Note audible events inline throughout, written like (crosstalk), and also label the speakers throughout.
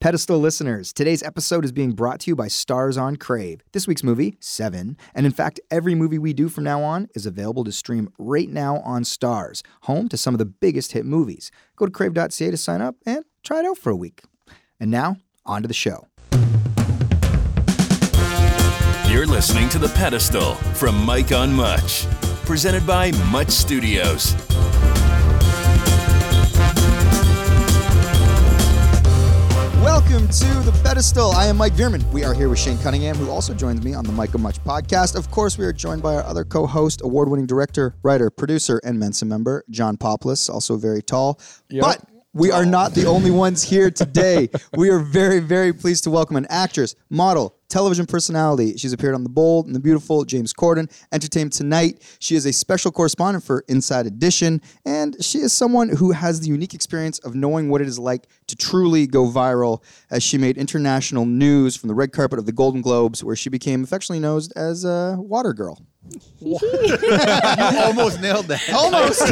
Speaker 1: Pedestal listeners, today's episode is being brought to you by Stars on Crave. This week's movie, Seven, and in fact, every movie we do from now on is available to stream right now on Stars, home to some of the biggest hit movies. Go to crave.ca to sign up and try it out for a week. And now, on to the show.
Speaker 2: You're listening to The Pedestal from Mike on Much, presented by Much Studios.
Speaker 1: Welcome to The Pedestal. I am Mike Vierman. We are here with Shane Cunningham, who also joins me on the Michael Much podcast. Of course, we are joined by our other co host, award winning director, writer, producer, and Mensa member, John Poplis, also very tall. But we are not the only ones here today. we are very, very pleased to welcome an actress, model, television personality. She's appeared on The Bold and The Beautiful, James Corden, Entertainment Tonight. She is a special correspondent for Inside Edition, and she is someone who has the unique experience of knowing what it is like to truly go viral, as she made international news from the red carpet of the Golden Globes, where she became affectionately known as uh, Water Girl.
Speaker 3: (laughs) almost nailed that.
Speaker 1: Almost (laughs)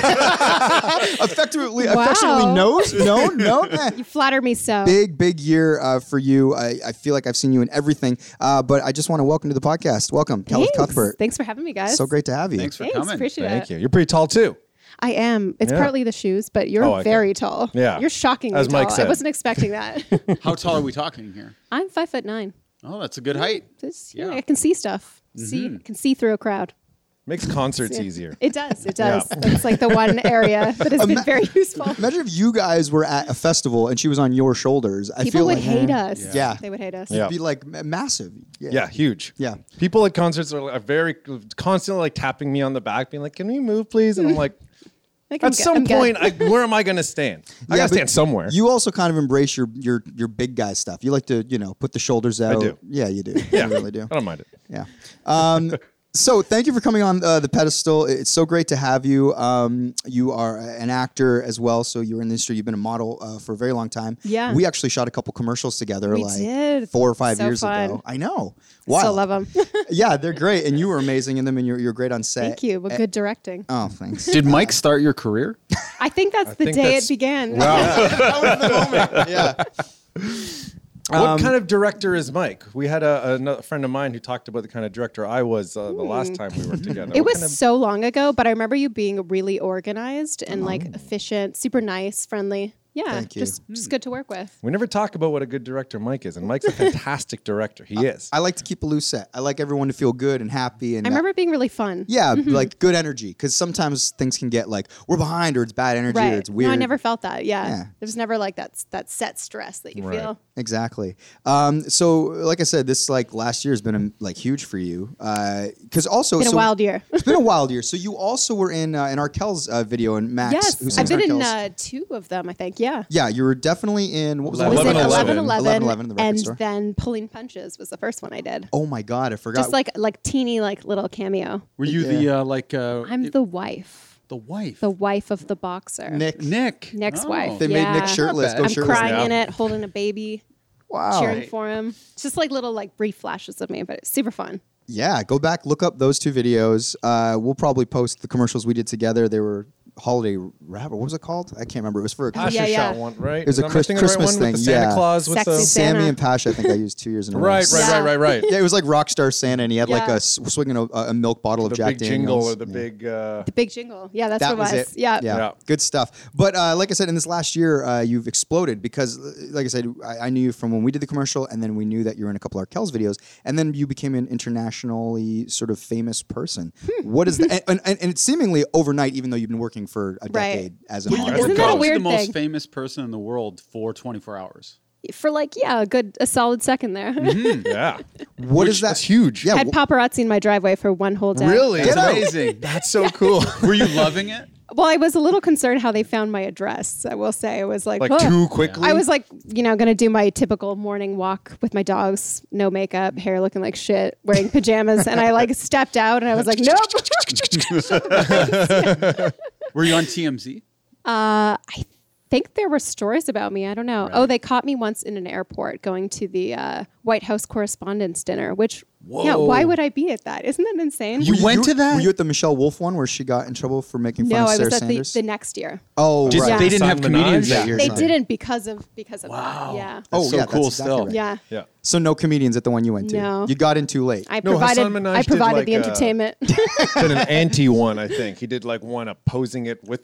Speaker 1: effectively,
Speaker 4: Wow.
Speaker 1: affectionately knows, no, no, eh.
Speaker 4: You flatter me so.
Speaker 1: big, big year uh, for you. I, I feel like I've seen you in everything, uh, but I just want to welcome to the podcast. Welcome, Kelly
Speaker 4: Thanks.
Speaker 1: Cuthbert.
Speaker 4: Thanks for having me, guys.
Speaker 1: So great to have you.
Speaker 3: Thanks for
Speaker 4: Thanks,
Speaker 3: coming.
Speaker 4: appreciate
Speaker 5: Thank
Speaker 4: it.
Speaker 5: you. You're pretty tall too.
Speaker 4: I am. It's
Speaker 5: Yeah.
Speaker 4: partly the shoes, but you're
Speaker 5: Oh, okay.
Speaker 4: very tall.
Speaker 5: Yeah.
Speaker 4: You're shockingly
Speaker 5: As Mike
Speaker 4: tall. I
Speaker 5: said.
Speaker 4: wasn't expecting that.
Speaker 3: How tall are we talking here?
Speaker 4: I'm five foot nine.
Speaker 3: Oh, that's a good height.
Speaker 4: It's- you know,
Speaker 3: Yeah.
Speaker 4: I can see stuff. See, can see through a crowd.
Speaker 5: Makes concerts easier.
Speaker 4: It does. It does. It's like the one area that has been very useful.
Speaker 1: Imagine if you guys were at a festival and she was on your shoulders. I
Speaker 4: People
Speaker 1: feel
Speaker 4: would
Speaker 1: like
Speaker 4: hate us.
Speaker 1: Yeah.
Speaker 4: They would hate us.
Speaker 5: Yeah.
Speaker 1: It'd be like ma- massive. Yeah.
Speaker 5: Yeah, huge.
Speaker 1: Yeah.
Speaker 5: People at concerts are, are very constantly like tapping me on the back, being like, "Can we move, please?" And I'm like,
Speaker 4: Like, (laughs) I'm
Speaker 5: "At
Speaker 4: good-
Speaker 5: some
Speaker 4: I'm good. (laughs)
Speaker 5: point, I, where am I going to stand? I
Speaker 1: Yeah,
Speaker 5: got
Speaker 1: but
Speaker 5: to stand somewhere."
Speaker 1: You also kind of embrace your your your big guy stuff. You like to you know put the shoulders out.
Speaker 5: do.
Speaker 1: Yeah, you do.
Speaker 5: yeah,
Speaker 1: you really
Speaker 5: (laughs)
Speaker 1: do.
Speaker 5: I don't mind it.
Speaker 1: Yeah. Um, so thank you for coming on uh, the pedestal. It's so great to have you. Um, you are an actor as well, so you're in the industry. You've been a model uh, for a very long time.
Speaker 4: Yeah.
Speaker 1: We actually shot a couple commercials together,
Speaker 4: We
Speaker 1: like
Speaker 4: did.
Speaker 1: four or five
Speaker 4: So
Speaker 1: years
Speaker 4: fun.
Speaker 1: ago. I know. Wow.
Speaker 4: Still love them.
Speaker 1: (laughs) yeah, they're great, and you were amazing in them, and you're you're great on set.
Speaker 4: Thank you. But good directing.
Speaker 1: Oh, thanks.
Speaker 3: Did Mike start your career?
Speaker 4: I think that's the
Speaker 5: think
Speaker 4: day
Speaker 5: that's-
Speaker 4: it began.
Speaker 1: yeah. Um,
Speaker 5: what kind of director is Mike? We had a, another friend of mine who talked about the kind of director I was uh, the last time
Speaker 4: (laughs)
Speaker 5: we were together.
Speaker 4: Hmm. It
Speaker 5: What
Speaker 4: was
Speaker 5: kind of-
Speaker 4: so long ago, but I remember you being really organized and like efficient, super nice, friendly. Yeah,
Speaker 1: Uh-huh. Thank you.
Speaker 4: just just good to work with.
Speaker 5: we never talk about what a good director Mike is, and Mike's a fantastic director. He is.
Speaker 1: (laughs) I like to keep a loose set. I like everyone to feel good and happy. And
Speaker 4: I
Speaker 1: uh,
Speaker 4: remember Mm-hmm. it being really fun.
Speaker 1: Yeah, like good energy, because sometimes things can get like we're behind or it's bad energy
Speaker 4: right.
Speaker 1: or it's weird.
Speaker 4: No, I never felt that. Yeah,
Speaker 1: Yeah.
Speaker 4: there was never like that that set stress that you
Speaker 5: Right.
Speaker 4: feel.
Speaker 1: Exactly. Um, so, like I said, this like last year has been um, like huge for you, because also
Speaker 4: Been
Speaker 1: Oh, so-
Speaker 4: a wild year.
Speaker 1: (laughs) It's been a wild year. So you also were in uh, in Arkell's uh, video and Max. who
Speaker 4: (laughs) yes,
Speaker 1: sings
Speaker 4: I've been in
Speaker 1: Arkell's-
Speaker 4: uh, two of them. I think. Yeah.
Speaker 1: yeah, you were definitely in. What was
Speaker 4: Was
Speaker 1: the
Speaker 4: it
Speaker 5: 11,
Speaker 4: 11,
Speaker 1: 11, 11, the record
Speaker 4: and
Speaker 1: store.
Speaker 4: then pulling punches was the first one I did.
Speaker 1: Oh my god, I forgot.
Speaker 4: Just like like teeny like little cameo.
Speaker 3: (laughs) Were you the uh, like uh,
Speaker 4: I'm the wife,
Speaker 3: the wife?
Speaker 4: the wife of the boxer.
Speaker 1: Nick.
Speaker 3: Nick.
Speaker 4: Next
Speaker 3: Oh.
Speaker 4: wife.
Speaker 1: They made Nick
Speaker 4: Yeah.
Speaker 1: shirtless.
Speaker 3: Not
Speaker 1: Go
Speaker 3: bad.
Speaker 4: I'm
Speaker 1: shirtless. Oh.
Speaker 4: crying
Speaker 5: now.
Speaker 4: in it, holding a baby.
Speaker 1: Wow.
Speaker 4: cheering for him. It's just like little like brief flashes of me, but it's super fun.
Speaker 1: Yeah, go back, look up those two videos. Uh, we'll probably post the commercials we did together. They were holiday wrap. What was it called? I can't remember. It was for a
Speaker 5: Pasha
Speaker 4: Yeah, yeah.
Speaker 5: shot one, right?
Speaker 1: It was a
Speaker 5: Am I
Speaker 1: Chris-
Speaker 5: thinking of the
Speaker 1: Christmas
Speaker 5: right one
Speaker 1: thing,
Speaker 5: With the Santa
Speaker 1: yeah.
Speaker 5: Claus with
Speaker 4: Sexy
Speaker 5: the
Speaker 4: Santa.
Speaker 1: Sammy and Pasha. I think I used two years in a row.
Speaker 5: Right, right,
Speaker 4: Yeah.
Speaker 5: right, right, right.
Speaker 1: Yeah, it was like Rockstar Santa, and he had like
Speaker 4: Yeah.
Speaker 1: a s- swinging a, a milk bottle of
Speaker 5: the
Speaker 1: Jack
Speaker 5: big
Speaker 1: Daniels.
Speaker 5: jingle or the
Speaker 1: Yeah.
Speaker 5: big. (laughs) Uh,
Speaker 4: The big jingle. Yeah, that's
Speaker 1: That was
Speaker 4: what it
Speaker 1: it.
Speaker 4: was. Yeah.
Speaker 1: yeah,
Speaker 5: Yeah.
Speaker 1: good stuff. But uh, like I said, in this last year, uh, you've exploded because, uh, like I said, I, I knew you from when we did the commercial, and then we knew that you were in a couple of Arkell's videos, and then you became an internationally sort of famous person.
Speaker 4: Hmm.
Speaker 1: what is
Speaker 4: (laughs)
Speaker 1: that? And, and, and it's seemingly overnight, even though you've been working for a
Speaker 4: Right.
Speaker 1: decade as a
Speaker 4: Well,
Speaker 1: model.
Speaker 4: Isn't
Speaker 3: You're
Speaker 4: that a
Speaker 3: probably
Speaker 4: weird
Speaker 3: the most
Speaker 4: thing?
Speaker 3: famous person in the world for 24 hours.
Speaker 4: For like, yeah, a good a solid second there. (laughs)
Speaker 5: yeah.
Speaker 1: What is that?
Speaker 5: That's huge.
Speaker 1: Mm-hmm. Yeah,
Speaker 4: Had
Speaker 1: wh-
Speaker 4: paparazzi in my driveway for one whole day.
Speaker 5: Really?
Speaker 3: That's
Speaker 1: Get out.
Speaker 3: amazing.
Speaker 5: That's so cool.
Speaker 3: Were you loving it?
Speaker 4: Well, I was a little concerned how they found my address. I will say, I was
Speaker 5: (laughs)
Speaker 4: like,
Speaker 5: like
Speaker 4: "Whoa."
Speaker 5: too quickly.
Speaker 4: I was like, you know, gonna do my typical morning walk with my dogs, no makeup, hair looking like shit, wearing pajamas, and I like (laughs) stepped out and I
Speaker 1: (laughs)
Speaker 4: was like, nope.
Speaker 3: Were you on TMZ?
Speaker 4: I think there were stories about me. I don't know. Oh, they caught me once in an airport going to the uh, White House Correspondents' Dinner. Which, yeah,
Speaker 5: Whoa.
Speaker 4: why would I be at that? Isn't that insane?
Speaker 3: You went to that?
Speaker 1: Were you at the Michelle Wolf one where she got in trouble for making fun
Speaker 4: no,
Speaker 1: of
Speaker 4: I
Speaker 1: Sarah
Speaker 4: was at the,
Speaker 1: Sanders?
Speaker 4: the next year.
Speaker 1: oh,
Speaker 3: Just-
Speaker 1: right.
Speaker 3: They didn't have
Speaker 5: Hassan Minaj?
Speaker 3: comedians that year.
Speaker 4: They
Speaker 1: not-
Speaker 4: didn't because of because of that. Yeah.
Speaker 1: oh,
Speaker 3: so
Speaker 1: yeah,
Speaker 3: cool
Speaker 1: that's exactly
Speaker 3: still.
Speaker 1: right.
Speaker 4: Yeah.
Speaker 5: Yeah.
Speaker 1: So no comedians at the one you went to.
Speaker 4: No.
Speaker 1: You got in too late.
Speaker 4: I
Speaker 5: No,
Speaker 4: provided
Speaker 5: Hassan Minaj
Speaker 4: I
Speaker 5: did
Speaker 4: provided
Speaker 5: like,
Speaker 4: the
Speaker 5: uh,
Speaker 4: entertainment.
Speaker 5: (laughs) been an anti one, I think. He did like one opposing it with.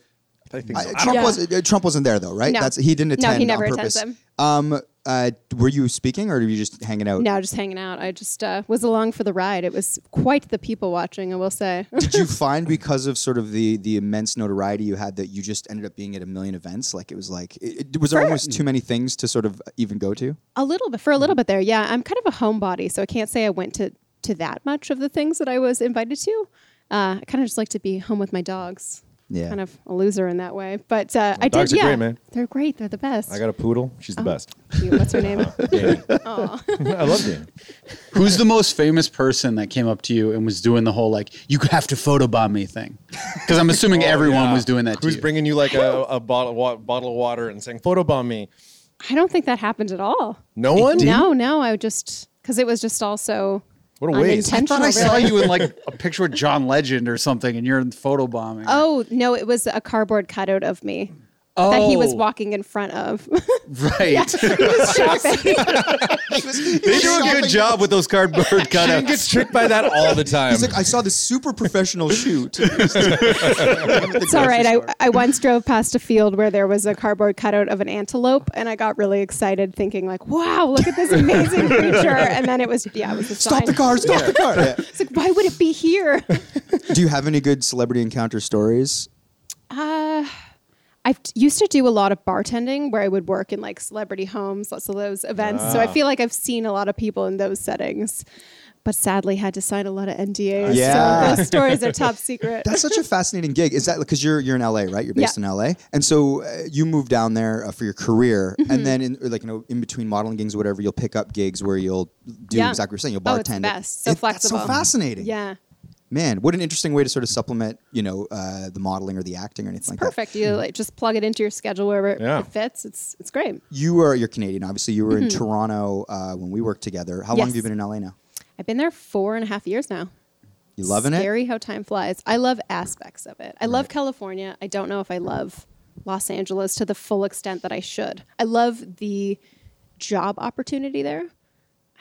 Speaker 5: I think.
Speaker 1: I-
Speaker 5: so.
Speaker 1: Trump
Speaker 4: Yeah.
Speaker 1: was uh, Trump wasn't there though, right?
Speaker 4: No.
Speaker 1: That's he didn't
Speaker 4: No, he
Speaker 1: attend.
Speaker 4: never
Speaker 1: on
Speaker 4: attends
Speaker 1: purpose.
Speaker 4: them.
Speaker 1: Um, uh, were you speaking or were you just hanging out?
Speaker 4: no, just hanging out. I just uh, was along for the ride. It was quite the people watching, I will say.
Speaker 1: Did
Speaker 4: (laughs)
Speaker 1: you find because of sort of the the immense notoriety you had that you just ended up being at a million events? Like it was like it, it- was there almost too many things to sort of even go to?
Speaker 4: A little bit for a little
Speaker 5: Mm-hmm.
Speaker 4: bit there. Yeah, I'm kind of a homebody, so I can't say I went to to that much of the things that I was invited to. Uh, I kind of just like to be home with my dogs.
Speaker 1: Yeah.
Speaker 4: kind of a loser in that way. But uh, I
Speaker 5: dogs
Speaker 4: did.
Speaker 5: are
Speaker 4: yeah,
Speaker 5: great, man.
Speaker 4: they're great. They're the best. (laughs)
Speaker 5: I got a poodle. She's
Speaker 4: Uh-huh.
Speaker 5: the best. (laughs)
Speaker 4: Cute. What's her name?
Speaker 5: Dan. I love Dan.
Speaker 3: (laughs) Who's the most famous person that came up to you and was doing the whole like you have to photobomb me thing? Because I'm (laughs) assuming everyone
Speaker 5: Yeah.
Speaker 3: was doing that.
Speaker 5: Who's
Speaker 3: to you.
Speaker 5: bringing you like a, a bottle, wa- bottle of water and saying, photobomb me?
Speaker 4: I don't think that happened at all.
Speaker 5: No one?
Speaker 4: No, no. I just because it was just also
Speaker 5: What a waste.
Speaker 3: I
Speaker 4: unintentional.
Speaker 3: thought I saw
Speaker 4: really.
Speaker 3: you in like a picture with John Legend or something, and you're in photobombing.
Speaker 4: Oh no, it was a cardboard cutout of me that he was
Speaker 3: Oh.
Speaker 4: walking in
Speaker 5: (laughs)
Speaker 4: front of. (laughs)
Speaker 3: right. (laughs)
Speaker 1: They
Speaker 3: job with those cardboard
Speaker 5: (laughs)
Speaker 4: (laughs)
Speaker 5: Dan
Speaker 3: cutouts.
Speaker 5: gets tricked by that all the time.
Speaker 1: He's like, I saw this super professional shoot.
Speaker 4: It's all right. I, I once drove past a field where there was a cardboard cutout of an antelope, and I got really excited, thinking like, "Wow, look at
Speaker 1: (laughs)
Speaker 4: this amazing creature!" And then it was, yeah, it was a
Speaker 1: Stop
Speaker 4: sign.
Speaker 1: the car! Stop the
Speaker 4: (laughs)
Speaker 1: car!
Speaker 4: It's like, why would it be here? (laughs)
Speaker 1: Do you have any good celebrity encounter stories?
Speaker 4: I used to do a lot of bartending where I would work in like celebrity homes, lots of those events. So I
Speaker 1: Ah.
Speaker 4: feel like I've seen a lot of people in those settings, but sadly had to sign a lot of NDAs.
Speaker 1: Yeah.
Speaker 4: So those stories are top
Speaker 1: (laughs)
Speaker 4: secret.
Speaker 1: That's
Speaker 4: (laughs)
Speaker 1: such a fascinating gig. Is that because you're you're in LA, right? You're based
Speaker 4: Yeah.
Speaker 1: in LA, and so uh, you moved down there uh, for your career,
Speaker 4: Mm-hmm.
Speaker 1: and then in, or like you know in between modeling gigs, or whatever, you'll pick up gigs where you'll do
Speaker 4: Yeah.
Speaker 1: exactly what you're saying. You'll
Speaker 4: Oh,
Speaker 1: bartend.
Speaker 4: it's the best. So
Speaker 1: That's so
Speaker 4: flexible.
Speaker 1: fascinating.
Speaker 4: yeah.
Speaker 1: man, what an interesting way to sort of supplement you know uh, the modeling or the acting or anything like that.
Speaker 4: Perfect. You like just plug it into your schedule wherever it-
Speaker 5: Yeah.
Speaker 4: it fits. It's it's great.
Speaker 1: You were you're Canadian, obviously. You were in Toronto uh, when we worked together. How long
Speaker 4: Mm-hmm. Yes.
Speaker 1: have you been in LA now?
Speaker 4: I've been there four and a half years now.
Speaker 1: You loving it?
Speaker 4: Scary how time flies. I love aspects of it. I love California. I don't know if I love Los Angeles to the full extent that I should. I love the job opportunity there.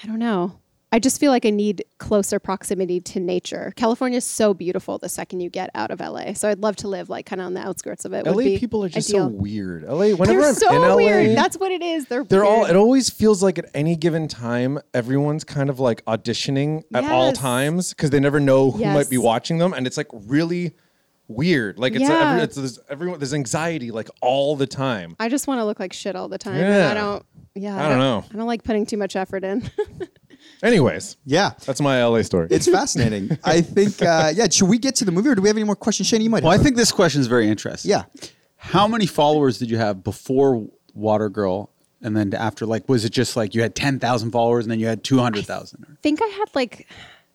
Speaker 4: I don't know. I just feel like I need closer proximity to nature. California is so beautiful the second you get out of LA. So I'd love to live like kind of on the outskirts of it. would
Speaker 5: LA
Speaker 4: be
Speaker 5: people are just
Speaker 4: ideal.
Speaker 5: so weird. LA, whenever
Speaker 4: They're
Speaker 5: I'm
Speaker 4: so
Speaker 5: in LA,
Speaker 4: weird. That's what it is. They're
Speaker 5: they're all
Speaker 4: weird.
Speaker 5: it always feels like at any given time everyone's kind of like auditioning at all
Speaker 4: Yes.
Speaker 5: times because they never know who might be
Speaker 4: Yes.
Speaker 5: watching them and it's like really weird like it's,
Speaker 4: Yeah.
Speaker 5: every, it's there's everyone there's anxiety like all the time
Speaker 4: I just want to look like shit all the time.
Speaker 5: Yeah.
Speaker 4: And I don't. Yeah.
Speaker 5: I don't know.
Speaker 4: I don't like putting too much effort in. (laughs)
Speaker 5: anyways
Speaker 1: Yeah.
Speaker 5: that's my la story
Speaker 1: It's fascinating. I think, uh, yeah. Should we get to the movie, or do we have any more questions, Shane? You might.
Speaker 3: Well, I
Speaker 1: have.
Speaker 3: think this question is very interesting.
Speaker 1: Yeah.
Speaker 3: How many followers did you have before Water Girl, and then after? Like, was it just like you had ten thousand followers, and then you had two hundred
Speaker 4: (laughs)
Speaker 3: thousand?
Speaker 4: think I had like,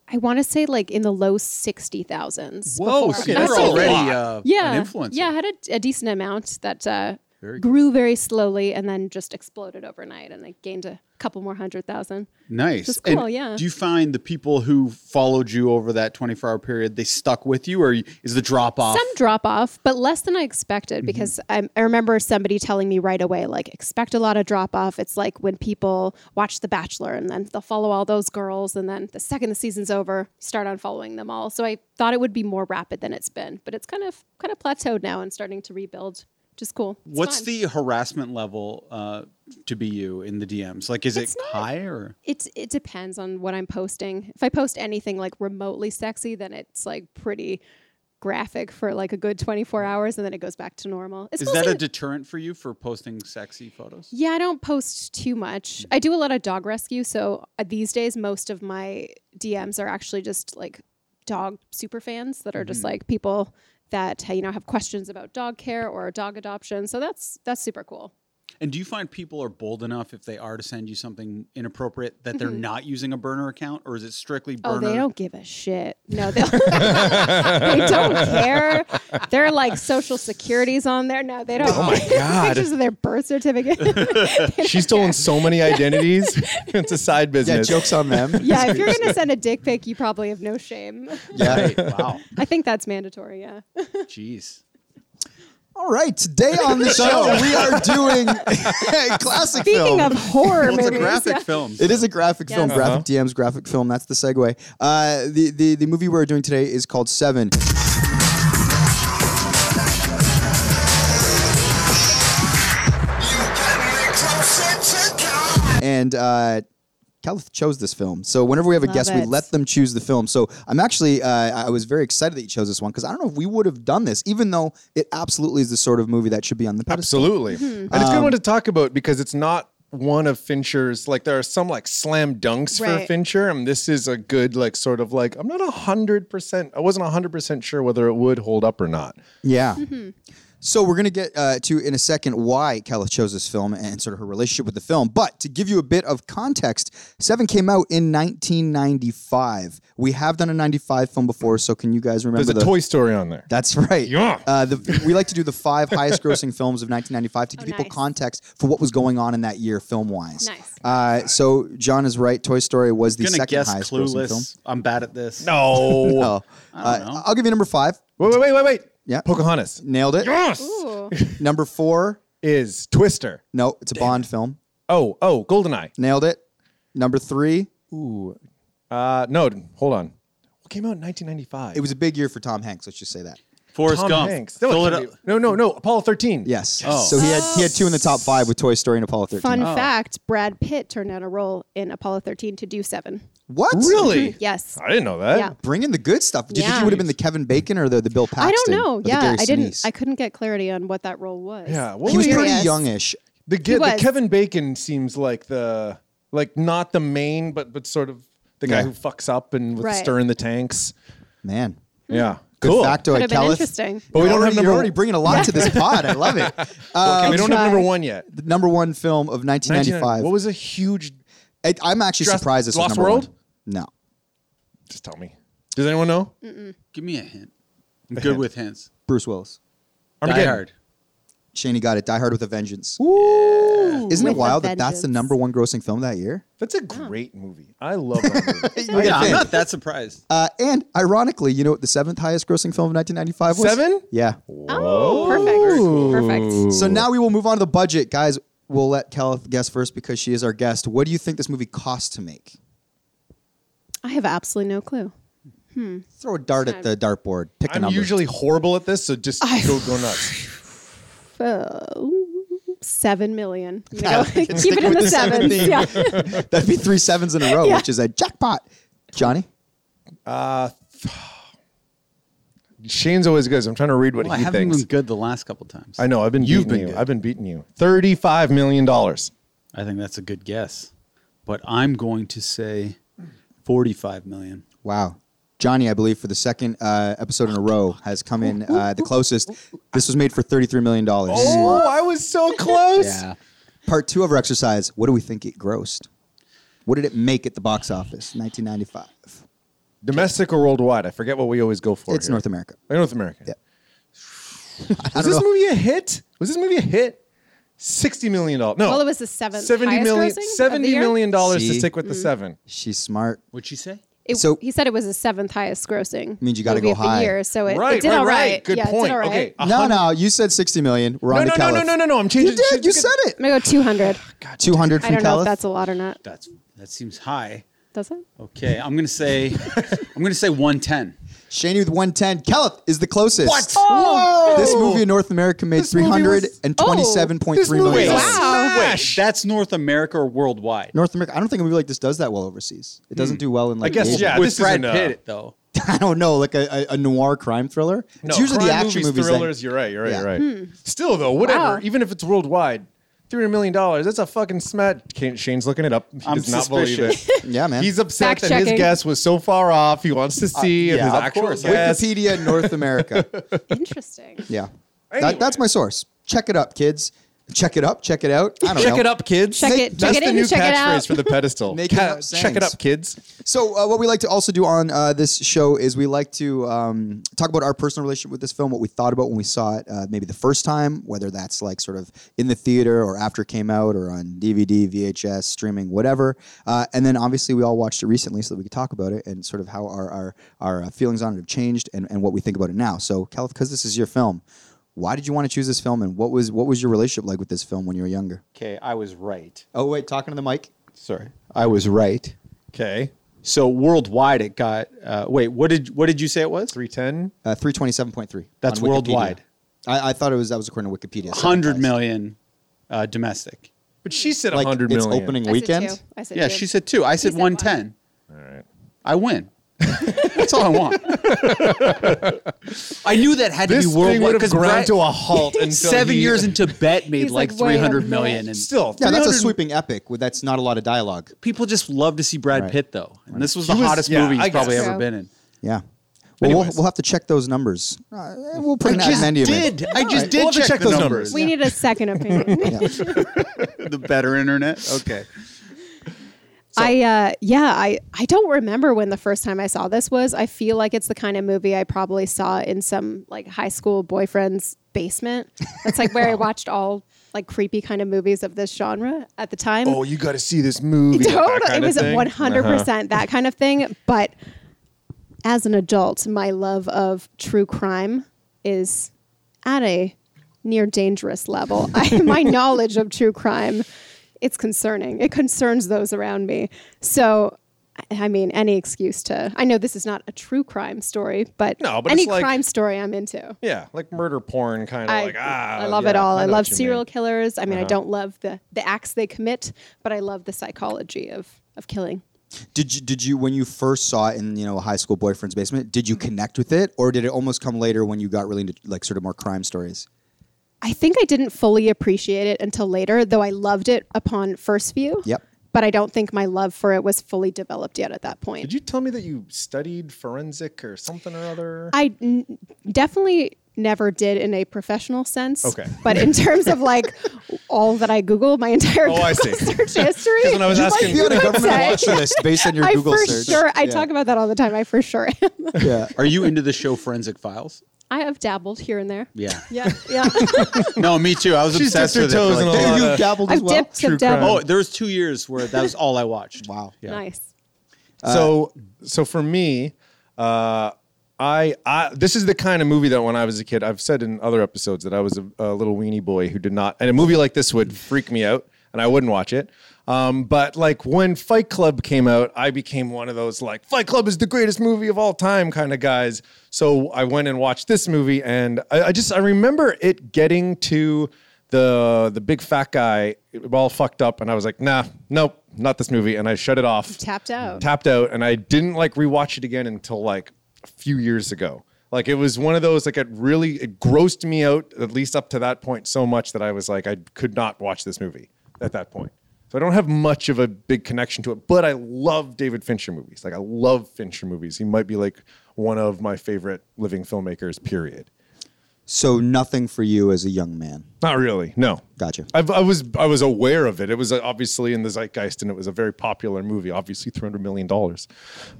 Speaker 4: I want to say like in the low sixty thousands.
Speaker 3: Whoa,
Speaker 4: before.
Speaker 3: so
Speaker 4: I was
Speaker 3: you're
Speaker 4: like-
Speaker 3: already uh,
Speaker 4: yeah,
Speaker 3: an influencer.
Speaker 4: Yeah, I had a, a decent amount that uh,
Speaker 3: Very cool.
Speaker 4: grew very slowly and then just exploded overnight, and I gained a couple more hundred thousand.
Speaker 3: Nice.
Speaker 4: Just
Speaker 3: And
Speaker 4: cool, yeah.
Speaker 3: Do you find the people who followed you over that 24 hour period, they stuck with you or is the drop off? Mm-hmm.
Speaker 4: Some drop off, but less than I expected because I, I remember somebody telling me right away, like, expect a lot of drop off. It's like when people watch The Bachelor and then they'll follow all those girls, and then the second the season's over, start on following them all. So I thought it would be more rapid than it's been, but it's kind of kind of plateaued now and starting to rebuild. Just cool. It's
Speaker 3: What's
Speaker 4: fun.
Speaker 3: the harassment level uh, to be you in the DMs? Like, is
Speaker 4: It's
Speaker 3: it
Speaker 4: not-
Speaker 3: high or?
Speaker 4: It's it depends on what I'm posting. If I post anything like remotely sexy, then it's like pretty graphic for like a good 24 hours and then it goes back to normal. It's
Speaker 3: Is that
Speaker 4: mostly-
Speaker 3: a deterrent for you for posting sexy photos?
Speaker 4: Yeah, I don't post too much. I do a lot of dog rescue, so uh, these days most of my DMs are actually just like dog super fans that are just like people that uh, you know have questions about dog care or dog adoption. So that's that's super cool.
Speaker 3: And do you find people are bold enough if they are to send you something inappropriate that they're not using a burner account, or is it strictly burner?
Speaker 4: Mm-hmm. Oh, they don't give a shit. No, they (laughs) they don't care. They're like social securities on there. No, (laughs) they don't. Oh
Speaker 5: my God.
Speaker 4: Pictures of their birth certificate. They
Speaker 5: She's
Speaker 4: don't
Speaker 5: stolen
Speaker 4: care.
Speaker 5: so
Speaker 4: (laughs)
Speaker 5: many identities. it's a side
Speaker 1: Yeah,
Speaker 5: business.
Speaker 1: jokes on them.
Speaker 4: Yeah, if you're gonna send a dick pic, you probably have no shame. (laughs)
Speaker 1: Yeah.
Speaker 3: Wow.
Speaker 4: I think that's mandatory. Yeah.
Speaker 3: Jeez.
Speaker 1: All right, today on the show we are doing (laughs) a classic
Speaker 4: Speaking
Speaker 1: film.
Speaker 4: of horror
Speaker 3: Well, it's a
Speaker 4: movies,
Speaker 3: graphic
Speaker 4: yeah.
Speaker 3: film.
Speaker 1: it is a graphic film,
Speaker 4: Yes.
Speaker 1: graphic DMs, graphic film. That's the segue. Uh, the, the the movie we're doing today is called Seven. and uh, Calith chose this film. So whenever we have a
Speaker 4: Love
Speaker 1: guest, we
Speaker 4: it.
Speaker 1: let them choose the film. So I'm actually, uh, I was very excited that you chose this one because I don't know if we would have done this, even though it absolutely is the sort of movie that should be on the pedestal.
Speaker 5: Absolutely. And
Speaker 4: Mm-hmm.
Speaker 5: it's a
Speaker 1: Um,
Speaker 5: good one to talk about because it's not one of Fincher's like there are some like slam dunks for
Speaker 4: Right.
Speaker 5: Fincher and this is a good like sort of like I'm not a hundred percent I wasn't a hundred percent sure whether it would hold up or not.
Speaker 1: Yeah.
Speaker 4: Mm-hmm.
Speaker 1: So we're gonna get uh, to in a second why Kella chose this film and sort of her relationship with the film. But to give you a bit of context, Seven came out in 1995. We have done a 95 film before, so can you guys remember?
Speaker 5: There's a
Speaker 1: the-
Speaker 5: Toy Story on there.
Speaker 1: That's right.
Speaker 5: Yeah.
Speaker 1: Uh, the, we like to do the
Speaker 3: (laughs)
Speaker 1: five highest grossing films of 1995 to give people
Speaker 4: Oh, nice.
Speaker 1: context for what was going on in that year film wise.
Speaker 4: Nice.
Speaker 1: Uh, so John is right. Toy Story was the
Speaker 3: gonna
Speaker 1: second
Speaker 3: guess
Speaker 1: highest grossing film.
Speaker 3: clueless. I'm bad at
Speaker 5: (laughs)
Speaker 3: this.
Speaker 5: No.
Speaker 1: Oh,
Speaker 3: I don't know.
Speaker 1: I'll give you number five.
Speaker 5: Wait, wait, wait, wait, wait.
Speaker 1: Yeah.
Speaker 5: Pocahontas.
Speaker 1: Nailed it.
Speaker 5: Yes.
Speaker 4: Ooh.
Speaker 1: Number four.
Speaker 5: Is Twister.
Speaker 1: No, it's a Bond film.
Speaker 5: Oh, oh, Goldeneye.
Speaker 1: Nailed it. Number three.
Speaker 5: Ooh. Uh no, hold on. What came out in 1995?
Speaker 1: It was a big year for Tom Hanks. Let's just say that.
Speaker 3: Forrest
Speaker 5: Tom
Speaker 3: Gump.
Speaker 5: Hanks. No, it
Speaker 3: Fill it
Speaker 5: can't
Speaker 3: up.
Speaker 5: be- no, no, no. Apollo 13.
Speaker 1: Yes.
Speaker 3: Oh.
Speaker 1: So he had he had two in the top five with Toy Story and Apollo 13.
Speaker 4: Fun fact: Brad Pitt turned down a role in Apollo 13 to do Seven.
Speaker 1: What?
Speaker 5: Really?
Speaker 4: Yes.
Speaker 5: I didn't know that.
Speaker 4: Yeah.
Speaker 1: Bringing the good stuff. Do you think
Speaker 4: Yeah.
Speaker 1: he would have been the Kevin Bacon or the, the Bill Paxton?
Speaker 4: I don't know.
Speaker 1: or the
Speaker 4: Yeah,
Speaker 1: Gary
Speaker 4: I didn't.
Speaker 1: Sinise?
Speaker 4: I couldn't get clarity on what that role was.
Speaker 5: Yeah, what
Speaker 1: he was pretty
Speaker 4: Curious.
Speaker 1: youngish.
Speaker 5: The, ge- the
Speaker 4: was.
Speaker 5: Kevin Bacon seems like the like not the main, but but sort of the guy
Speaker 1: Yeah.
Speaker 5: who fucks up and with
Speaker 4: Right. Hmm.
Speaker 5: stirring the tanks.
Speaker 1: Man.
Speaker 5: Yeah,
Speaker 1: Good
Speaker 5: cool.
Speaker 1: factoid,
Speaker 4: Would have been
Speaker 1: Caliph.
Speaker 4: interesting.
Speaker 5: But we
Speaker 1: You're
Speaker 5: don't
Speaker 1: already,
Speaker 5: have number
Speaker 1: You're
Speaker 5: one.
Speaker 1: already bringing a lot to this pod. I love
Speaker 4: (laughs)
Speaker 1: it. Uh,
Speaker 5: Okay, we don't have
Speaker 4: try.
Speaker 5: number one yet.
Speaker 1: the number one film of 1995.
Speaker 5: What was a huge?
Speaker 1: I, I'm actually
Speaker 5: Jurassic-
Speaker 1: surprised this was
Speaker 5: Lost
Speaker 1: number
Speaker 5: World?
Speaker 1: one. No.
Speaker 5: Just tell me. Does anyone know?
Speaker 4: Mm.
Speaker 3: Give me a hint. I'm
Speaker 5: A
Speaker 3: good
Speaker 5: hint.
Speaker 3: with hints.
Speaker 1: Bruce Willis.
Speaker 5: Armageddon.
Speaker 3: Die Hard.
Speaker 1: Shaney got it. Die Hard with a Vengeance.
Speaker 4: Ooh,
Speaker 1: Isn't it
Speaker 4: with a
Speaker 1: wild that that's the
Speaker 4: vengeance.
Speaker 1: number one grossing film that
Speaker 5: (laughs)
Speaker 1: year?
Speaker 5: That's a
Speaker 4: Oh.
Speaker 5: great movie. I love
Speaker 3: (laughs)
Speaker 5: that movie.
Speaker 1: Look
Speaker 3: Yeah,
Speaker 1: at
Speaker 3: I'm
Speaker 1: Finn.
Speaker 3: not that surprised.
Speaker 1: (laughs) Uh, and ironically, you know what the seventh highest grossing film of 1995 was?
Speaker 5: Seven?
Speaker 1: Yeah.
Speaker 4: Oh, perfect. Perfect.
Speaker 1: So now we will move on to the budget. Guys, we'll let Kelly guess first because she is our guest. What do you think this movie cost to make?
Speaker 4: I have absolutely no clue.
Speaker 1: Throw a dart at the dartboard. Pick a
Speaker 5: I'm
Speaker 1: number.
Speaker 5: usually horrible at this, so just go go nuts.
Speaker 4: Oh, seven million. I'm
Speaker 1: Yeah,
Speaker 4: gonna go-
Speaker 1: let's
Speaker 4: Keep
Speaker 1: stick
Speaker 4: it in
Speaker 1: with
Speaker 4: the
Speaker 1: the seven
Speaker 4: sevens.
Speaker 1: theme.
Speaker 4: Yeah.
Speaker 1: (laughs) That'd be three sevens in a row,
Speaker 4: (laughs) Yeah.
Speaker 1: which is a jackpot. Johnny?
Speaker 5: Shane's always good. so I'm trying to read what
Speaker 3: Well, Oh, I
Speaker 5: he
Speaker 3: haven't
Speaker 5: thinks.
Speaker 3: been good the last couple times.
Speaker 5: I know. I've been.
Speaker 3: You've
Speaker 5: beating
Speaker 3: been
Speaker 5: you.
Speaker 3: good.
Speaker 5: I've been beating you. Thirty-five million dollars.
Speaker 3: I think that's a good guess, but I'm going to say 45 million.
Speaker 1: Wow. Johnny, I believe, for the second uh, episode in a row, has come in uh, the closest. This was made for $33 million.
Speaker 5: Oh, I was so close.
Speaker 1: Part two of our exercise what do we think it grossed? What did it make at the box office 1995?
Speaker 5: Domestic or worldwide? I forget what we always go for.
Speaker 1: It's
Speaker 5: here.
Speaker 1: North
Speaker 5: (laughs)
Speaker 1: America.
Speaker 5: North America.
Speaker 1: Yeah.
Speaker 5: Was this movie a hit? Was this movie a hit? Sixty million dollars. No.
Speaker 4: Well, it was the seventh
Speaker 5: Seventy
Speaker 4: highest
Speaker 5: million.
Speaker 4: grossing of the
Speaker 5: Seventy
Speaker 4: year? Mm-hmm.
Speaker 5: million dollars to
Speaker 1: See?
Speaker 5: stick with the seven.
Speaker 1: She's smart.
Speaker 3: What'd you say?
Speaker 4: It,
Speaker 1: So-
Speaker 4: he said it was the seventh highest grossing.
Speaker 1: Means you gotta
Speaker 4: movie
Speaker 1: go
Speaker 4: of the
Speaker 1: high.
Speaker 4: year, so it,
Speaker 5: right.
Speaker 4: it did
Speaker 5: right.
Speaker 4: all right.
Speaker 5: Right. Good
Speaker 4: yeah,
Speaker 5: point.
Speaker 4: It did all right.
Speaker 5: Okay. a
Speaker 1: No,
Speaker 5: hundred-
Speaker 1: no, you said 60 million. We're
Speaker 5: No,
Speaker 1: on
Speaker 5: no,
Speaker 1: to
Speaker 5: no, no,
Speaker 1: Caliph.
Speaker 5: no, no, no. I'm changing.
Speaker 1: You did. You
Speaker 5: changing-
Speaker 1: said it.
Speaker 4: I'm gonna go 200.
Speaker 1: 200
Speaker 4: I
Speaker 1: from
Speaker 4: don't know if
Speaker 1: Caliph.
Speaker 4: that's a lot or not.
Speaker 3: That's that seems high.
Speaker 4: Does it?
Speaker 3: Okay, I'm gonna say
Speaker 6: (laughs)
Speaker 3: I'm gonna say 110.
Speaker 1: Shaney with 110. Caliph is the closest.
Speaker 5: What? Oh.
Speaker 1: This movie in North America made
Speaker 5: movie was- Oh.
Speaker 1: $327.3
Speaker 5: This movie
Speaker 1: million.
Speaker 5: was
Speaker 4: Wow.
Speaker 5: smashed.
Speaker 3: That's North America or worldwide?
Speaker 1: North America. I don't think a movie like this does that well overseas. It doesn't do well in like.
Speaker 5: Hmm. I guess,
Speaker 1: Asian-
Speaker 5: yeah.
Speaker 3: with
Speaker 5: this
Speaker 3: Brad
Speaker 5: isn't, uh,
Speaker 3: Pitt though.
Speaker 1: (laughs) I don't know, like a, a, a noir crime thriller.
Speaker 5: No,
Speaker 1: it's usually the
Speaker 5: crime
Speaker 1: action
Speaker 5: movies,
Speaker 1: movies. that-
Speaker 5: thrillers. You're right. You're right.
Speaker 1: Yeah.
Speaker 5: You're right. Still though, whatever.
Speaker 4: Hmm. Wow.
Speaker 5: Even if it's worldwide, three hundred million dollars. That's a fucking smat. Can't- Shane's looking it up. He
Speaker 3: I'm
Speaker 5: does not
Speaker 3: suspicious.
Speaker 5: believe it.
Speaker 1: Yeah, man. Uh,
Speaker 5: He's upset that his
Speaker 4: Fact-checking.
Speaker 5: guess was so far off. He wants to see if
Speaker 1: yeah,
Speaker 5: his
Speaker 1: of
Speaker 5: actual
Speaker 3: course.
Speaker 5: guess.
Speaker 6: (laughs)
Speaker 1: Wikipedia North America.
Speaker 4: Interesting.
Speaker 1: Yeah,
Speaker 5: Anyway.
Speaker 1: that, that's my source. Check it up, kids. Check it up. Check it out. I don't
Speaker 6: Check
Speaker 1: know.
Speaker 6: it up, kids.
Speaker 4: Check
Speaker 1: Make-
Speaker 4: it. Check
Speaker 5: That's
Speaker 4: it
Speaker 5: the
Speaker 4: in.
Speaker 5: new
Speaker 4: check it
Speaker 5: catchphrase
Speaker 4: out.
Speaker 5: for the pedestal.
Speaker 1: Making
Speaker 5: Ca-
Speaker 1: up
Speaker 5: check it
Speaker 1: sayings.
Speaker 5: up, kids.
Speaker 1: So, uh, what we like to also do on uh, this show is we like to um, talk about our personal relationship with this film, what we thought about when we saw it, uh, maybe the first time, whether that's like sort of in the theater or after it came out or on DVD, VHS, streaming, whatever. Uh, and then obviously we all watched it recently so that we could talk about it and sort of how our our, our uh, feelings on it have changed and, and what we think about it now. So, Caliph, because this is your film, why did you want to choose this film and what was what was your relationship like with this film when you were younger?
Speaker 6: Okay, I was right.
Speaker 1: Oh wait, talking to the mic.
Speaker 6: Sorry, I was right.
Speaker 5: Okay.
Speaker 6: So worldwide, it got. Uh, wait, what did what did you say it was?
Speaker 5: 310.
Speaker 1: Uh, 327.3.
Speaker 6: That's
Speaker 1: on Wikipedia.
Speaker 6: worldwide.
Speaker 1: I, I thought it was that was according to Wikipedia. so
Speaker 3: hundred
Speaker 1: that's-
Speaker 3: million uh, domestic.
Speaker 5: But she said
Speaker 1: Like
Speaker 5: 100
Speaker 1: it's
Speaker 5: million.
Speaker 1: opening
Speaker 4: I said
Speaker 1: weekend.
Speaker 4: two. I said
Speaker 3: Yeah,
Speaker 4: two.
Speaker 3: she said two. I said
Speaker 4: said
Speaker 3: one
Speaker 4: one.
Speaker 3: ten.
Speaker 5: All right.
Speaker 3: I win. That's all
Speaker 6: (laughs)
Speaker 3: I want. I knew that had
Speaker 5: This
Speaker 3: to be
Speaker 5: thing
Speaker 3: worldwide
Speaker 5: would have
Speaker 3: because
Speaker 5: ground to a
Speaker 3: (laughs)
Speaker 5: halt until
Speaker 3: seven
Speaker 5: he-
Speaker 3: years into bet made
Speaker 4: He's
Speaker 3: like,
Speaker 4: like, wait
Speaker 3: three
Speaker 4: a
Speaker 3: hundred
Speaker 4: minute.
Speaker 3: million, and
Speaker 5: Still,
Speaker 1: Yeah, that's a
Speaker 5: 300
Speaker 1: sweeping epic. With that's not a lot of dialogue.
Speaker 3: people just love to see Brad
Speaker 1: Right.
Speaker 3: Pitt though. And this was
Speaker 5: He
Speaker 3: the
Speaker 5: was-
Speaker 3: hottest
Speaker 5: yeah,
Speaker 3: movie
Speaker 5: I
Speaker 3: he's probably
Speaker 5: guess.
Speaker 3: ever
Speaker 4: So-
Speaker 3: been in.
Speaker 1: Yeah. Well, we'll,
Speaker 5: Anyways.
Speaker 1: we'll have to check those numbers. Uh, we'll put
Speaker 3: I
Speaker 1: an ad
Speaker 3: just
Speaker 1: in of it.
Speaker 3: did. I just
Speaker 5: right.
Speaker 3: did
Speaker 5: We'll have to
Speaker 3: check,
Speaker 5: check
Speaker 3: the
Speaker 5: those
Speaker 3: numbers.
Speaker 5: numbers.
Speaker 4: We need
Speaker 5: (laughs)
Speaker 4: a second opinion.
Speaker 3: the better internet. Okay.
Speaker 4: (laughs) I uh, yeah, I I don't remember when the first time I saw this was. I feel like it's the kind of movie I probably saw in some like high school boyfriend's basement. That's like
Speaker 5: (laughs)
Speaker 4: where I watched all like creepy kind of movies of this genre at the time.
Speaker 5: Oh, you got to see this
Speaker 4: (laughs)
Speaker 5: movie.
Speaker 4: Total-
Speaker 5: that kind
Speaker 4: it
Speaker 5: of
Speaker 4: was
Speaker 5: thing. Uh-huh.
Speaker 4: 100% percent that kind of thing, but as an adult, my love of true crime is at a near dangerous level. (laughs) I, my knowledge of true crime, it's concerning. It concerns those around me. So, I- I mean, any excuse to. I know this is not a true crime story, but,
Speaker 5: No, but
Speaker 4: any
Speaker 5: it's like-
Speaker 4: crime story I'm into.
Speaker 5: Yeah, like murder porn kind of
Speaker 4: I,
Speaker 5: like ah.
Speaker 4: I love it
Speaker 5: yeah,
Speaker 4: all. I,
Speaker 5: know
Speaker 4: love
Speaker 5: what you
Speaker 4: serial
Speaker 5: mean. Uh-huh.
Speaker 4: killers. I mean, I don't love the, the acts they commit, but I love the psychology of, of killing.
Speaker 1: Did you? Did you? When you first saw it in you know a high school boyfriend's basement, did you connect with it, or did it almost come later when you got really into like sort of more crime stories?
Speaker 4: I think I didn't fully appreciate it until later, though I loved it upon first view.
Speaker 1: Yep.
Speaker 4: But I don't think my love for it was fully developed yet at that point.
Speaker 5: Did you tell me that you studied forensic or something or other?
Speaker 4: I n- definitely never did in a professional sense.
Speaker 5: Okay.
Speaker 4: But in terms of like (laughs) all that I Google, my entire
Speaker 5: Oh, I
Speaker 4: Google
Speaker 5: see.
Speaker 4: (laughs) search history.
Speaker 5: when I was
Speaker 4: you
Speaker 5: asking-
Speaker 4: might
Speaker 1: You had a
Speaker 4: could
Speaker 1: government
Speaker 4: say.
Speaker 1: watch list based on your
Speaker 4: (laughs) I
Speaker 1: Google
Speaker 4: for
Speaker 1: search.
Speaker 4: sure. I
Speaker 1: Yeah.
Speaker 4: talk about that all the time. I for sure am.
Speaker 1: Yeah.
Speaker 3: Are you into the show Forensic Files?
Speaker 4: (laughs) I have dabbled here and there.
Speaker 5: (laughs)
Speaker 3: Yeah.
Speaker 4: Yeah.
Speaker 1: (laughs)
Speaker 4: Yeah.
Speaker 3: No, me too. I was
Speaker 5: She's
Speaker 3: obsessed
Speaker 5: dipped
Speaker 3: with
Speaker 5: her
Speaker 3: it.
Speaker 5: toes
Speaker 3: for
Speaker 5: in
Speaker 3: like-
Speaker 5: a lot.
Speaker 1: you
Speaker 5: Uh,
Speaker 1: dabbled as
Speaker 4: I've
Speaker 1: well.
Speaker 4: dipped, have dabbled.
Speaker 3: Oh, there was two years where that was all I watched.
Speaker 1: Wow.
Speaker 3: Yeah.
Speaker 4: Nice.
Speaker 5: So so for me, uh, I I this is the kind of movie that when I was a kid, I've said in other episodes that I was a, a little weenie boy who did not, and a movie like this would freak me out, and I wouldn't watch it. Um, but like when Fight Club came out, I became one of those like Fight Club is the greatest movie of all time kind of guys. So I went and watched this movie, and I, I just I remember it getting to the the big fat guy all fucked up, and I was like, nah, nope, not this movie, and I shut it off
Speaker 4: Tapped out.
Speaker 5: tapped out and I didn't like rewatch it again until like a few years ago. Like it was one of those like it really it grossed me out at least up to that point so much that I was like I could not watch this movie at that point. So I don't have much of a big connection to it, but I love David Fincher movies. Like I love Fincher movies. He might be like one of my favorite living filmmakers period.
Speaker 1: So nothing for you as a young man.
Speaker 5: Not really. No.
Speaker 1: Gotcha.
Speaker 5: I've, I was I was aware of it. It was uh, obviously in the zeitgeist, and it was a very popular movie. Obviously, three hundred million dollars.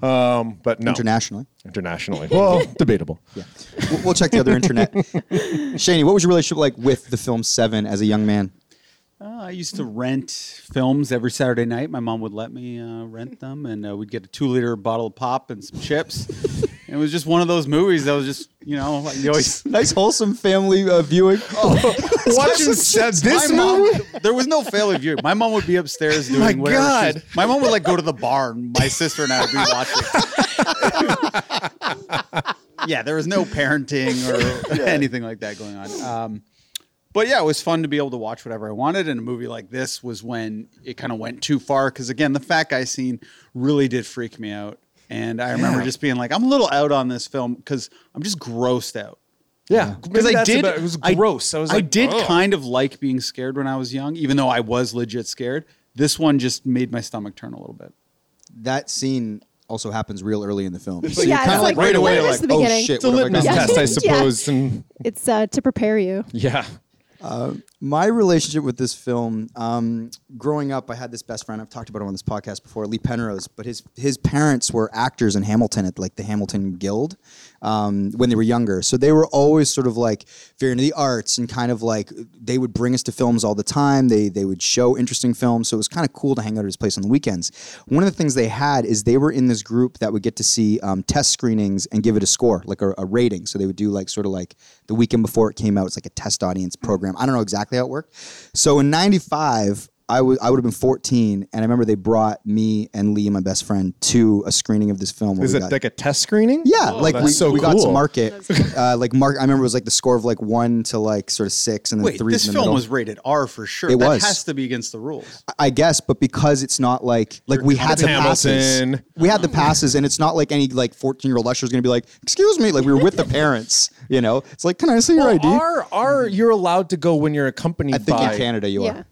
Speaker 5: Um, but no,
Speaker 1: Internationally.
Speaker 5: internationally. (laughs) Well, debatable.
Speaker 1: Yeah. We'll, we'll check the other internet.
Speaker 4: (laughs)
Speaker 1: Shaney, what was your relationship like with the film Seven as a young man?
Speaker 3: (laughs) Uh, I used to rent films every Saturday night. My mom would let me uh, rent them, and uh, we'd get a two-liter bottle of pop and
Speaker 5: (laughs)
Speaker 3: some chips. and it was just one of those movies that was just, you know, like
Speaker 4: Oh,
Speaker 3: you always
Speaker 1: Nice wholesome family uh,
Speaker 4: (laughs)
Speaker 1: viewing.
Speaker 5: Watching said this
Speaker 3: My mom-
Speaker 5: movie.
Speaker 3: (laughs) there was no failure view. My mom would be upstairs doing
Speaker 5: My
Speaker 3: whatever. she
Speaker 5: God.
Speaker 3: was- my mom would like go to the bar, and my sister and I would be watching. (laughs) yeah, there was no parenting
Speaker 5: (laughs)
Speaker 3: or anything like that going on. Um, but yeah, it was fun to be able to watch whatever I wanted. And a movie like this was when it kind of went too far because again, the fat guy scene really did freak me out. And I remember just being like, I'm a little out on this film because I'm just grossed out
Speaker 5: Yeah,
Speaker 3: because I did.
Speaker 5: it was gross. I, was like, "Oh,
Speaker 3: did
Speaker 5: "Ugh."
Speaker 3: kind of like being scared when I was young, even though I was legit scared. This one just made my stomach turn a little bit.
Speaker 1: that scene also happens real early in the film. So you're
Speaker 4: like- Yeah,
Speaker 1: kinda
Speaker 4: it's like right away, like, the
Speaker 1: oh
Speaker 4: beginning.
Speaker 1: shit,
Speaker 5: It's a (laughs)
Speaker 1: what have I
Speaker 5: litmus
Speaker 4: (laughs)
Speaker 1: done?
Speaker 5: test,
Speaker 4: Yeah.
Speaker 5: I suppose. And
Speaker 4: It's uh, to prepare you.
Speaker 5: yeah,
Speaker 1: my relationship with this film, um, growing up, I had this best friend. I've talked about him on this podcast before, Lee Penrose. But his his parents were actors in Hamilton at like the Hamilton Guild um, when they were younger. So they were always sort of like very into the arts and kind of like they would bring us to films all the time. They they would show interesting films. So it was kind of cool to hang out at his place on the weekends. One of the things they had is they were in this group that would get to see um, test screenings and give it a score, like a, a rating. So they would do like sort of like the weekend before it came out. It's like a test audience program. I don't know exactly how it worked. So in '95, I would I would have been 14, and I remember they brought me and Lee, my best friend, to a screening of this film. where
Speaker 5: Is
Speaker 1: we
Speaker 5: it
Speaker 1: got-
Speaker 5: like a test screening?
Speaker 1: yeah, like
Speaker 5: that's
Speaker 1: we,
Speaker 5: so
Speaker 1: we got to
Speaker 5: cool.
Speaker 1: market, uh, like mark. I remember it was like the score of like one to like sort of six, and then
Speaker 3: Wait,
Speaker 1: three.
Speaker 3: this
Speaker 1: in the
Speaker 3: film
Speaker 1: middle.
Speaker 3: was rated R for sure.
Speaker 1: It
Speaker 3: that
Speaker 1: was.
Speaker 3: has to be against the rules.
Speaker 1: I guess, but because it's not like like we had
Speaker 5: It's
Speaker 1: the passes,
Speaker 5: Hamilton.
Speaker 1: we had the passes, and it's not like any like fourteen year old usher is going to be like, "Excuse me," like we were with the parents, you know. It's like, can I see your ID?
Speaker 5: Are are you're allowed to go when you're accompanied
Speaker 1: I think
Speaker 5: by
Speaker 1: in Canada you
Speaker 4: Yeah.
Speaker 1: are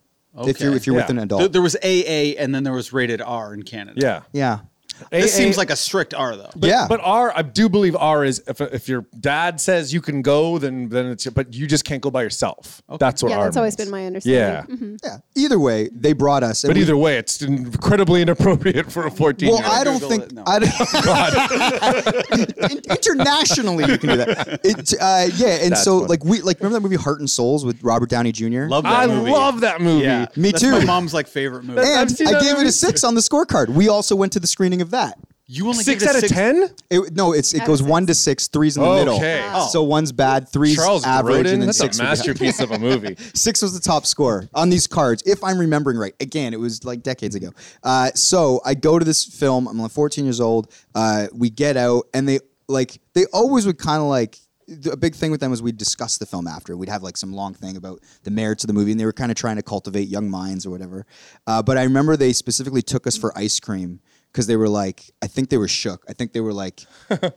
Speaker 1: if you're if you're with an
Speaker 5: Yeah.
Speaker 3: Th-
Speaker 1: adult.
Speaker 3: there was AA and then there was rated R in Canada.
Speaker 5: Yeah.
Speaker 1: yeah,
Speaker 3: This
Speaker 5: AA
Speaker 3: seems like a strict R though.
Speaker 1: yeah.
Speaker 5: But R, I do believe R is if, if your dad says you can go, then then it's but you just can't go by yourself. That's what
Speaker 4: Yeah,
Speaker 5: R.
Speaker 4: that's always
Speaker 5: means.
Speaker 4: been my
Speaker 5: Yeah,
Speaker 4: understanding. Mm-hmm.
Speaker 1: yeah. Either way, they brought us. and
Speaker 5: but
Speaker 1: we-
Speaker 5: either way, it's incredibly inappropriate for a fourteen.
Speaker 1: Well,
Speaker 5: year old
Speaker 1: I don't
Speaker 3: Google
Speaker 1: think
Speaker 3: it, no.
Speaker 1: I
Speaker 5: (laughs)
Speaker 1: don't- (laughs) In- internationally you can do that. It, uh, yeah, and
Speaker 5: That's
Speaker 1: so
Speaker 5: funny.
Speaker 1: like we like remember that movie Heart and Souls with Robert Downey Jr.
Speaker 3: Love that
Speaker 5: I
Speaker 3: movie.
Speaker 5: love that movie.
Speaker 3: Yeah.
Speaker 1: Me
Speaker 3: That's
Speaker 1: too.
Speaker 3: My mom's like favorite movie.
Speaker 1: and
Speaker 5: I've seen
Speaker 1: I
Speaker 5: that
Speaker 1: gave it
Speaker 5: movie.
Speaker 1: a six on the scorecard. We also went to the screening of that.
Speaker 3: you only
Speaker 5: Six
Speaker 3: gave it
Speaker 5: out of ten.
Speaker 1: It, no, it's it
Speaker 4: Out of
Speaker 1: goes
Speaker 4: six.
Speaker 1: one to six, three's in the middle.
Speaker 5: Okay. Wow.
Speaker 1: So one's bad, three's
Speaker 5: Charles
Speaker 1: average,
Speaker 5: Grodin.
Speaker 1: and then
Speaker 5: that's
Speaker 1: six.
Speaker 5: a
Speaker 1: would be-
Speaker 5: masterpiece of a movie.
Speaker 1: Six was the top score on these cards, if I'm remembering right. Again, it was like decades ago. Uh, so I go to this film. I'm like 14 years old. Uh, we get out, and they like they always would kind of like th- a big thing with them was we'd discuss the film after. We'd have like some long thing about the merits of the movie, and they were kind of trying to cultivate young minds or whatever. Uh, but I remember they specifically took us for ice cream. Because they were like, I think they were shook. I think they were like,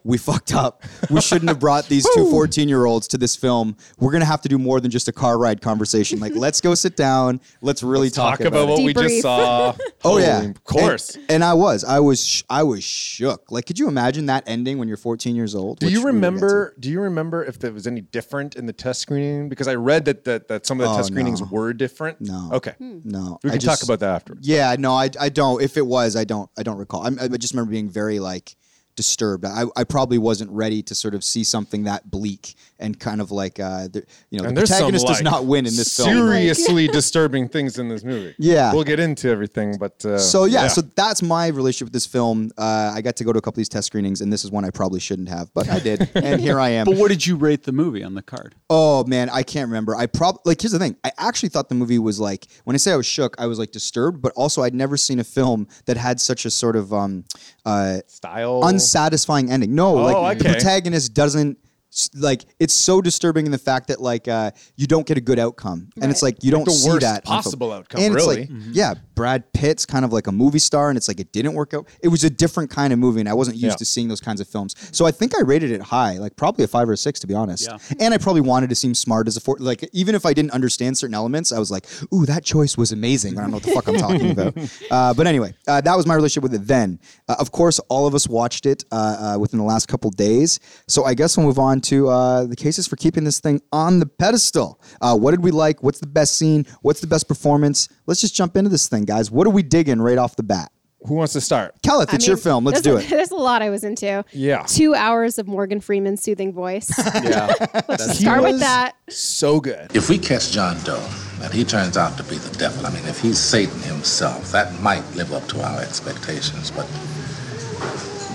Speaker 1: we fucked up. We shouldn't have brought these two 14 year olds to this film. We're going to have to do more than just a car ride conversation. Like, let's go sit down. Let's really
Speaker 5: (laughs) Talk about what
Speaker 1: it.
Speaker 5: we just
Speaker 4: Debrief. (laughs)
Speaker 5: saw.
Speaker 1: Oh yeah,
Speaker 5: Holy- of course.
Speaker 1: And, and I was, I was, sh- I was shook. Like, could you imagine that ending when you're 14 years old?
Speaker 5: Do
Speaker 1: Which
Speaker 5: you
Speaker 1: we will get to.
Speaker 5: remember? Do you remember if there was any different in the test screening? Because I read that that, that some of the
Speaker 1: Oh,
Speaker 5: test screenings
Speaker 1: no.
Speaker 5: were different.
Speaker 1: No.
Speaker 5: Okay.
Speaker 4: Hmm.
Speaker 1: No,
Speaker 5: We
Speaker 1: I
Speaker 5: can
Speaker 1: just-
Speaker 5: talk about that afterwards.
Speaker 1: Yeah, no, I, I don't. If it was, I don't, I don't recall. I'm, I just remember being very like disturbed. I, I probably wasn't ready to sort of see something that bleak and kind of like, uh, the, you know,
Speaker 5: And
Speaker 1: the
Speaker 5: there's some
Speaker 1: protagonist does
Speaker 5: like,
Speaker 1: not win in this film.
Speaker 4: (laughs)
Speaker 5: seriously disturbing things in this movie.
Speaker 1: Yeah.
Speaker 5: we'll get into everything, but uh,
Speaker 1: So yeah, so that's my relationship with this film. Uh, I got to go to a couple of these test screenings, and this is one I probably shouldn't have, but I
Speaker 5: (laughs)
Speaker 1: did, and here I am.
Speaker 3: But what did you rate the movie on
Speaker 1: (laughs)
Speaker 3: the card?
Speaker 1: Oh man, I can't remember. I probably like here's the thing. I actually thought the movie was like when I say I was shook, I was like disturbed, but also I'd never seen a film that had such a sort of um uh
Speaker 5: style
Speaker 1: unsatisfying ending. No, like the
Speaker 5: Oh, okay.
Speaker 1: protagonist doesn't s- like it's so disturbing in the fact that like uh you don't get a good outcome. And it's like you don't
Speaker 5: the
Speaker 1: see
Speaker 5: worst
Speaker 1: that on film.
Speaker 5: possible outcome,
Speaker 1: And it's
Speaker 5: really. Mm-hmm.
Speaker 1: like yeah, Brad Pitt's kind of like a movie star and it's like it didn't work out. It was a different kind of movie and I wasn't used
Speaker 5: Yeah.
Speaker 1: to seeing those kinds of films. So I think I rated it high, like probably a 5 or a 6 to be honest. And I probably wanted to seem smart as a four, like even if I didn't understand certain elements, I was like, "Ooh, that choice was amazing." I don't know what the fuck I'm talking about. Uh, but anyway, uh, that was my relationship with it then. Uh, of course, all of us watched it uh, uh, within the last couple days. So I guess we'll move on to uh, the cases for keeping this thing on the pedestal. Uh, what did we like? What's the best scene? What's the best performance? Let's just jump into this thing, guys. What are we digging right off the bat?
Speaker 5: Who wants to start?
Speaker 1: Kelleth, it's
Speaker 4: I mean,
Speaker 1: your film. Let's do
Speaker 4: (laughs) there's a-
Speaker 1: it.
Speaker 4: There's a lot I was into.
Speaker 5: Yeah.
Speaker 4: Two hours of Morgan Freeman's soothing
Speaker 5: (laughs)
Speaker 4: voice.
Speaker 3: Yeah.
Speaker 4: Let's just start with that.
Speaker 5: So good.
Speaker 7: If we catch John Doe and he turns out to be the devil, I mean, if he's Satan himself, that might live up to our expectations, but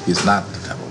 Speaker 7: he's not the devil.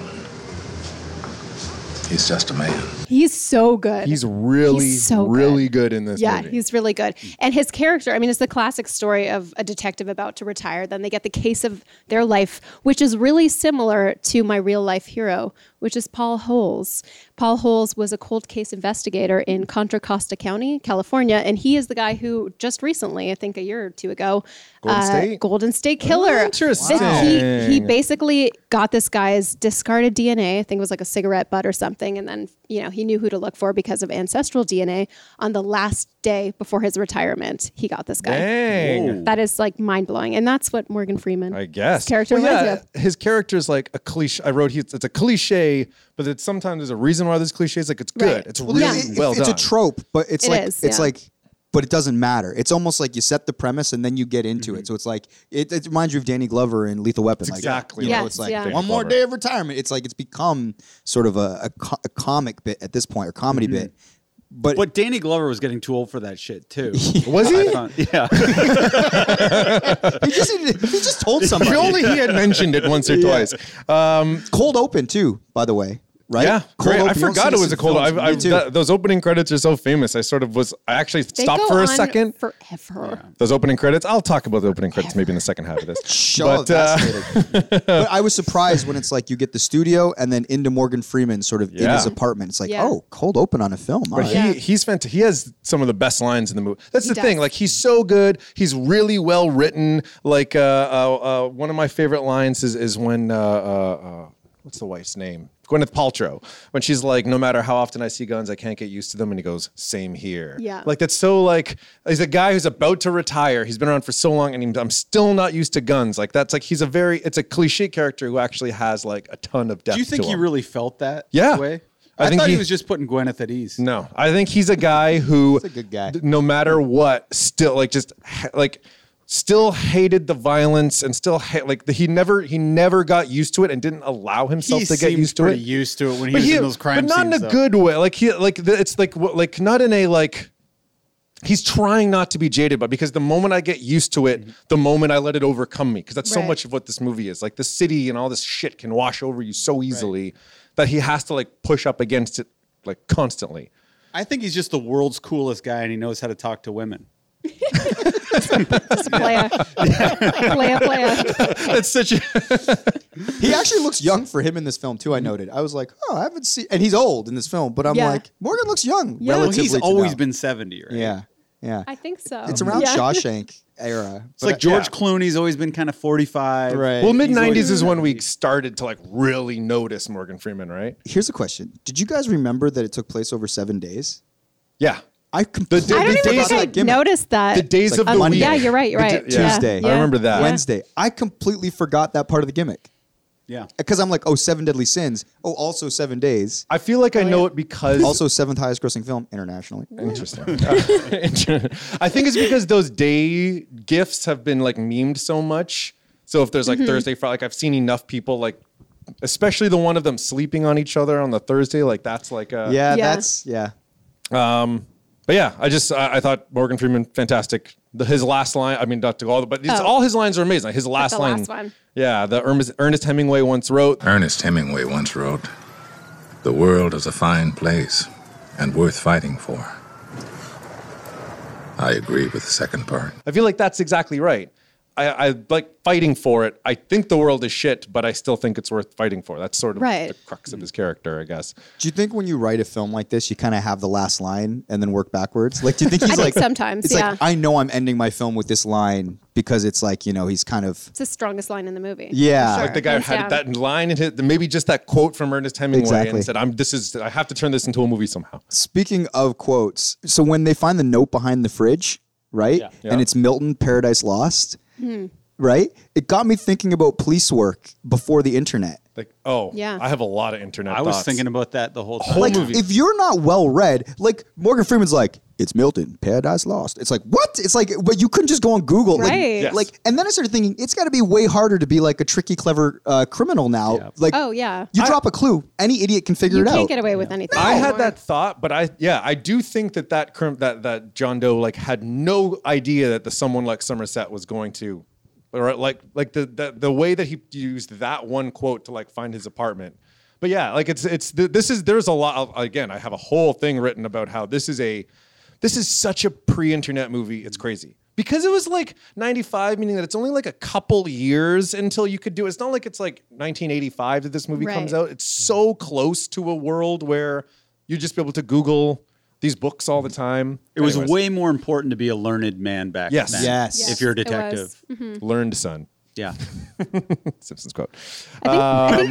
Speaker 7: He's just a man.
Speaker 4: He's so good.
Speaker 5: He's really,
Speaker 4: He's so good.
Speaker 5: really good. in this
Speaker 4: yeah,
Speaker 5: movie.
Speaker 4: he's really good. And his character, I mean, it's the classic story of a detective about to retire. Then they get the case of their life, which is really similar to my real life hero, which is Paul Holes. Paul Holes was a cold case investigator in Contra Costa County, California. And he is the guy who just recently, I think a year or two ago, uh,
Speaker 5: Golden State? Oh,
Speaker 4: Golden State Killer.
Speaker 5: interesting.
Speaker 4: This- he, he basically got this guy's discarded DNA. I think it was like a cigarette butt or something. And then, you know, he knew who to look for because of ancestral DNA. On the last day before his retirement, he got this guy.
Speaker 5: Dang.
Speaker 4: That is like mind blowing. And that's what Morgan Freeman
Speaker 5: I guess
Speaker 4: character
Speaker 5: Well,
Speaker 4: reminds me
Speaker 5: yeah,
Speaker 4: of.
Speaker 5: his character is like a cliche. I wrote he, it's a cliche, but it's sometimes there's a reason why there's cliches. Like it's good.
Speaker 4: Right.
Speaker 5: It's
Speaker 4: Well,
Speaker 5: really
Speaker 4: yeah.
Speaker 1: It-
Speaker 5: well
Speaker 1: it's
Speaker 5: done.
Speaker 1: a trope, but it's
Speaker 4: It
Speaker 1: like
Speaker 4: is,
Speaker 1: it's
Speaker 4: yeah.
Speaker 1: like, but but it doesn't matter. It's almost like you set the premise and then you get into
Speaker 5: Mm-hmm.
Speaker 1: it. So it's like it, it reminds you of Danny Glover in Lethal Weapon. like,
Speaker 5: exactly
Speaker 1: you
Speaker 4: what
Speaker 1: know,
Speaker 4: it
Speaker 1: it's
Speaker 4: is.
Speaker 1: like
Speaker 4: Yes, yeah.
Speaker 1: one more
Speaker 5: Glover.
Speaker 1: day of retirement. It's like it's become sort of a, a, co- a comic bit at this point or comedy
Speaker 5: Mm-hmm.
Speaker 1: bit. But,
Speaker 3: But Danny Glover was getting too old for that
Speaker 1: (laughs)
Speaker 3: shit too.
Speaker 5: Was (laughs) he?
Speaker 3: I found- yeah.
Speaker 1: he just he just told
Speaker 5: If
Speaker 1: somebody
Speaker 5: only (laughs) he had mentioned it (laughs) once
Speaker 1: (laughs)
Speaker 5: or twice. Um,
Speaker 1: cold open too. By the way, right?
Speaker 5: yeah,
Speaker 1: cold Open.
Speaker 5: great. I
Speaker 1: You don't see
Speaker 5: forgot it
Speaker 1: this
Speaker 5: was
Speaker 1: in
Speaker 5: a cold.
Speaker 1: films.
Speaker 5: I've,
Speaker 1: Me
Speaker 5: I've,
Speaker 1: too.
Speaker 5: that, those opening credits are so famous. I sort of was. I actually
Speaker 4: They
Speaker 5: stopped
Speaker 4: go
Speaker 5: for a
Speaker 4: on
Speaker 5: second.
Speaker 4: Forever.
Speaker 5: those opening credits. I'll talk about the opening credits maybe in the second half of this.
Speaker 1: Sure,
Speaker 5: but uh,
Speaker 1: but I was surprised when it's like you get the studio and then into Morgan Freeman sort of in
Speaker 5: Yeah.
Speaker 1: his apartment. It's like,
Speaker 4: Yeah.
Speaker 1: oh, cold open on a film. All right.
Speaker 5: he, he's fantastic. He has some of the best lines in the movie. That's
Speaker 4: He
Speaker 5: the
Speaker 4: does.
Speaker 5: thing. Like he's so good. He's really well written. Like uh, uh, uh, one of my favorite lines is is when uh, uh, uh, what's the wife's name? Gwyneth Paltrow. When she's like, "No matter how often I see guns, I can't get used to them," and he goes, "Same here."
Speaker 4: Yeah.
Speaker 5: Like that's so like he's a guy who's about to retire. He's been around for so long, and he, I'm still not used to guns. Like that's like he's a very it's a cliche character who actually has like a ton of depth.
Speaker 3: Do you think
Speaker 5: to
Speaker 3: he
Speaker 5: him.
Speaker 3: really felt that?
Speaker 5: Yeah.
Speaker 3: Way?
Speaker 5: I
Speaker 3: I,
Speaker 5: think
Speaker 3: thought
Speaker 5: he-
Speaker 3: he was just putting Gwyneth at ease.
Speaker 5: No, I think he's a guy who,
Speaker 1: a good guy.
Speaker 5: th- no matter what, still like just ha- like still hated the violence and still ha- like the, he never he never got used to it and didn't allow himself
Speaker 3: He
Speaker 5: to get
Speaker 3: seemed
Speaker 5: used to it.
Speaker 3: pretty used to it when he was in those crime
Speaker 5: but not in
Speaker 3: scenes,
Speaker 5: a
Speaker 3: though.
Speaker 5: good way. Like he like the, it's like what like not in a like. He's trying not to be jaded, but because the moment I get used to
Speaker 3: Mm-hmm.
Speaker 5: it, the moment I let it overcome me, because that's so
Speaker 4: Right.
Speaker 5: much of what this movie is. Like the city and all this shit can wash over you so easily that he has to like push up against it like constantly.
Speaker 3: I think he's just the world's coolest guy and he knows how to talk to women.
Speaker 4: Just
Speaker 5: (laughs)
Speaker 4: playa. playa, playa.
Speaker 5: That's such a
Speaker 1: He actually looks young for him in this film too. I noted. I was like, oh, I haven't seen, and he's old in this film. But I'm
Speaker 4: Yeah.
Speaker 1: like, Morgan looks young.
Speaker 4: Yeah. Well,
Speaker 3: Well,
Speaker 1: relatively
Speaker 3: he's
Speaker 1: to
Speaker 3: always
Speaker 1: now.
Speaker 3: been 70, right?
Speaker 1: Yeah, yeah.
Speaker 4: I think so.
Speaker 1: It's around
Speaker 4: Yeah.
Speaker 1: Shawshank era.
Speaker 3: It's like George Clooney's always been kind of 45.
Speaker 1: Right.
Speaker 5: (laughs) well,
Speaker 1: He's
Speaker 5: mid '90s is
Speaker 3: always-
Speaker 5: when we started to like really notice Morgan Freeman, right?
Speaker 1: here's a question: Did you guys remember that it took place over seven days?
Speaker 5: Yeah,
Speaker 1: I completely
Speaker 5: day-
Speaker 4: I don't
Speaker 5: The
Speaker 4: even
Speaker 5: days-
Speaker 4: think I noticed that.
Speaker 5: the days
Speaker 1: like
Speaker 5: of the
Speaker 1: Monday.
Speaker 5: week.
Speaker 4: yeah, you're right. You're
Speaker 5: The
Speaker 4: right.
Speaker 5: d-
Speaker 4: Yeah.
Speaker 1: Tuesday.
Speaker 4: Yeah.
Speaker 5: I remember that.
Speaker 1: Wednesday. I completely forgot that part of the gimmick
Speaker 3: Yeah.
Speaker 1: because I'm like, oh, seven deadly sins. Oh, also seven days.
Speaker 5: I feel like I
Speaker 4: Oh,
Speaker 5: know it because
Speaker 1: Also, seventh highest grossing film internationally.
Speaker 5: (laughs) Interesting. (laughs) I think it's because those day gifts have been like memed so much. So if
Speaker 4: Mm-hmm.
Speaker 5: there's like Thursday, Friday, like I've seen enough people like, especially the one of them sleeping on each other on the Thursday, like that's like a
Speaker 1: Yeah,
Speaker 4: Yeah.
Speaker 1: that's yeah.
Speaker 5: But yeah, I just I, I thought Morgan Freeman fantastic. The, his last line, I mean, not to go all, the- but it's,
Speaker 4: Oh.
Speaker 5: all his lines are amazing. His last
Speaker 4: the
Speaker 5: line,
Speaker 4: last one.
Speaker 5: yeah, the Ernest, Ernest Hemingway once wrote,
Speaker 7: Ernest Hemingway once wrote, The world is a fine place and worth fighting for. I agree with the second part.
Speaker 5: I feel like that's exactly right. I, I like fighting for it. I think the world is shit, but I still think it's worth fighting for. That's sort of
Speaker 4: Right.
Speaker 5: the crux of his character, I guess.
Speaker 1: Do you think when you write a film like this, you kind of have the last line and then work backwards? Like, do you think he's
Speaker 4: I
Speaker 1: like
Speaker 4: think sometimes,
Speaker 1: It's
Speaker 4: yeah.
Speaker 1: like I know I'm ending my film with this line because it's like you know he's kind of
Speaker 4: It's the strongest line in the movie.
Speaker 1: Yeah.
Speaker 4: For
Speaker 1: Like
Speaker 5: Like the guy who
Speaker 4: hands
Speaker 5: had
Speaker 4: down.
Speaker 5: that line in his, maybe just that quote from Ernest Hemingway
Speaker 1: Exactly.
Speaker 5: and said, "I'm this is I have to turn this into a movie somehow."
Speaker 1: Speaking of quotes, so when they find the note behind the fridge, right? And
Speaker 5: Yeah.
Speaker 1: it's Milton Paradise Lost,
Speaker 4: Hmm.
Speaker 1: right? It got me thinking about police work before the internet.
Speaker 5: Like, oh,
Speaker 4: Yeah.
Speaker 5: I have a lot of internet.
Speaker 3: I was
Speaker 5: thoughts.
Speaker 3: thinking about that the whole time.
Speaker 5: Whole
Speaker 1: like,
Speaker 5: movie.
Speaker 1: if you're not well read, like Morgan Freeman's like, it's Milton, Paradise Lost. It's like, what? It's like, but you couldn't just go on Google. Like,
Speaker 4: Right. Yes.
Speaker 1: like and then I started thinking, it's got to be way harder to be like a tricky, clever uh, criminal now. Like,
Speaker 4: Oh, yeah.
Speaker 1: You drop a clue, any idiot can figure
Speaker 4: You
Speaker 1: it out.
Speaker 4: can't get away with anything.
Speaker 5: I had
Speaker 4: anymore.
Speaker 5: that thought, but I yeah, I do think that that crim- that that John Doe like had no idea that the someone like Somerset was going to, or like like the the, the way that he used that one quote to like find his apartment. But yeah, like it's it's th- this is there's a lot of, again. I have a whole thing written about how this is a this is such a pre-internet movie. It's crazy. Because it was like 95, meaning that it's only like a couple years until you could do it. It's not like it's like 1985 that this movie comes
Speaker 4: Right.
Speaker 5: out. It's so close to a world where you just be able to Google these books all the time.
Speaker 3: It was
Speaker 5: Anyways,
Speaker 3: way more important to be a learned man back
Speaker 5: Yes.
Speaker 3: then.
Speaker 1: Yes.
Speaker 3: If you're a
Speaker 4: Yes, it was. (laughs)
Speaker 3: detective.
Speaker 5: learned son. (laughs)
Speaker 3: Yeah.
Speaker 5: Simpsons quote.
Speaker 4: I think, I, think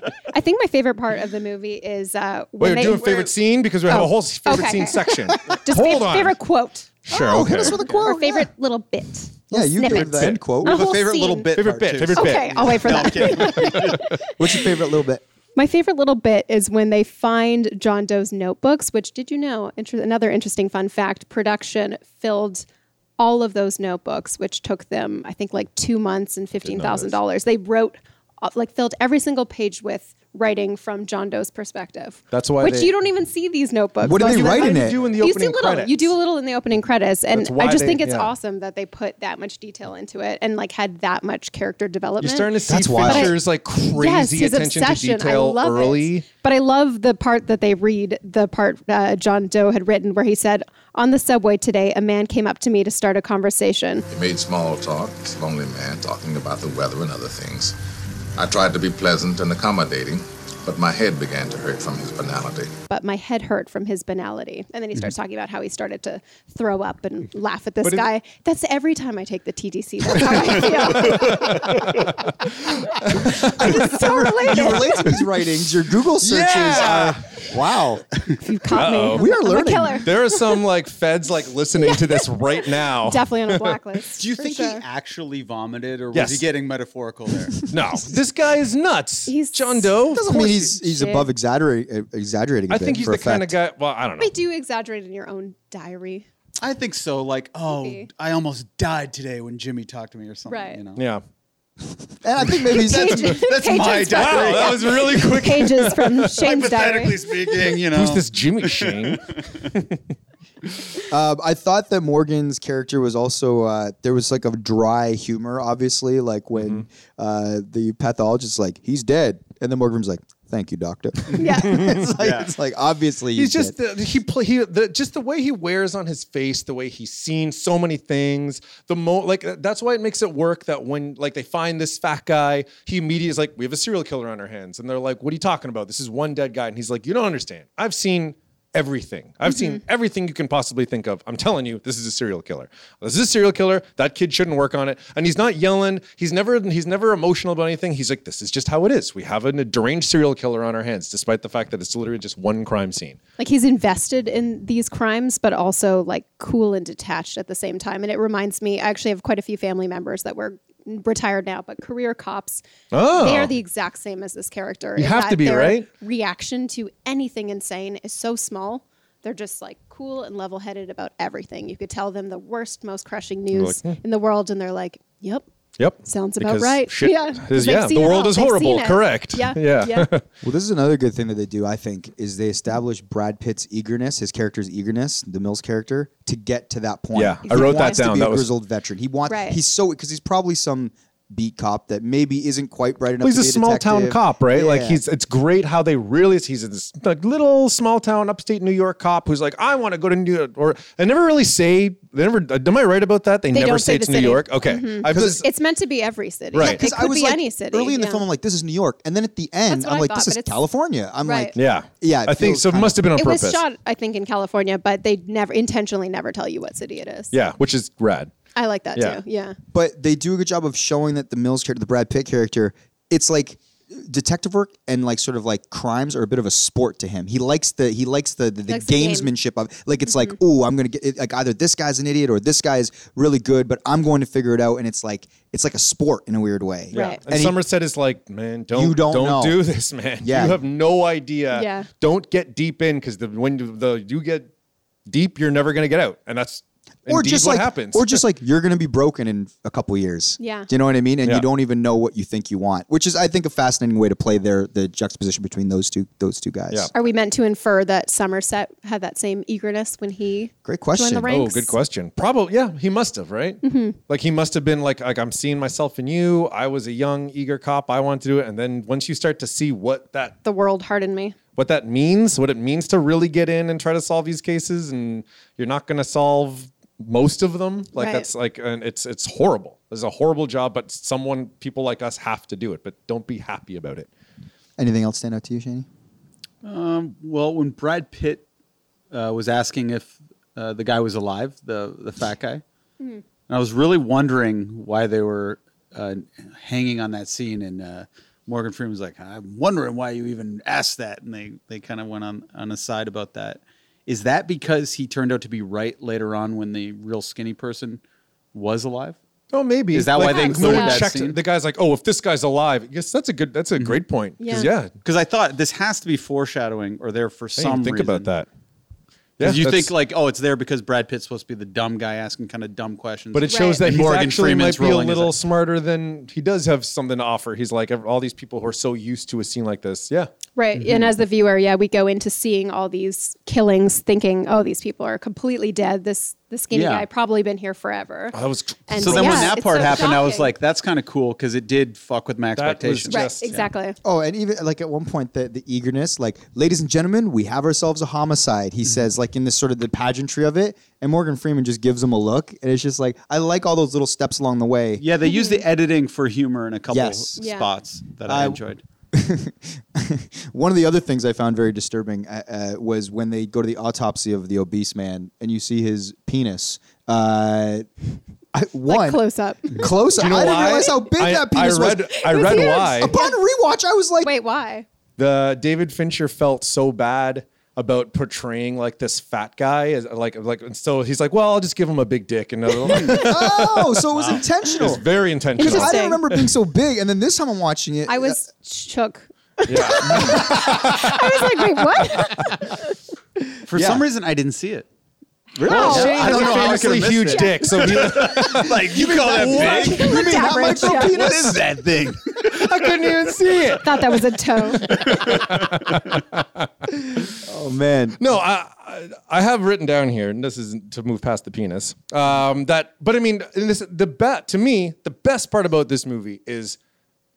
Speaker 5: (laughs)
Speaker 4: my, I think my favorite part of the movie is uh,
Speaker 5: Um, Wait,
Speaker 4: when
Speaker 5: we're
Speaker 4: they
Speaker 5: doing
Speaker 4: were-
Speaker 5: favorite scene because we have a
Speaker 4: Oh,
Speaker 5: whole favorite
Speaker 4: okay.
Speaker 5: scene section.
Speaker 4: (laughs) Just
Speaker 5: Hold
Speaker 4: fa-
Speaker 5: on.
Speaker 4: favorite quote.
Speaker 5: Sure.
Speaker 1: Oh,
Speaker 5: okay.
Speaker 1: hit us with a quote.
Speaker 4: Or favorite little bit.
Speaker 1: Yeah,
Speaker 4: Little
Speaker 1: you give
Speaker 4: snippet.
Speaker 1: the end quote. We
Speaker 4: A
Speaker 1: have a
Speaker 4: whole
Speaker 3: favorite little
Speaker 4: scene. Oh.
Speaker 3: bit.
Speaker 5: Favorite
Speaker 3: part
Speaker 5: bit,
Speaker 3: too.
Speaker 4: (laughs)
Speaker 5: favorite bit.
Speaker 4: Okay, I'll wait for that.
Speaker 1: What's your favorite little bit?
Speaker 4: My favorite little bit is when they find John Doe's notebooks, which did you know? Inter- another interesting fun fact production filled all of those notebooks, which took them, I think, like two months and $15,000. They wrote, uh, like, filled every single page with writing from John Doe's perspective.
Speaker 5: That's why
Speaker 4: Which
Speaker 5: they-
Speaker 4: you don't even see these notebooks.
Speaker 1: What do
Speaker 4: Like,
Speaker 1: they
Speaker 4: you-
Speaker 1: write in it?
Speaker 5: do in the
Speaker 4: you
Speaker 5: opening
Speaker 4: see little.
Speaker 5: credits.
Speaker 4: You do a little in the opening credits, and
Speaker 5: That's why
Speaker 4: I just
Speaker 5: they-
Speaker 4: think it's
Speaker 5: yeah.
Speaker 4: awesome that they put that much detail into it and like had that much character development.
Speaker 5: You're starting to see
Speaker 1: That's wild.
Speaker 5: Fincher's like crazy
Speaker 4: yes, his
Speaker 5: attention
Speaker 4: obsession.
Speaker 5: to detail
Speaker 4: I love
Speaker 5: early.
Speaker 4: It. But I love the part that they read, the part uh, John Doe had written, where he said, "On the subway today, a man came up to me to start a conversation."
Speaker 7: He made small talk, this lonely man, talking about the weather and other things. I tried to be pleasant and accommodating, but my head began to hurt from his banality.
Speaker 4: But my head hurt from his banality, and then he starts talking about how he started to throw up and laugh at this
Speaker 5: But it-
Speaker 4: guy. That's every time I take the TDC. That's how I feel. (laughs) it's so
Speaker 1: You
Speaker 4: related.
Speaker 1: relate to these writings. Your Google searches
Speaker 5: Yeah.
Speaker 1: are wow.
Speaker 4: You caught me.
Speaker 1: We are
Speaker 4: I'm
Speaker 1: learning.
Speaker 4: A killer.
Speaker 5: There are some like feds like listening to this right now.
Speaker 4: (laughs) Definitely on a blacklist.
Speaker 3: (laughs) Do you
Speaker 4: for
Speaker 3: think
Speaker 4: sure.
Speaker 3: he actually vomited, or
Speaker 5: Yes.
Speaker 3: was he getting metaphorical
Speaker 4: (laughs)
Speaker 3: there?
Speaker 5: No, this guy is nuts.
Speaker 4: He's-
Speaker 5: John Doe.
Speaker 1: Doesn't mean he's he's
Speaker 4: Shit.
Speaker 1: above exaggerating. uh, Exaggerating. I
Speaker 5: I think he's the kind of guy. Well, I don't know.
Speaker 4: But do you exaggerate in your own diary?
Speaker 3: I think so. Like, oh,
Speaker 4: Maybe.
Speaker 3: I almost died today when Jimmy talked to me, or something.
Speaker 4: Right.
Speaker 3: You know.
Speaker 5: Yeah.
Speaker 1: And I think maybe he's
Speaker 4: Pages,
Speaker 5: (laughs)
Speaker 3: that's
Speaker 4: pages
Speaker 3: my
Speaker 4: from-
Speaker 5: Wow, that was really quick.
Speaker 4: (laughs) pages
Speaker 5: (laughs)
Speaker 4: from Shane's diary.
Speaker 3: Hypothetically speaking, you know.
Speaker 5: Who's this Jimmy Shane?
Speaker 1: Um, I thought that Morgan's character was also uh, there was like a dry humor, obviously, like when
Speaker 5: Mm-hmm.
Speaker 1: uh, the pathologist is like he's dead, and then Morgan's like, "Thank you, doctor."
Speaker 4: (laughs) Yeah.
Speaker 1: (laughs) it's, like, it's like obviously he's,
Speaker 5: He's just
Speaker 1: dead.
Speaker 5: the, he play he the, just the way he wears on his face, the way he's seen so many things. The mo like that's why it makes it work that when like they find this fat guy, he immediately is like, "We have a serial killer on our hands," and they're like, "What are you talking about? This is one dead guy," and he's like, "You don't understand. I've seen." Everything. I've seen everything you can possibly think of. I'm telling you, this is a serial killer. This is a serial killer. That kid shouldn't work on it. And he's not yelling. He's never he's never emotional about anything. He's like, this is just how it is. We have a deranged serial killer on our hands, despite the fact that it's literally just one crime scene.
Speaker 4: Like he's invested in these crimes, but also like cool and detached at the same time. And it reminds me, I actually have quite a few family members that were retired now, but career cops.
Speaker 5: Oh.
Speaker 4: They are the exact same as this character. You
Speaker 5: have to be, right?
Speaker 4: Reaction to anything insane is so small. They're just like cool and level headed about everything. You could tell them the worst, most crushing news
Speaker 5: like, "Hmm."
Speaker 4: in the world, and they're like, yep.
Speaker 5: Yep.
Speaker 4: Sounds about
Speaker 5: Because
Speaker 4: right.
Speaker 5: shit
Speaker 4: (laughs) yeah.
Speaker 5: is-
Speaker 4: 'Cause they've
Speaker 5: yeah, the
Speaker 4: seen it
Speaker 5: world
Speaker 4: all.
Speaker 5: is
Speaker 4: They've seen
Speaker 5: horrible.
Speaker 4: it.
Speaker 5: Correct. (laughs)
Speaker 4: Yeah.
Speaker 5: Yeah.
Speaker 4: yeah.
Speaker 1: Well, this is another good thing that they do. I think is they establish Brad Pitt's eagerness, his character's eagerness, the Mills character, to get to that point.
Speaker 5: Yeah, I
Speaker 1: He
Speaker 5: wrote that
Speaker 1: wants
Speaker 5: down.
Speaker 1: To be
Speaker 5: That
Speaker 1: a
Speaker 5: was-
Speaker 1: grizzled veteran. He wants.
Speaker 4: Right.
Speaker 1: He's so because he's probably some beat cop that maybe isn't quite bright enough.
Speaker 5: Well, he's
Speaker 1: to be
Speaker 5: a small town
Speaker 1: detective.
Speaker 5: cop, right? Like
Speaker 1: Yeah.
Speaker 5: he's it's great how they really he's a this, like little small town upstate New York cop who's like I want to go to New York or they never really say they never uh, am I right about that? They, never
Speaker 4: don't
Speaker 5: say
Speaker 4: say
Speaker 5: it's
Speaker 4: the
Speaker 5: New
Speaker 4: city. Mm-hmm.
Speaker 5: York. Okay. I've just,
Speaker 4: It's meant to be every city.
Speaker 5: Right.
Speaker 4: It
Speaker 1: Because
Speaker 4: could
Speaker 1: I was
Speaker 4: be
Speaker 1: like,
Speaker 4: any city.
Speaker 1: early in the
Speaker 4: yeah.
Speaker 1: film, I'm like, this is New York, and then at the end,
Speaker 4: That's what
Speaker 1: I'm
Speaker 4: I
Speaker 1: like,
Speaker 4: thought,
Speaker 1: this
Speaker 4: but
Speaker 1: is
Speaker 4: it's-
Speaker 1: California. I'm
Speaker 4: Right.
Speaker 1: like,
Speaker 5: yeah.
Speaker 1: yeah.
Speaker 5: I think
Speaker 1: feels
Speaker 5: so it
Speaker 1: kinda-
Speaker 5: must have been on
Speaker 4: it
Speaker 5: purpose.
Speaker 4: was shot, I think, in California, but they never intentionally never tell you what city it is.
Speaker 5: Yeah, which is rad.
Speaker 4: I like that
Speaker 5: Yeah.
Speaker 4: too. Yeah.
Speaker 1: But they do a good job of showing that the Mills character, the Brad Pitt character, it's like detective work and like sort of like crimes are a bit of a sport to him. He likes the he likes the the, the
Speaker 4: Likes the game. Mm-hmm.
Speaker 1: gamesmanship of like it's like oh I'm gonna get it, like either this guy's an idiot or this guy's really good, but I'm going to figure it out. And it's like it's like a sport in a weird way.
Speaker 4: Yeah. Right.
Speaker 5: And,
Speaker 1: And he-
Speaker 5: Somerset is like, man, don't
Speaker 1: You don't
Speaker 5: don't
Speaker 1: know."
Speaker 5: do this, (laughs) man.
Speaker 1: Yeah.
Speaker 5: You have no idea.
Speaker 4: Yeah.
Speaker 5: Don't get deep in because the when you- the you get deep, you're never gonna get out. And that's
Speaker 1: or
Speaker 5: indeed
Speaker 1: just
Speaker 5: what
Speaker 1: like
Speaker 5: happens.
Speaker 1: or just like you're going to be broken in a couple years.
Speaker 4: Yeah.
Speaker 1: do you know what I mean? And
Speaker 5: Yeah.
Speaker 1: you don't even know what you think you want, which is I think a fascinating way to play their the juxtaposition between those two those two guys.
Speaker 5: Yeah.
Speaker 4: Are we meant to infer that Somerset had that same eagerness when he
Speaker 1: Great
Speaker 4: joined
Speaker 1: question.
Speaker 4: the
Speaker 1: Oh,
Speaker 5: Oh,
Speaker 4: ranks?
Speaker 5: good question. Probably, yeah. He must have, right? Like he must have been like, like I'm seeing myself in you. I was a young, eager cop. I wanted to do it. And then once you start to see what that
Speaker 4: The world hardened me.
Speaker 5: what that means, what it means to really get in and try to solve these cases, and you're not going to solve most of them. Like
Speaker 4: Right.
Speaker 5: that's like, and it's it's horrible. It's a horrible job, but someone, people like us, have to do it. But don't be happy about it.
Speaker 1: Anything else stand out to you, Shani?
Speaker 3: Well, when Brad Pitt uh, was asking if uh, the guy was alive, the the fat guy, and I was really wondering why they were uh, hanging on that scene. And uh, Morgan Freeman was like, "I'm wondering why you even asked that." And they they kind of went on on a side about that. Is that because he turned out to be right later on when the real skinny person was alive?
Speaker 5: Oh, maybe
Speaker 3: Is that why they
Speaker 5: no
Speaker 3: included
Speaker 5: one
Speaker 4: that
Speaker 5: checked-
Speaker 3: scene?
Speaker 5: The guy's like, "Oh, if this guy's alive, yes, that's a good, that's a great point." 'Cause,
Speaker 4: Yeah.
Speaker 5: yeah,
Speaker 3: Because I thought this has to be foreshadowing, or there for
Speaker 5: I
Speaker 3: some
Speaker 5: didn't even think
Speaker 3: reason.
Speaker 5: about that.
Speaker 3: 'Cause you
Speaker 5: that's-
Speaker 3: think like, oh, it's there because Brad Pitt's supposed to be the dumb guy asking kind of dumb questions.
Speaker 5: But it
Speaker 4: Right.
Speaker 5: shows that
Speaker 3: And
Speaker 5: he's
Speaker 3: Morgan
Speaker 5: actually
Speaker 3: Freeman's
Speaker 5: might be a
Speaker 3: rolling his
Speaker 5: little
Speaker 3: eyes.
Speaker 5: smarter than he does have something to offer. He's like all these people who are so used to a scene like this. Yeah,
Speaker 4: Right.
Speaker 5: Mm-hmm.
Speaker 4: And as the viewer, yeah, we go into seeing all these killings thinking, oh, these people are completely dead. This the skinny
Speaker 3: Yeah.
Speaker 4: guy probably been here forever.
Speaker 5: Oh, that was
Speaker 4: And
Speaker 3: so then when
Speaker 4: yeah,
Speaker 3: that
Speaker 4: it's
Speaker 3: part
Speaker 4: so
Speaker 3: happened, I was
Speaker 4: shocking.
Speaker 3: like, that's kind of cool because it did fuck with my
Speaker 5: That was
Speaker 3: expectations.
Speaker 5: just-
Speaker 4: right,
Speaker 5: yes, yeah.
Speaker 4: exactly.
Speaker 1: Oh, and even like at one point, the, the eagerness, like, ladies and gentlemen, we have ourselves a homicide. He says, like in this sort of the pageantry of it, and Morgan Freeman just gives him a look, and it's just like I like all those little steps along the way.
Speaker 3: Yeah, they use the editing for humor in a couple
Speaker 1: Yes.
Speaker 4: Mm-hmm. Yeah.
Speaker 3: spots that I
Speaker 1: I-
Speaker 3: enjoyed.
Speaker 1: One of the other things I found very disturbing uh, uh, was when they go to the autopsy of the obese man, and you see his penis. Uh, I, one
Speaker 4: Like
Speaker 5: (laughs)
Speaker 4: close up.
Speaker 1: Close. I didn't realize how big
Speaker 5: I,
Speaker 1: that penis
Speaker 5: I read,
Speaker 1: was.
Speaker 5: I
Speaker 4: was
Speaker 5: read
Speaker 4: huge.
Speaker 5: why.
Speaker 1: Upon rewatch, I was like,
Speaker 4: Wait, why?
Speaker 5: the David Fincher felt so bad about portraying like this fat guy as like like and so he's like, well, I'll just give him a big dick and (laughs) it's
Speaker 1: oh, so it was intentional.
Speaker 5: very intentional.
Speaker 1: Because I
Speaker 4: Interesting.
Speaker 1: didn't remember it being so big, and then this time I'm watching it.
Speaker 4: I was shook.
Speaker 5: Yeah.
Speaker 4: I was like, wait,
Speaker 5: (laughs)
Speaker 4: what?
Speaker 3: For some reason, I didn't see it.
Speaker 4: Really?
Speaker 5: I don't know how I could've
Speaker 3: famously
Speaker 5: missed
Speaker 3: huge
Speaker 5: it. dick. So (laughs) he,
Speaker 3: like you call
Speaker 4: (laughs)
Speaker 3: that big?
Speaker 1: You mean that
Speaker 4: Average,
Speaker 1: micro
Speaker 4: yeah.
Speaker 1: penis?
Speaker 3: is that thing?
Speaker 5: I couldn't even see it.
Speaker 4: Thought that was a toe.
Speaker 1: Oh man.
Speaker 5: No, I I- I have written down here, and this is to move past the penis. Um, that, but I mean, in this the bet to me the best part about this movie is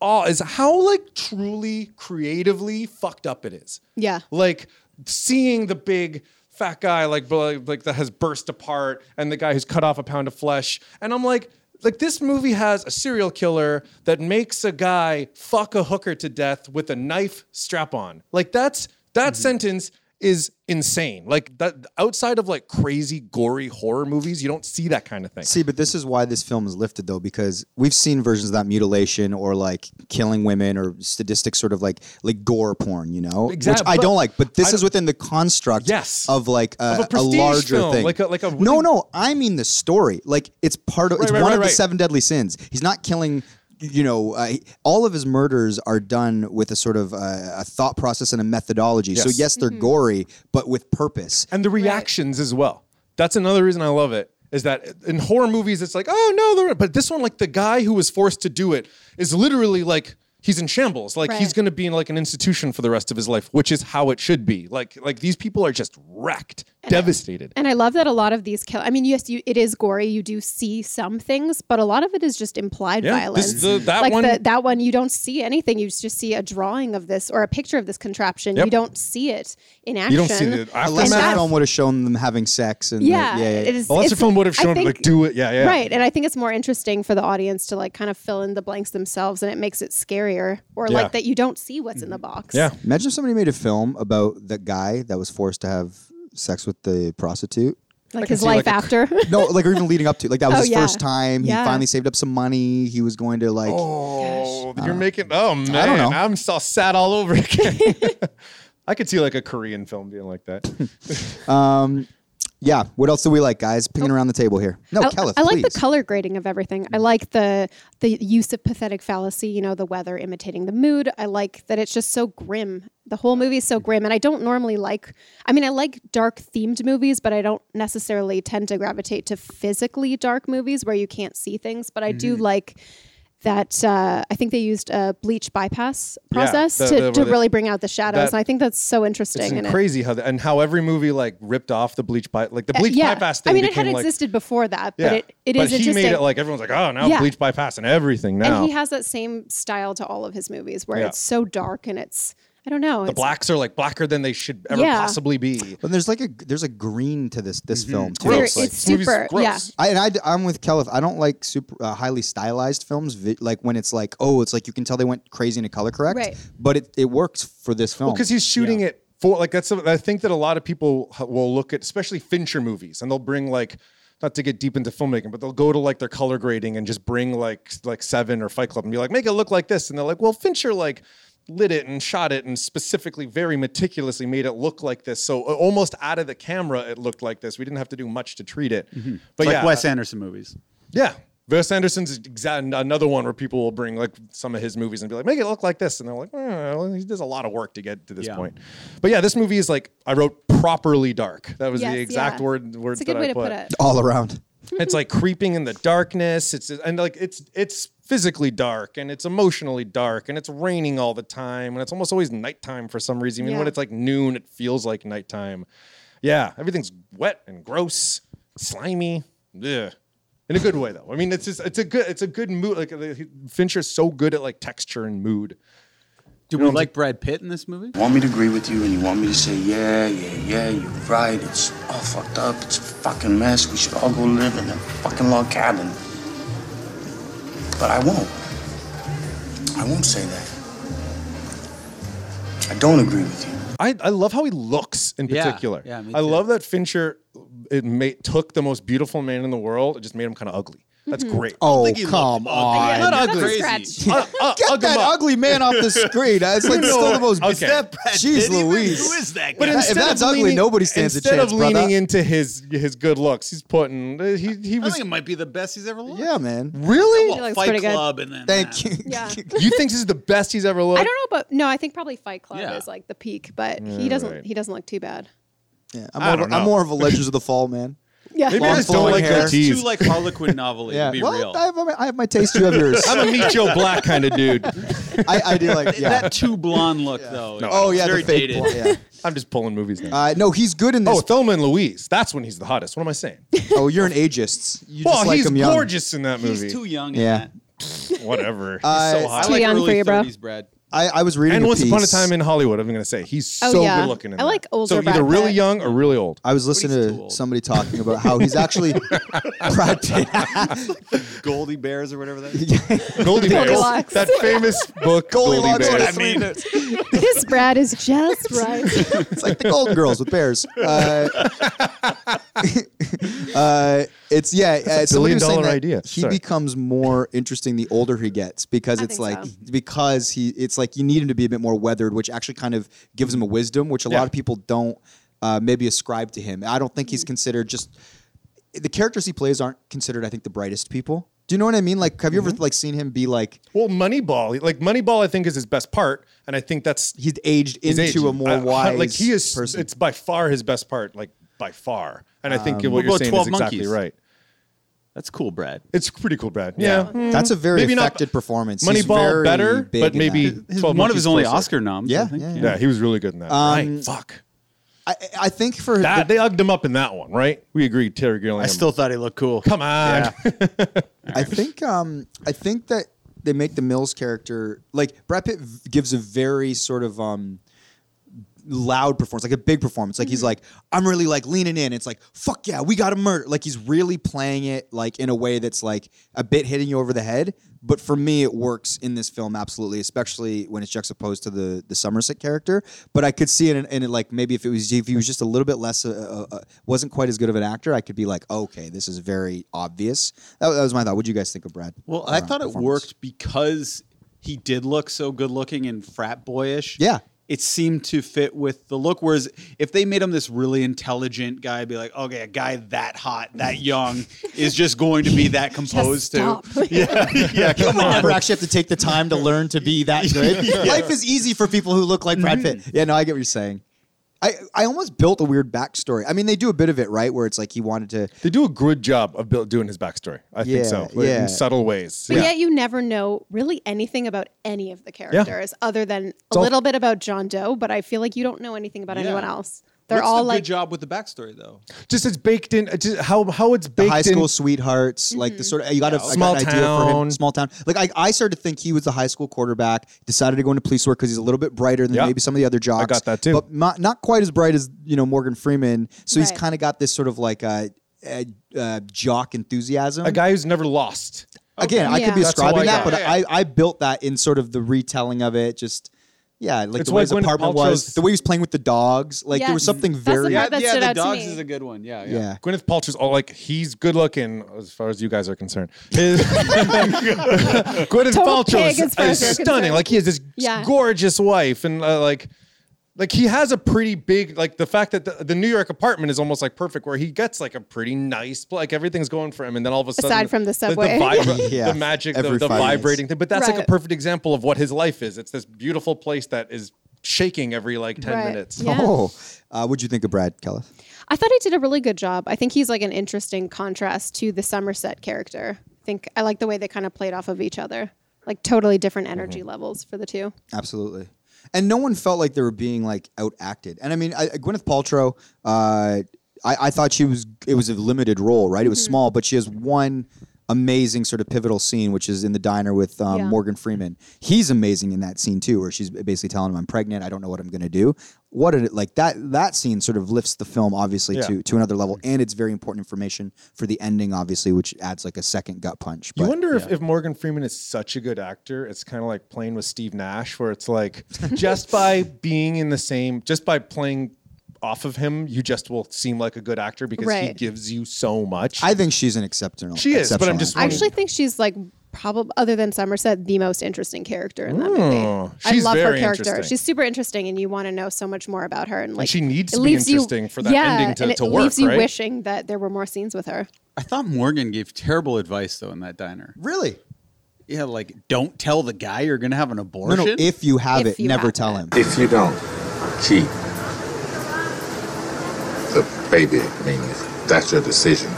Speaker 5: all is how like truly creatively fucked up it is.
Speaker 4: Yeah.
Speaker 5: like seeing the big fat guy like bl- like that has burst apart, and the guy who's cut off a pound of flesh, and I'm like. Like this movie has a serial killer that makes a guy fuck a hooker to death with a knife strap on. Like that's that sentence is insane. Like that outside of like crazy gory horror movies, you don't see that kind of thing.
Speaker 1: See, but this is why this film is lifted though, because we've seen versions of that mutilation or like killing women or sadistic sort of like like gore porn, you know,
Speaker 5: Exact-
Speaker 1: which I
Speaker 5: but-
Speaker 1: don't like. But
Speaker 5: I
Speaker 1: this is
Speaker 5: don't-
Speaker 1: within the construct,
Speaker 5: Yes.
Speaker 1: of like a,
Speaker 5: Of a prestige
Speaker 1: larger
Speaker 5: film,
Speaker 1: thing,
Speaker 5: like a- like a really-
Speaker 1: no, no. I mean the story, like it's part of it's
Speaker 5: right,
Speaker 1: one
Speaker 5: right,
Speaker 1: of the
Speaker 5: right.
Speaker 1: seven deadly sins. He's not killing. You know, uh, he- all of his murders are done with a sort of uh, a thought process and a methodology. So
Speaker 5: Yes.
Speaker 1: yes, they're
Speaker 4: Mm-hmm.
Speaker 1: gory, but with purpose.
Speaker 5: and the reactions as well. That's another reason I love it. Is that in horror movies it's like, oh no, they're but this one, like the guy who was forced to do it is literally like he's in shambles. Like he's
Speaker 4: Right.
Speaker 5: gonna be in like an institution for the rest of his life, which is how it should be. Like like these people are just wrecked, devastated.
Speaker 4: And I love that a lot of these kill. I mean, yes, you, it is gory. You do see some things, but a lot of it is just implied
Speaker 5: Yeah,
Speaker 4: violence.
Speaker 5: this- the- that
Speaker 4: like
Speaker 5: one-
Speaker 4: the, that one, you don't see anything. You just see a drawing of this or a picture of this contraption.
Speaker 5: Yep.
Speaker 4: You don't see it in action.
Speaker 5: You don't see the
Speaker 1: Unless the
Speaker 5: aftermath.
Speaker 4: that's-
Speaker 1: film would have shown them having sex and
Speaker 4: Yeah,
Speaker 1: yeah, yeah, yeah.
Speaker 4: It is,
Speaker 5: Unless
Speaker 4: it's-
Speaker 5: the film would have
Speaker 4: I
Speaker 5: shown
Speaker 4: think-
Speaker 5: like do it, yeah, yeah.
Speaker 4: Right, and I think it's more interesting for the audience to like kind of fill in the blanks themselves, and it makes it scarier, or
Speaker 5: Yeah.
Speaker 4: like that you don't see what's in the box.
Speaker 5: Yeah.
Speaker 1: Imagine if somebody made a film about the guy that was forced to have sex with the prostitute.
Speaker 4: like his
Speaker 5: see,
Speaker 4: life
Speaker 5: like, a-
Speaker 4: after.
Speaker 1: No, like or even leading up to like that was
Speaker 4: Oh,
Speaker 1: his
Speaker 4: yeah.
Speaker 1: first time. He
Speaker 4: Yeah.
Speaker 1: finally saved up some money. He was going to like
Speaker 5: Oh,
Speaker 4: Uh,
Speaker 5: you're making. Oh man, I
Speaker 1: know.
Speaker 5: am so sad all over again.
Speaker 4: (laughs)
Speaker 5: I could see like a Korean film being like that.
Speaker 1: yeah. What else do we like, guys? Pinging around the table here. No,
Speaker 4: Oh.
Speaker 5: Oh,
Speaker 4: I,
Speaker 1: Kelleth,
Speaker 4: I like
Speaker 1: please.
Speaker 4: the color grading of everything.
Speaker 5: Mm.
Speaker 4: I like the the use of pathetic fallacy. You know, the weather imitating the mood. I like that it's just so grim. The whole movie is
Speaker 5: Mm.
Speaker 4: so grim, and I don't normally like. I mean, I like dark themed movies, but I don't necessarily tend to gravitate to physically dark movies where you can't see things. But I do
Speaker 5: Mm-hmm.
Speaker 4: like. That uh, I think they used a bleach bypass
Speaker 5: Yeah,
Speaker 4: process
Speaker 5: the-
Speaker 4: to,
Speaker 5: the- where
Speaker 4: to
Speaker 5: they-
Speaker 4: really bring out the shadows,
Speaker 5: that-
Speaker 4: and I think that's so interesting.
Speaker 5: It's
Speaker 4: and it-
Speaker 5: crazy how the, and how every movie like ripped off the bleach by like the bleach
Speaker 4: Uh, yeah,
Speaker 5: bypass thing.
Speaker 4: I mean, it
Speaker 5: became,
Speaker 4: had
Speaker 5: like,
Speaker 4: existed before that,
Speaker 5: Yeah.
Speaker 4: but it, it
Speaker 5: but
Speaker 4: is
Speaker 5: he
Speaker 4: interesting.
Speaker 5: made it like everyone's like, oh, now
Speaker 4: Yeah.
Speaker 5: bleach bypass and everything now.
Speaker 4: And he has that same style to all of his movies where
Speaker 5: Yeah.
Speaker 4: it's so dark and it's I don't know.
Speaker 5: the
Speaker 4: it's-
Speaker 5: blacks are like blacker than they should ever
Speaker 4: Yeah.
Speaker 5: possibly be.
Speaker 1: But there's like a there's a green to this
Speaker 5: Mm-hmm.
Speaker 1: this film too.
Speaker 4: very-
Speaker 5: gross, like,
Speaker 4: it's
Speaker 5: this movie's
Speaker 4: super.
Speaker 5: gross.
Speaker 4: Yeah.
Speaker 1: I, and I, I'm with Kelleth. I don't like super uh, highly stylized films. Vi- like when it's like, oh, it's like you can tell they went crazy in a color correct.
Speaker 4: Right.
Speaker 1: But it, it works for this film.
Speaker 5: because he's shooting it for like that's. I think that a lot of people h- will look at, especially Fincher movies, and they'll bring like. Not to get deep into filmmaking, but they'll go to like their color grading and just bring like like Seven or Fight Club and be like, make it look like this, and they're like, well, Fincher like lit it and shot it and specifically very meticulously made it look like this, so a- almost out of the camera it looked like this. We didn't have to do much to treat it, but
Speaker 3: Like
Speaker 5: yeah,
Speaker 3: Wes Anderson movies.
Speaker 5: yeah, Wes Anderson's exact another one where people will bring like some of his movies and be like, make it look like this, and they're like, well, he does a lot of work to get to this
Speaker 3: Yeah.
Speaker 5: point. But yeah, this movie is like I wrote properly dark. That was
Speaker 4: Yes,
Speaker 5: the exact
Speaker 4: yeah.
Speaker 5: word words
Speaker 4: It's a good
Speaker 5: that
Speaker 4: way
Speaker 5: I
Speaker 4: to
Speaker 5: put.
Speaker 4: put it.
Speaker 1: all around.
Speaker 5: It's like creeping in the darkness. It's and like it's it's physically dark and it's emotionally dark and it's raining all the time and it's almost always nighttime for some reason. Even when
Speaker 4: Yeah.
Speaker 5: it's like noon, it feels like nighttime. Yeah, everything's wet and gross, slimy. Yeah. In a good way though. I mean, it's just it's a good it's a good mood. Like uh, Fincher's so good at like texture and mood.
Speaker 3: Do we like Brad Pitt in this movie?
Speaker 8: want me to agree with you and you want me to say, yeah, yeah, yeah, you're right, it's all fucked up, it's a fucking mess, we should all go live in a fucking log cabin. But I won't. I won't say that. I don't agree with you.
Speaker 5: I, I love how he looks in
Speaker 3: Yeah,
Speaker 5: particular.
Speaker 3: yeah, me
Speaker 5: I
Speaker 3: too.
Speaker 5: love that Fincher it made, took the most beautiful man in the world and just made him kind of ugly. That's great.
Speaker 1: Oh, come on.
Speaker 4: Yeah,
Speaker 5: not
Speaker 4: that's
Speaker 5: ugly.
Speaker 4: a stretch.
Speaker 9: (laughs)
Speaker 1: Get
Speaker 5: ugly
Speaker 1: that
Speaker 5: mug.
Speaker 1: ugly man off the screen. That's (laughs) like still the most.
Speaker 5: Okay.
Speaker 1: Okay. Jeez Louise.
Speaker 9: Who is that guy?
Speaker 5: But
Speaker 1: Yeah, if
Speaker 5: instead
Speaker 1: that's
Speaker 5: of
Speaker 1: ugly,
Speaker 5: leaning-
Speaker 1: nobody stands a
Speaker 5: instead
Speaker 1: chance,
Speaker 5: of leaning
Speaker 1: brother.
Speaker 5: into his his good looks, he's putting he he
Speaker 9: I
Speaker 5: was.
Speaker 9: think it might be the best he's ever looked.
Speaker 1: Yeah, man.
Speaker 5: Really?
Speaker 4: He looks
Speaker 9: Fight
Speaker 4: pretty good.
Speaker 9: Club and then
Speaker 1: Thank
Speaker 9: that.
Speaker 1: you.
Speaker 4: Yeah.
Speaker 5: you think this is the best he's ever looked?
Speaker 4: I don't know, but no, I think probably Fight Club
Speaker 9: Yeah.
Speaker 4: is like the peak, but he doesn't
Speaker 5: right.
Speaker 4: he doesn't look too bad.
Speaker 1: Yeah, I'm,
Speaker 5: I
Speaker 1: more
Speaker 5: don't
Speaker 1: of, a- I'm
Speaker 5: know.
Speaker 1: more of a Legends of the Fall man.
Speaker 4: Yeah.
Speaker 5: Maybe I just
Speaker 1: Long
Speaker 5: don't like
Speaker 1: hair.
Speaker 9: That's too
Speaker 5: goatees.
Speaker 9: like Harlequin novel.
Speaker 1: Yeah,
Speaker 9: to be
Speaker 1: well,
Speaker 9: real.
Speaker 1: I have, I have my taste. You
Speaker 9: (laughs)
Speaker 1: have yours. I,
Speaker 5: I'm a meet Joe Black kind of dude.
Speaker 1: I do like. Yeah.
Speaker 9: That too blonde look though.
Speaker 5: No.
Speaker 1: oh yeah,
Speaker 9: very
Speaker 1: the fake.
Speaker 9: dated.
Speaker 1: blonde, yeah.
Speaker 5: I'm just pulling movies now.
Speaker 1: Uh, no, he's good in
Speaker 5: oh,
Speaker 1: this.
Speaker 5: Thelma and Louise. That's when he's the hottest. What am I
Speaker 1: (laughs)
Speaker 5: saying?
Speaker 1: Oh, you're an ageist. You
Speaker 5: Well,
Speaker 1: just like
Speaker 5: he's
Speaker 1: him young.
Speaker 5: gorgeous in that movie.
Speaker 9: He's too young.
Speaker 1: Yeah.
Speaker 9: In that.
Speaker 5: Whatever.
Speaker 1: Uh,
Speaker 5: he's so hot.
Speaker 9: I
Speaker 4: Too
Speaker 9: like
Speaker 4: young for
Speaker 9: early
Speaker 4: you, bro.
Speaker 9: 30s Brad.
Speaker 1: I, I was reading.
Speaker 5: And
Speaker 1: a
Speaker 5: once
Speaker 1: piece.
Speaker 5: upon a time in Hollywood, I'm going to say he's
Speaker 4: Oh,
Speaker 5: so
Speaker 4: yeah.
Speaker 5: good looking. In
Speaker 4: I
Speaker 5: that.
Speaker 4: like older
Speaker 5: So either
Speaker 4: Brad
Speaker 5: really
Speaker 4: Pitt.
Speaker 5: young or really
Speaker 1: (laughs)
Speaker 5: old.
Speaker 1: I was listening
Speaker 9: he's too
Speaker 1: to
Speaker 9: old.
Speaker 1: somebody talking about how
Speaker 9: (laughs)
Speaker 1: he's actually Brad Pitt.
Speaker 9: Goldie Bears or whatever that is.
Speaker 5: Goldie Bears.
Speaker 4: Goldilocks.
Speaker 5: That famous book, Goldie
Speaker 1: Goldilocks.
Speaker 5: Bears.
Speaker 1: mean.
Speaker 9: (laughs)
Speaker 4: (laughs) this Brad is (laughs) just right.
Speaker 1: It's like the Golden Girls with bears. Uh, (laughs) uh, it's yeah. uh, somebody was
Speaker 5: billion
Speaker 1: saying
Speaker 5: dollar
Speaker 1: that
Speaker 5: idea.
Speaker 1: He
Speaker 5: Sorry.
Speaker 1: becomes more interesting the older he gets because
Speaker 4: I
Speaker 1: it's
Speaker 4: think
Speaker 1: like
Speaker 4: so.
Speaker 1: because he it's like you need him to be a bit more weathered, which actually kind of gives him a wisdom, which a lot of people don't uh, maybe ascribe to him. I don't think he's considered just the characters he plays aren't considered. I think the brightest people. Do you know what I mean? Like, have you ever
Speaker 5: Mm-hmm.
Speaker 1: like seen him be like
Speaker 5: Well, Moneyball, like Moneyball, I think is his best part, and I think that's
Speaker 1: he's aged
Speaker 5: his
Speaker 1: into
Speaker 5: age.
Speaker 1: a more
Speaker 5: I- I-
Speaker 1: wise
Speaker 5: Like he is,
Speaker 1: person?
Speaker 5: it's by far his best part, like by far. And I
Speaker 1: Um,
Speaker 5: think what
Speaker 9: What
Speaker 5: you're
Speaker 9: about
Speaker 5: saying is
Speaker 9: 12
Speaker 5: exactly
Speaker 9: Monkeys?
Speaker 5: right.
Speaker 9: That's cool, Brad.
Speaker 5: It's pretty cool, Brad. Yeah, Mm,
Speaker 1: That's a very
Speaker 5: Maybe not-
Speaker 1: affected performance. He's
Speaker 5: Moneyball
Speaker 1: very
Speaker 5: better,
Speaker 1: big
Speaker 5: but
Speaker 1: in
Speaker 5: maybe
Speaker 1: that.
Speaker 5: 12
Speaker 3: one of
Speaker 5: Monkeys
Speaker 3: his only
Speaker 5: closer.
Speaker 3: Oscar noms.
Speaker 1: Yeah,
Speaker 3: I think.
Speaker 1: yeah, yeah.
Speaker 5: Yeah, he was really good in that.
Speaker 1: Um,
Speaker 5: right? Fuck.
Speaker 1: I, I think for
Speaker 5: That,
Speaker 1: the-
Speaker 5: they ugged him up in that one, right? We agreed, Terry Gilliam.
Speaker 9: I still thought he looked cool.
Speaker 5: come on.
Speaker 1: I think um I think that they make the Mills character like Brad Pitt v- gives a very sort of um loud performance, like a big performance. Like he's like, I'm really like leaning in. It's like, fuck yeah, we got to murder. Like he's really playing it like in a way that's like a bit hitting you over the head. But for me, it works in this film absolutely, especially when it's juxtaposed to the the Somerset character. But I could see it in, in it like maybe if it was if he was just a little bit less, uh, uh, uh, wasn't quite as good of an actor, I could be like, okay, this is very obvious. That, that was my thought. What do you guys think of Brad?
Speaker 9: Well, I
Speaker 1: Around
Speaker 9: thought it
Speaker 1: performance?
Speaker 9: worked because he did look so good looking and frat boyish.
Speaker 1: Yeah.
Speaker 9: It seemed to fit with the look. Whereas if they made him this really intelligent guy, I'd be like, okay, a guy that hot, that young is (laughs) just going to be that composed to.
Speaker 4: Stop.
Speaker 9: Yeah, come
Speaker 1: I
Speaker 9: on.
Speaker 1: never actually have to take the time to learn to be that (laughs) good. Life is easy for people who look like Brad Pitt. Mm-hmm. Yeah, no, I get what you're saying. I, I almost built a weird backstory. I mean, they do a bit of it, right? Where it's like he wanted to.
Speaker 5: (laughs) They do a good job of build, doing his backstory. I
Speaker 1: Yeah,
Speaker 5: think so, like,
Speaker 1: yeah.
Speaker 5: in subtle ways.
Speaker 4: But yet you never know really anything about any of the characters other than a
Speaker 5: all-
Speaker 4: little bit about John Doe, but I feel like you don't know anything about anyone else. They're
Speaker 9: What's
Speaker 4: all
Speaker 9: the
Speaker 4: like
Speaker 9: good job with the backstory though.
Speaker 5: Just it's baked in. uh, Just how how it's baked
Speaker 1: High
Speaker 5: in. Mm-hmm.
Speaker 1: school sweethearts, like the sort of you got, a, I
Speaker 5: Small
Speaker 1: got an idea for him.
Speaker 5: town.
Speaker 1: Small town. Like I, I started to think he was the high school quarterback. Decided to go into police work because he's a little bit brighter than
Speaker 5: Yeah.
Speaker 1: maybe some of the other jocks.
Speaker 5: got that too.
Speaker 1: but not, not quite as bright as you know Morgan Freeman. So he's
Speaker 4: Right.
Speaker 1: kind of got this sort of like a, uh uh jock enthusiasm.
Speaker 5: A guy who's never lost.
Speaker 1: Again, I could be
Speaker 4: Yeah. That's
Speaker 1: ascribing
Speaker 5: how I
Speaker 1: that,
Speaker 5: got
Speaker 1: but
Speaker 5: it.
Speaker 1: I, I built that in sort of the retelling of it. Just yeah, like
Speaker 5: It's
Speaker 1: the way
Speaker 5: like
Speaker 1: his
Speaker 5: Gwyneth
Speaker 1: apartment was,
Speaker 5: Paltrow's-
Speaker 1: the way he was playing with the dogs. Like there was
Speaker 4: Yes.
Speaker 1: something
Speaker 4: That's
Speaker 1: very
Speaker 4: the
Speaker 1: yeah.
Speaker 4: part that
Speaker 9: yeah,
Speaker 4: stood
Speaker 9: the
Speaker 4: out to
Speaker 9: dogs
Speaker 4: me.
Speaker 9: is a good one. Yeah, yeah.
Speaker 5: Gwyneth Paltrow's all like, he's good looking as far as you guys are concerned. His- (laughs) Gwyneth
Speaker 4: Total
Speaker 5: Paltrow
Speaker 4: pig as far as
Speaker 5: is,
Speaker 4: you're
Speaker 5: stunning.
Speaker 4: concerned.
Speaker 5: Like he has this
Speaker 4: Yeah.
Speaker 5: gorgeous wife and uh, like like he has a pretty big like the fact that the, the New York apartment is almost like perfect where he gets like a pretty nice pl- like everything's going for him and then all of a sudden
Speaker 4: Aside from the subway.
Speaker 5: the,
Speaker 4: (laughs)
Speaker 5: vibra-
Speaker 1: Yeah.
Speaker 5: the magic the,
Speaker 1: Every
Speaker 5: the
Speaker 1: five minutes.
Speaker 5: vibrating thing but that's like
Speaker 4: Right.
Speaker 5: a perfect example of what his life is it's this beautiful place that is shaking every like 10
Speaker 4: Right.
Speaker 5: minutes
Speaker 4: Yeah.
Speaker 1: Oh, uh, what'd you think of Brad Kelleth?
Speaker 4: I thought he did a really good job. I think he's like an interesting contrast to the Somerset character. I think I like the way they kind of played off of each other. Like totally different
Speaker 5: Mm-hmm.
Speaker 4: energy levels for the
Speaker 5: Mm.
Speaker 4: two.
Speaker 1: Absolutely. And no one felt like they were being like out acted. And I mean, I, Gwyneth Paltrow, uh, I, I thought she was, it was a limited role, right? It was small, but she has one amazing sort of pivotal scene, which is in the diner with um,
Speaker 4: Yeah.
Speaker 1: Morgan Freeman. He's amazing in that scene too, where she's basically telling him, I'm pregnant. I don't know what I'm going to do. What did it like that? That scene sort of lifts the film obviously to, to another level. And it's very important information for the ending, obviously, which adds like a second gut punch.
Speaker 5: You
Speaker 1: But-
Speaker 5: wonder if, if Morgan Freeman is such a good actor, it's kind of like playing with Steve Nash, where it's like just by being in the same, just by playing off of him, you just will seem like a good actor because he
Speaker 4: Right.
Speaker 5: gives you so much.
Speaker 1: I think she's an exceptional.
Speaker 5: She is, but I'm
Speaker 1: exceptional
Speaker 5: just
Speaker 4: I
Speaker 1: actress.
Speaker 4: actually think she's like probably other than Somerset the most interesting character in that movie.
Speaker 5: Mm. she's
Speaker 4: I love
Speaker 5: very
Speaker 4: her character.
Speaker 5: interesting.
Speaker 4: She's super interesting and you want to know so much more about her and like
Speaker 5: she needs
Speaker 4: it
Speaker 5: to be
Speaker 4: leaves you-
Speaker 5: interesting for that
Speaker 4: yeah,
Speaker 5: ending to-
Speaker 4: and it
Speaker 5: to work,
Speaker 4: leaves you
Speaker 5: right?
Speaker 4: wishing that there were more scenes with her.
Speaker 3: I thought Morgan gave terrible advice though in that diner.
Speaker 1: really.
Speaker 3: Yeah, like don't tell the guy you're gonna have an
Speaker 1: No,
Speaker 3: abortion.
Speaker 1: no. If you have
Speaker 4: If
Speaker 1: it,
Speaker 4: you
Speaker 1: never
Speaker 4: have
Speaker 1: tell
Speaker 4: it.
Speaker 1: him.
Speaker 7: If you don't keep the baby, I mean, if that's your decision,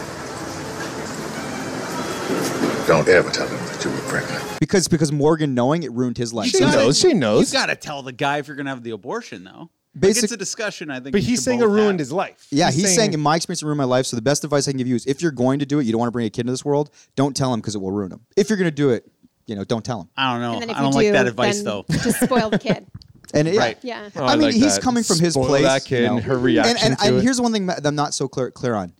Speaker 7: don't ever tell him that you were pregnant.
Speaker 1: because because Morgan knowing it ruined his life.
Speaker 5: she knows, she knows.
Speaker 3: you gotta tell the guy if you're gonna have the abortion though. Like,
Speaker 1: Basic-
Speaker 3: it's a discussion I think.
Speaker 5: but
Speaker 3: you
Speaker 5: he's
Speaker 3: should
Speaker 5: saying it
Speaker 3: both
Speaker 5: ruined
Speaker 3: have.
Speaker 5: his life.
Speaker 1: yeah, he's, saying, in my experience, it ruined my life. So the best advice I can give you is, if you're going to do it, you don't want to bring a kid into this world. Don't tell him because it will ruin him. If you're going to do it, you know, don't tell him.
Speaker 3: I don't know.
Speaker 4: and then if
Speaker 3: I don't
Speaker 4: you
Speaker 3: like
Speaker 4: do,
Speaker 3: that advice
Speaker 4: then
Speaker 3: though.
Speaker 4: Just spoil the kid. (laughs)
Speaker 1: And yeah,
Speaker 3: Right.
Speaker 5: (laughs)
Speaker 4: Yeah.
Speaker 5: Oh,
Speaker 1: I mean,
Speaker 5: like
Speaker 1: he's
Speaker 5: that.
Speaker 1: coming from his
Speaker 5: Spoil
Speaker 1: place.
Speaker 5: That kid,
Speaker 1: you know.
Speaker 5: her reaction
Speaker 1: and and,
Speaker 5: to
Speaker 1: and
Speaker 5: it.
Speaker 1: here's one thing that I'm not so clear clear on.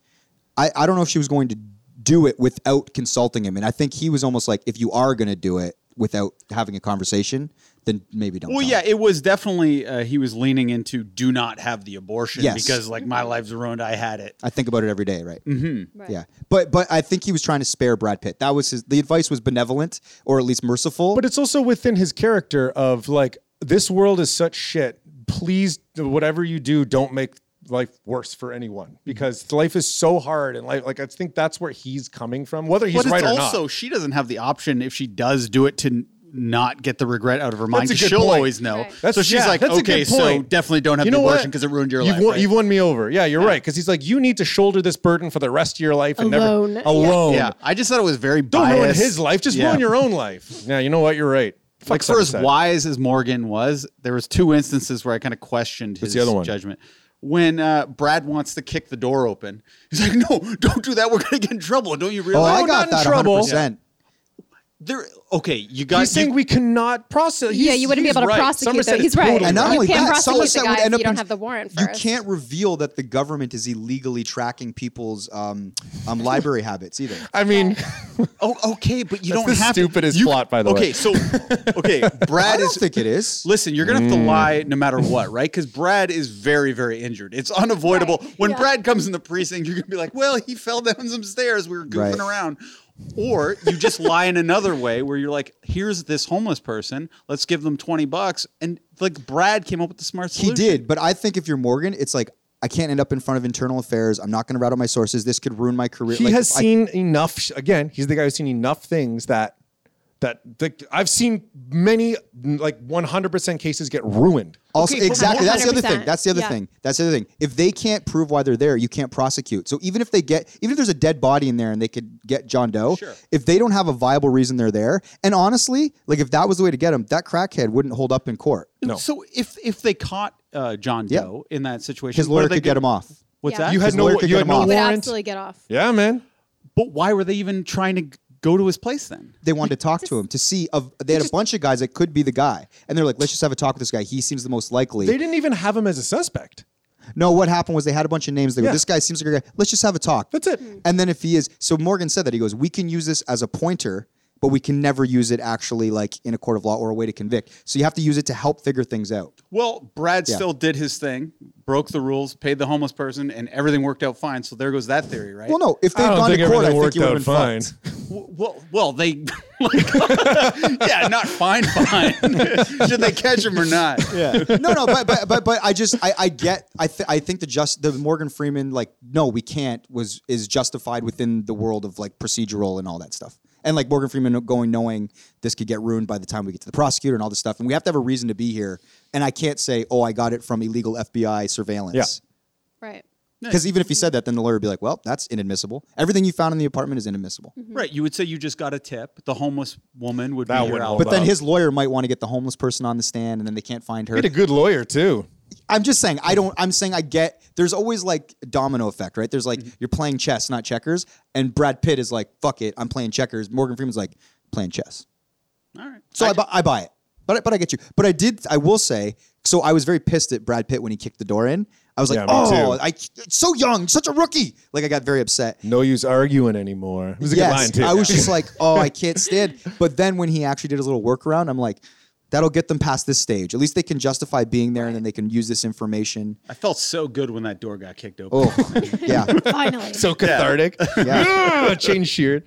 Speaker 1: I, I don't know if she was going to do it without consulting him, and I think he was almost like, if you are going to do it without having a conversation, then maybe don't.
Speaker 3: Well,
Speaker 1: tell
Speaker 3: yeah,
Speaker 1: him.
Speaker 3: it was definitely uh, he was leaning into do not have the abortion
Speaker 1: Yes.
Speaker 3: because like my life's ruined. I had it.
Speaker 1: I think about it every day, right? Mm-hmm.
Speaker 4: Right.
Speaker 1: Yeah, but but I think he was trying to spare Brad Pitt. That was his. The advice was benevolent or at least merciful.
Speaker 5: But it's also within his character of like this world is such shit. Please, whatever you do, don't make life worse for anyone because life is so hard and life. Like I think that's where he's coming from, whether he's
Speaker 3: but it's
Speaker 5: right or
Speaker 3: also
Speaker 5: not.
Speaker 3: she doesn't have the option if she does do it to n- not get the regret out of her mind.
Speaker 5: a
Speaker 3: 'cause
Speaker 5: good
Speaker 3: She'll
Speaker 5: point.
Speaker 3: always know.
Speaker 4: Right.
Speaker 5: That's-
Speaker 3: so she's
Speaker 5: yeah,
Speaker 3: like,
Speaker 5: that's a
Speaker 3: okay,
Speaker 5: good point.
Speaker 3: so definitely don't have
Speaker 5: You
Speaker 3: the
Speaker 5: know what?
Speaker 3: abortion because it ruined your
Speaker 5: you've
Speaker 3: life.
Speaker 5: Won,
Speaker 3: right?
Speaker 5: You've won me over. Yeah, you're right. Because he's like, you need to shoulder this burden for the rest of your life and
Speaker 4: Alone. Yeah.
Speaker 5: never alone.
Speaker 3: yeah, I just thought it was very
Speaker 5: Don't
Speaker 3: biased.
Speaker 5: ruin his life. Just
Speaker 3: Yeah.
Speaker 5: ruin your own life. Yeah, you know what? You're right. Fuck
Speaker 3: like for as
Speaker 5: Somerset.
Speaker 3: wise as Morgan was, there was two instances where I kind of questioned his
Speaker 5: the other one?
Speaker 3: judgment. When uh, Brad wants to kick the door open, he's like, "No, don't do that. We're gonna get in trouble. Don't you
Speaker 1: oh,
Speaker 3: realize?"
Speaker 1: I
Speaker 5: we're not
Speaker 1: got
Speaker 5: in
Speaker 1: that
Speaker 5: trouble.
Speaker 1: 100%.
Speaker 3: There, okay, you got.
Speaker 5: He's saying
Speaker 3: you-
Speaker 5: we cannot process.
Speaker 4: Yeah, you wouldn't be
Speaker 5: he's
Speaker 4: able to
Speaker 5: right.
Speaker 4: prosecute
Speaker 5: Somerset
Speaker 4: that.
Speaker 5: is
Speaker 4: He's right.
Speaker 5: totally
Speaker 1: And not
Speaker 4: You
Speaker 1: only
Speaker 4: can't
Speaker 1: that,
Speaker 4: prosecute the
Speaker 1: Somerset
Speaker 4: guy
Speaker 1: would
Speaker 4: if
Speaker 1: end up
Speaker 4: you don't
Speaker 1: in-
Speaker 4: have the warrant
Speaker 1: You
Speaker 4: first.
Speaker 1: can't reveal that the government is illegally tracking people's um, um, library habits either.
Speaker 5: (laughs) I mean,
Speaker 3: (laughs) Oh, okay, but you
Speaker 5: That's
Speaker 3: don't
Speaker 5: the
Speaker 3: have to-
Speaker 5: stupidest
Speaker 3: you-
Speaker 5: plot, by the
Speaker 3: okay,
Speaker 5: way.
Speaker 3: so
Speaker 5: (laughs)
Speaker 3: okay,
Speaker 1: I
Speaker 3: Brad
Speaker 1: don't
Speaker 3: is.
Speaker 1: think it is.
Speaker 3: listen, you're gonna have to
Speaker 1: Mm.
Speaker 3: lie no matter what, right? Because Brad is very, very injured. It's unavoidable.
Speaker 4: Right,
Speaker 3: When
Speaker 4: yeah.
Speaker 3: Brad comes in the precinct, you're gonna be like, "Well, he fell down some stairs. We were goofing
Speaker 1: Right.
Speaker 3: around." Or you just lie in another way where you're like, "Here's this homeless person. Let's give them twenty bucks." And like Brad came up with the smart
Speaker 1: He
Speaker 3: solution.
Speaker 1: did, but I think if you're Morgan, it's like I can't end up in front of internal affairs. I'm not going to route out my sources. This could ruin my career.
Speaker 5: he
Speaker 1: Like,
Speaker 5: has
Speaker 1: if I-
Speaker 5: seen enough. sh- Again, he's the guy who's seen enough things that that that I've seen many like 100% cases get ruined.
Speaker 1: also,
Speaker 3: Okay, but
Speaker 1: exactly. That's the other
Speaker 4: 100%.
Speaker 1: thing. That's the other
Speaker 4: Yeah.
Speaker 1: thing. That's the other thing. If they can't prove why they're there, you can't prosecute. So even if they get, even if there's a dead body in there and they could get John Doe, if they don't have a viable reason they're there, and honestly, like if that was the way to get him, that crackhead wouldn't hold up in court.
Speaker 3: So if if they caught uh, John
Speaker 1: Yeah.
Speaker 3: Doe in that situation,
Speaker 1: His
Speaker 3: what
Speaker 1: lawyer
Speaker 3: did they
Speaker 1: could get
Speaker 3: do?
Speaker 1: him off.
Speaker 3: What's
Speaker 4: Yeah.
Speaker 3: that?
Speaker 5: You had
Speaker 1: His
Speaker 5: no
Speaker 1: lawyer
Speaker 5: you
Speaker 1: could get
Speaker 5: had
Speaker 1: him
Speaker 5: no
Speaker 1: off.
Speaker 4: would
Speaker 5: warrant.
Speaker 4: absolutely get off.
Speaker 5: Yeah, man.
Speaker 3: but why were they even trying to go to his place then?
Speaker 1: They wanted to talk to him to see of they had a bunch of guys that could be the guy, and they're like, let's just have a talk with this guy. He seems the most likely.
Speaker 5: They didn't even have him as a suspect.
Speaker 1: No, what happened was they had a bunch of names. They go,
Speaker 5: Yeah.
Speaker 1: this guy seems like a guy. Let's just have a talk.
Speaker 5: That's it.
Speaker 1: And then if he is, so Morgan said that he goes, we can use this as a pointer, but we can never use it actually like in a court of law or a way to convict. So you have to use it to help figure things out.
Speaker 3: Well, Brad
Speaker 1: Yeah.
Speaker 3: still did his thing, broke the rules, paid the homeless person, and everything worked out fine. So there goes that theory, right?
Speaker 1: Well, no, if they've gone to court, I think you would have been fine.
Speaker 9: Well, well, they, (laughs) like, yeah, not fine, fine. (laughs) Should they catch him or not?
Speaker 1: Yeah. No, no, but but but, but I just I, I get I th- I think the just the Morgan Freeman like no we can't was is justified within the world of like procedural and all that stuff. And like Morgan Freeman going knowing this could get ruined by the time we get to the prosecutor and all this stuff and we have to have a reason to be here and I can't say oh I got it from illegal FBI surveillance.
Speaker 4: Right.
Speaker 1: Because even if he said that, then the lawyer would be like, well, that's inadmissible. Everything you found in the apartment is inadmissible.
Speaker 3: Mm-hmm.
Speaker 9: Right. You would say you just got a tip. The homeless woman would
Speaker 5: That
Speaker 9: be your
Speaker 5: would
Speaker 9: alibi.
Speaker 5: help.
Speaker 1: But then
Speaker 5: Wow.
Speaker 1: his lawyer might want to get the homeless person on the stand and then they can't find her.
Speaker 5: Get a good lawyer too.
Speaker 1: I'm just saying I don't I'm saying I get there's always like a domino effect, right? There's
Speaker 5: Mm-hmm.
Speaker 1: like you're playing chess, not checkers, and Brad Pitt is like, fuck it, I'm playing checkers. Morgan Freeman's like, playing chess.
Speaker 9: All right.
Speaker 1: So I, bu- I buy it. But I- but I get you. But I did I will say so I was very pissed at Brad Pitt when he kicked the door in. I was like,
Speaker 5: Yeah, me
Speaker 1: "Oh,
Speaker 5: too.
Speaker 1: I so young, such a rookie." Like I got very upset.
Speaker 5: No use arguing anymore. It was a good line too.
Speaker 1: I
Speaker 5: (laughs)
Speaker 1: was just like, "Oh, I can't stand." (laughs) But then when he actually did his little workaround, I'm like, "That'll get them past this stage. At least they can justify being there, and then they can use this information."
Speaker 9: I felt so good when that door got kicked open.
Speaker 1: Oh,
Speaker 5: (laughs)
Speaker 1: yeah.
Speaker 4: Finally.
Speaker 1: (laughs)
Speaker 5: so cathartic. Ah, Yeah. Chain sheared.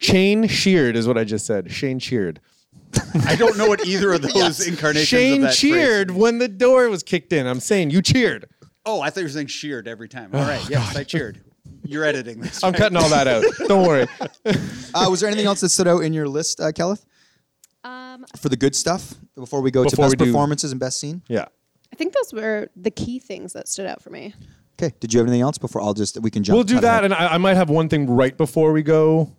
Speaker 5: Chain sheared is what I just said. Shane cheered.
Speaker 9: (laughs) I don't know what either of those incarnations of
Speaker 5: Shane
Speaker 9: that phrase-
Speaker 5: cheered when the door was kicked in. I'm saying you cheered.
Speaker 9: Oh, I thought you were saying sheared every time. All right. Yes, I cheered. You're editing this.
Speaker 5: Oh, I'm
Speaker 9: right?
Speaker 5: cutting all that out. Don't worry.
Speaker 1: Uh, was there anything else that stood out in your list, uh, Kelleth,
Speaker 4: Um,
Speaker 1: for the good stuff before we go
Speaker 5: Before
Speaker 1: to
Speaker 5: we
Speaker 1: best
Speaker 5: do-
Speaker 1: performances and best scene?
Speaker 5: Yeah.
Speaker 4: I think those were the key things that stood out for me.
Speaker 1: Okay. Did you have anything else before? I'll just we can jump.
Speaker 5: We'll do
Speaker 1: cut
Speaker 5: that,
Speaker 1: ahead.
Speaker 5: and I, I might have one thing right before we go.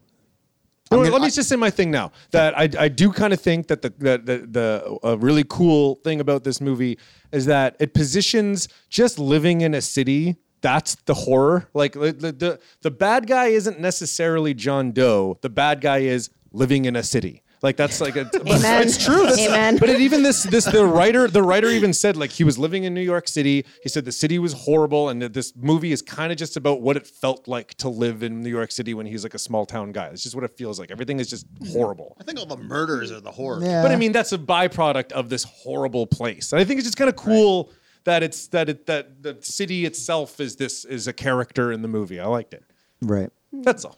Speaker 1: I'm
Speaker 5: Or
Speaker 1: gonna-
Speaker 5: let me
Speaker 1: I-
Speaker 5: just say my thing now. That I, I do kind of think that the that the, the a really cool thing about this movie is that it positions just living in a city. That's the horror. Like the the, the, the bad guy isn't necessarily John Doe. The bad guy is living in a city. Like that's like a,
Speaker 4: Amen.
Speaker 5: it's true. That's-
Speaker 4: Amen.
Speaker 5: But it even this this the writer the writer even said like he was living in New York City. He said the city was horrible, and that this movie is kind of just about what it felt like to live in New York City when he's like a small town guy. It's just what it feels like. Everything is just horrible.
Speaker 9: I think all the murders are the horror.
Speaker 1: Yeah.
Speaker 5: But I mean, that's a byproduct of this horrible place. And I think it's just kind of cool that it's that it that the city itself is this is a character in the movie. I liked it.
Speaker 1: right.
Speaker 5: That's all.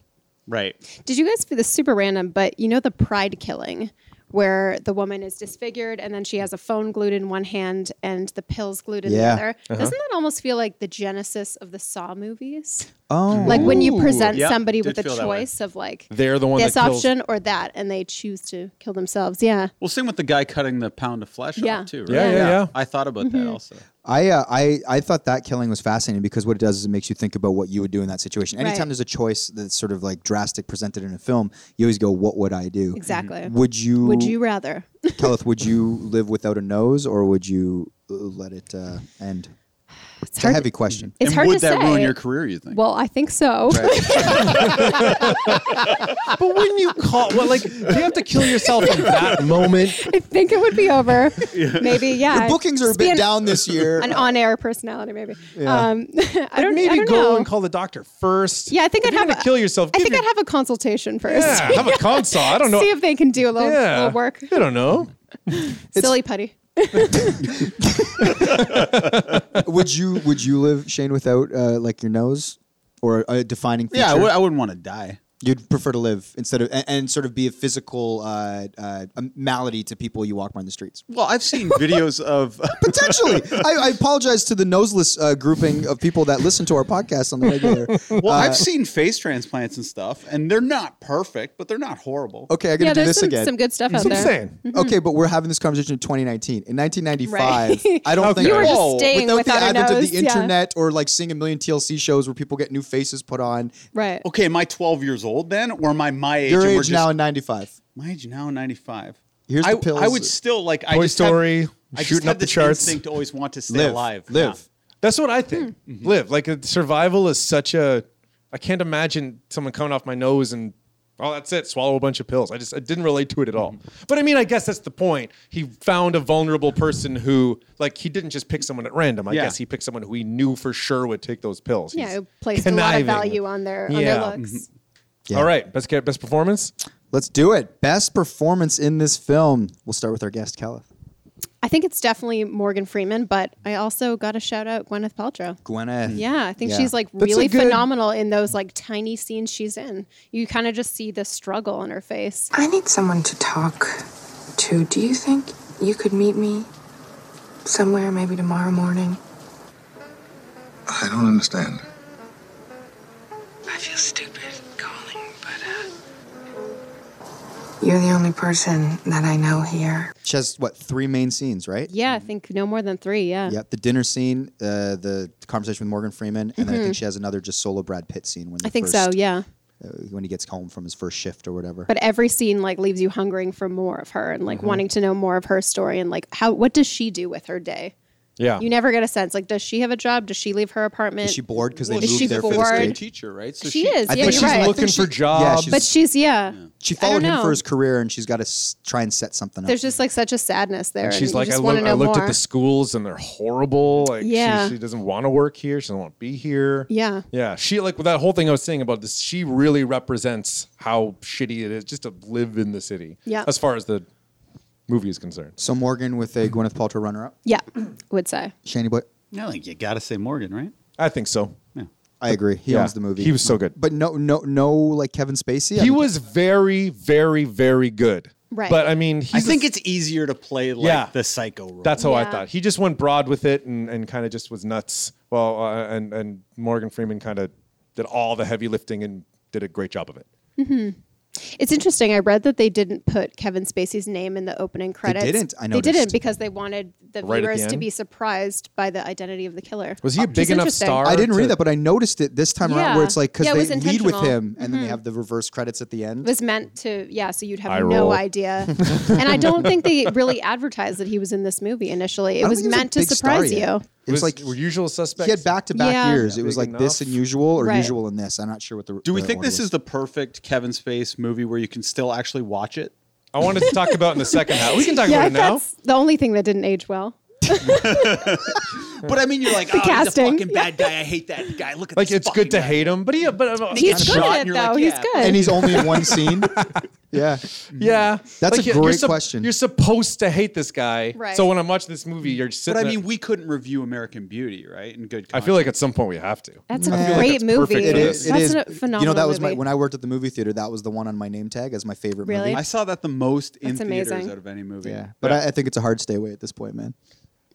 Speaker 9: Right.
Speaker 4: Did you guys feel this is super random? But you know the pride killing, where the woman is disfigured and then she has a phone glued in one hand and the pills glued in the
Speaker 1: Yeah. Uh-huh.
Speaker 4: other. Doesn't that almost feel like the genesis of the Saw movies?
Speaker 1: Oh,
Speaker 4: Like when you present
Speaker 9: Yep,
Speaker 4: somebody
Speaker 9: did
Speaker 4: with a
Speaker 9: feel that way.
Speaker 4: choice of like
Speaker 5: They're the one
Speaker 4: this
Speaker 5: that kills-
Speaker 4: option or that, and they choose to kill themselves. Yeah.
Speaker 9: Well, same with the guy cutting the pound of flesh
Speaker 4: Yeah. Mm-hmm.
Speaker 9: off too. Right?
Speaker 5: Yeah, yeah, yeah.
Speaker 9: I thought about that also.
Speaker 1: I, uh, I I thought that killing was fascinating because what it does is it makes you think about what you would do in that situation. Anytime
Speaker 4: Right.
Speaker 1: there's a choice that's sort of like drastic presented in a film, you always go, "What would I do?"
Speaker 4: Exactly.
Speaker 1: Would you?
Speaker 4: Would
Speaker 1: (laughs)
Speaker 4: you rather?
Speaker 1: Kelleth? Would you live without a nose, or would you uh, let it uh, end?
Speaker 4: (sighs)
Speaker 1: It's
Speaker 4: It's
Speaker 1: a
Speaker 4: hard.
Speaker 1: heavy question.
Speaker 4: It's
Speaker 9: and
Speaker 4: hard
Speaker 9: would
Speaker 4: to
Speaker 9: that
Speaker 4: say.
Speaker 9: ruin your career? You think?
Speaker 4: Well, I think so.
Speaker 5: But wouldn't you call well like do you have to kill yourself in
Speaker 4: (laughs)
Speaker 5: that moment?
Speaker 4: I think it would
Speaker 5: (laughs)
Speaker 4: be over. Maybe, yeah.
Speaker 1: Your bookings are a
Speaker 4: Just be
Speaker 1: bit
Speaker 4: an-
Speaker 1: down this
Speaker 4: (laughs)
Speaker 1: year.
Speaker 4: An on-air personality, maybe. Um, (laughs) I don't.
Speaker 5: maybe
Speaker 4: I don't
Speaker 5: go
Speaker 4: know.
Speaker 5: and call the doctor first.
Speaker 4: Yeah, I think
Speaker 5: If
Speaker 4: I'd
Speaker 5: you're
Speaker 4: have
Speaker 5: gonna
Speaker 4: a-
Speaker 5: kill yourself.
Speaker 4: I
Speaker 5: give
Speaker 4: think
Speaker 5: your-
Speaker 4: I'd have a consultation first.
Speaker 5: yeah,
Speaker 4: (laughs)
Speaker 5: have a consult. I don't know.
Speaker 4: See if they can do a little,
Speaker 5: yeah,
Speaker 4: little work.
Speaker 5: I don't know.
Speaker 4: Silly putty.
Speaker 1: would you would you live Shane without uh, like your nose or a defining feature?
Speaker 9: yeah, I w- I wouldn't want to die.
Speaker 1: You'd prefer to live instead of and, and sort of be a physical uh, uh, a malady to people you walk around the streets.
Speaker 9: Well, I've seen videos of
Speaker 1: Potentially, (laughs) I, I apologize to the noseless uh, grouping of people that listen to our podcast on the regular.
Speaker 9: (laughs) Well, I've seen face transplants and stuff, and they're not perfect, but they're not horrible.
Speaker 1: Okay, I'm gonna
Speaker 4: Yeah,
Speaker 1: do
Speaker 4: there's
Speaker 1: this
Speaker 4: some,
Speaker 1: again. Mm-hmm.
Speaker 4: some good Mm-hmm. stuff out
Speaker 5: That's what
Speaker 4: there.
Speaker 5: I'm saying.
Speaker 1: Okay, but we're having this conversation in 2019. In 1995, I
Speaker 4: (laughs)
Speaker 1: don't think
Speaker 4: You were just
Speaker 1: Whoa,
Speaker 4: staying
Speaker 1: without the
Speaker 4: without a
Speaker 1: advent of
Speaker 4: nose,
Speaker 1: the
Speaker 4: yeah.
Speaker 1: internet or like seeing a million TLC shows where people get new faces put on.
Speaker 4: Right.
Speaker 9: Okay, am I 12 years old then, or am I my age?
Speaker 1: Your
Speaker 9: and we're
Speaker 1: age
Speaker 9: just-
Speaker 1: now in 95.
Speaker 9: My age now, 95.
Speaker 1: Here's the
Speaker 9: I,
Speaker 1: pills.
Speaker 9: I would still like. I
Speaker 5: Toy
Speaker 9: just have-
Speaker 5: Story,
Speaker 9: I just
Speaker 5: shooting
Speaker 9: have
Speaker 5: up the
Speaker 9: this
Speaker 5: charts.
Speaker 9: Instinct to always want to stay
Speaker 1: Live,
Speaker 9: alive.
Speaker 1: live.
Speaker 5: That's what I think.
Speaker 4: Hmm.
Speaker 5: Live like uh, survival is such a. I can't imagine someone coming off my nose and oh that's it swallow a bunch of pills. I just I didn't relate to it at all. But I mean I guess that's the point. He found a vulnerable person who like he didn't just pick someone at random. I
Speaker 9: Yeah.
Speaker 5: guess he picked someone who he knew for sure would take those pills.
Speaker 4: Yeah,
Speaker 5: He's
Speaker 4: it placed a lot of
Speaker 5: conniving.
Speaker 4: value on their on
Speaker 5: Yeah. Mm-hmm.
Speaker 4: their looks.
Speaker 1: Yeah.
Speaker 5: All right, best ca- best performance.
Speaker 1: Let's do it. Best performance in this film. We'll start with our guest, Caliph.
Speaker 4: I think it's definitely Morgan Freeman, but I also got to shout out Gwyneth Paltrow.
Speaker 1: Gwyneth.
Speaker 4: Yeah, I think
Speaker 1: Yeah.
Speaker 4: she's like
Speaker 5: That's a
Speaker 4: really
Speaker 5: good-
Speaker 4: phenomenal in those like tiny scenes she's in. You kind of just see the struggle on her face.
Speaker 10: I need someone to talk to. Do you think you could meet me somewhere, maybe tomorrow morning?
Speaker 7: I don't understand.
Speaker 10: I feel stupid calling, but uh, you're the only person that I know here.
Speaker 1: She has what three main scenes, right?
Speaker 4: Yeah,
Speaker 5: Mm-hmm.
Speaker 4: I think no more than three. Yeah.
Speaker 1: Yep. The dinner scene, uh, the conversation with Morgan Freeman, and then I think she has another just solo Brad Pitt scene when
Speaker 4: Mm-hmm. I
Speaker 1: the
Speaker 4: think
Speaker 1: first-
Speaker 4: so. Yeah.
Speaker 1: uh, when he gets home from his first shift or whatever.
Speaker 4: But every scene like leaves you hungering for more of her and like
Speaker 5: Mm-hmm.
Speaker 4: wanting to know more of her story and like how what does she do with her day?
Speaker 5: Yeah.
Speaker 4: You never get a sense like does she have a job? Does she leave her apartment?
Speaker 1: is she bored because
Speaker 4: Well,
Speaker 1: they
Speaker 4: is
Speaker 1: moved
Speaker 4: she
Speaker 1: there for
Speaker 4: bored?
Speaker 1: the
Speaker 4: Or-
Speaker 9: Great
Speaker 1: stage?
Speaker 9: teacher, right? So
Speaker 4: she, is.
Speaker 1: I
Speaker 4: yeah,
Speaker 1: think
Speaker 4: you're
Speaker 1: she's
Speaker 4: right.
Speaker 5: looking for jobs.
Speaker 1: Yeah,
Speaker 4: but she's yeah.
Speaker 1: She
Speaker 4: I don't
Speaker 1: followed him for
Speaker 4: know.
Speaker 1: his career, and she's got to s- try and set something up.
Speaker 4: There's just like such a sadness there.
Speaker 5: She's
Speaker 4: and
Speaker 5: like,
Speaker 4: you
Speaker 5: I,
Speaker 4: just want
Speaker 5: look-
Speaker 4: to know
Speaker 5: I looked
Speaker 4: more.
Speaker 5: at the schools and they're horrible. Like, she-
Speaker 4: Yeah.
Speaker 5: she, doesn't want to work here. She doesn't want to be here.
Speaker 4: Yeah.
Speaker 5: Yeah. She, like, with that whole thing I was saying about this, she really represents how shitty it is just to live in the city.
Speaker 4: Yeah.
Speaker 5: As far as the movie is concerned.
Speaker 1: so Morgan with a Gwyneth Paltrow runner-up.
Speaker 4: Yeah, would say.
Speaker 1: Shani Boy,
Speaker 9: I think you got to say Morgan, right?
Speaker 5: I think so.
Speaker 1: I agree. He
Speaker 5: Yeah.
Speaker 1: owns the movie.
Speaker 5: He was so good.
Speaker 1: But no, no, no, like Kevin Spacey. I
Speaker 5: He
Speaker 1: mean,
Speaker 5: was very, very, very good.
Speaker 4: Right.
Speaker 5: But I mean, he's
Speaker 9: I
Speaker 5: a
Speaker 9: think it's easier to play like
Speaker 5: Yeah.
Speaker 9: the psycho role.
Speaker 5: That's how I
Speaker 4: Yeah.
Speaker 5: thought. He just went broad with it and, and kind of just was nuts. Well, uh, and and Morgan Freeman kind of did all the heavy lifting and did a great job of it.
Speaker 4: It's interesting. I read that they didn't put Kevin Spacey's name in the opening credits.
Speaker 1: didn't? I
Speaker 4: They
Speaker 1: noticed.
Speaker 4: didn't because they wanted the
Speaker 5: Right at the
Speaker 4: viewers to
Speaker 5: end?
Speaker 4: be surprised by the identity of the killer.
Speaker 5: Was he a
Speaker 4: Which
Speaker 5: big
Speaker 4: is
Speaker 5: enough
Speaker 4: interesting.
Speaker 5: star?
Speaker 1: I didn't
Speaker 5: to-
Speaker 1: read that, but I noticed it this time around
Speaker 4: Yeah.
Speaker 1: where it's like because
Speaker 4: Yeah, it was
Speaker 1: they lead with
Speaker 4: intentional. Mm-hmm.
Speaker 1: him, and then they have the reverse credits at the end.
Speaker 4: It was meant to, yeah. So you'd have
Speaker 5: Eye
Speaker 4: no
Speaker 5: roll. (laughs)
Speaker 4: idea, and I don't think they really advertised that he was in this movie initially. It
Speaker 1: I don't
Speaker 4: was
Speaker 1: think he a
Speaker 4: meant
Speaker 1: big
Speaker 4: to
Speaker 1: star
Speaker 4: surprise
Speaker 1: yet.
Speaker 4: you.
Speaker 1: It was, like
Speaker 5: were usual suspects.
Speaker 1: he had back-to-back
Speaker 4: Yeah.
Speaker 1: years. It
Speaker 5: Yeah,
Speaker 1: was
Speaker 5: big
Speaker 1: like this
Speaker 5: enough.
Speaker 1: and usual or
Speaker 4: Right.
Speaker 1: usual and this. I'm not sure what the.
Speaker 9: Do we think this is the perfect Kevin Space movie where you can still actually watch it?
Speaker 5: I wanted to talk about in the second half. We can talk
Speaker 4: Yeah,
Speaker 5: about it now.
Speaker 4: that's the only thing that didn't age well.
Speaker 9: But I mean, you're (laughs) like, oh,
Speaker 4: casting.
Speaker 9: he's a fucking bad guy. I hate that guy. Look at
Speaker 5: Like
Speaker 9: this
Speaker 5: it's
Speaker 9: fucking
Speaker 5: good to
Speaker 9: guy.
Speaker 5: hate him, but yeah, but uh,
Speaker 4: He's
Speaker 9: got
Speaker 4: good
Speaker 9: shot and
Speaker 4: at it
Speaker 9: you're
Speaker 4: though.
Speaker 9: like,
Speaker 4: He's
Speaker 9: yeah.
Speaker 4: good.
Speaker 1: And he's only in one scene. yeah.
Speaker 5: yeah,
Speaker 1: That's a
Speaker 5: you're-
Speaker 1: great
Speaker 5: you're sup-
Speaker 1: question.
Speaker 5: You're supposed to hate this guy,
Speaker 4: Right.
Speaker 5: So when I'm watching this movie, you're sitting.
Speaker 9: But I
Speaker 5: there-
Speaker 9: mean, we couldn't review American Beauty, right? In good.
Speaker 5: I feel like at some point we have to.
Speaker 4: That's a
Speaker 1: I feel like
Speaker 4: great
Speaker 5: it's perfect
Speaker 4: movie.
Speaker 5: for
Speaker 1: It
Speaker 5: this.
Speaker 1: is. it
Speaker 4: That's
Speaker 1: is.
Speaker 4: a phenomenal.
Speaker 1: You know, that was
Speaker 4: movie.
Speaker 1: my when I worked at the movie theater. That was the one on my name tag as my favorite
Speaker 4: Really?
Speaker 1: movie.
Speaker 9: I saw that the most in
Speaker 4: That's
Speaker 9: theaters
Speaker 4: amazing.
Speaker 9: out of any movie.
Speaker 1: Yeah, but I, I think it's a hard stay away at this point, man.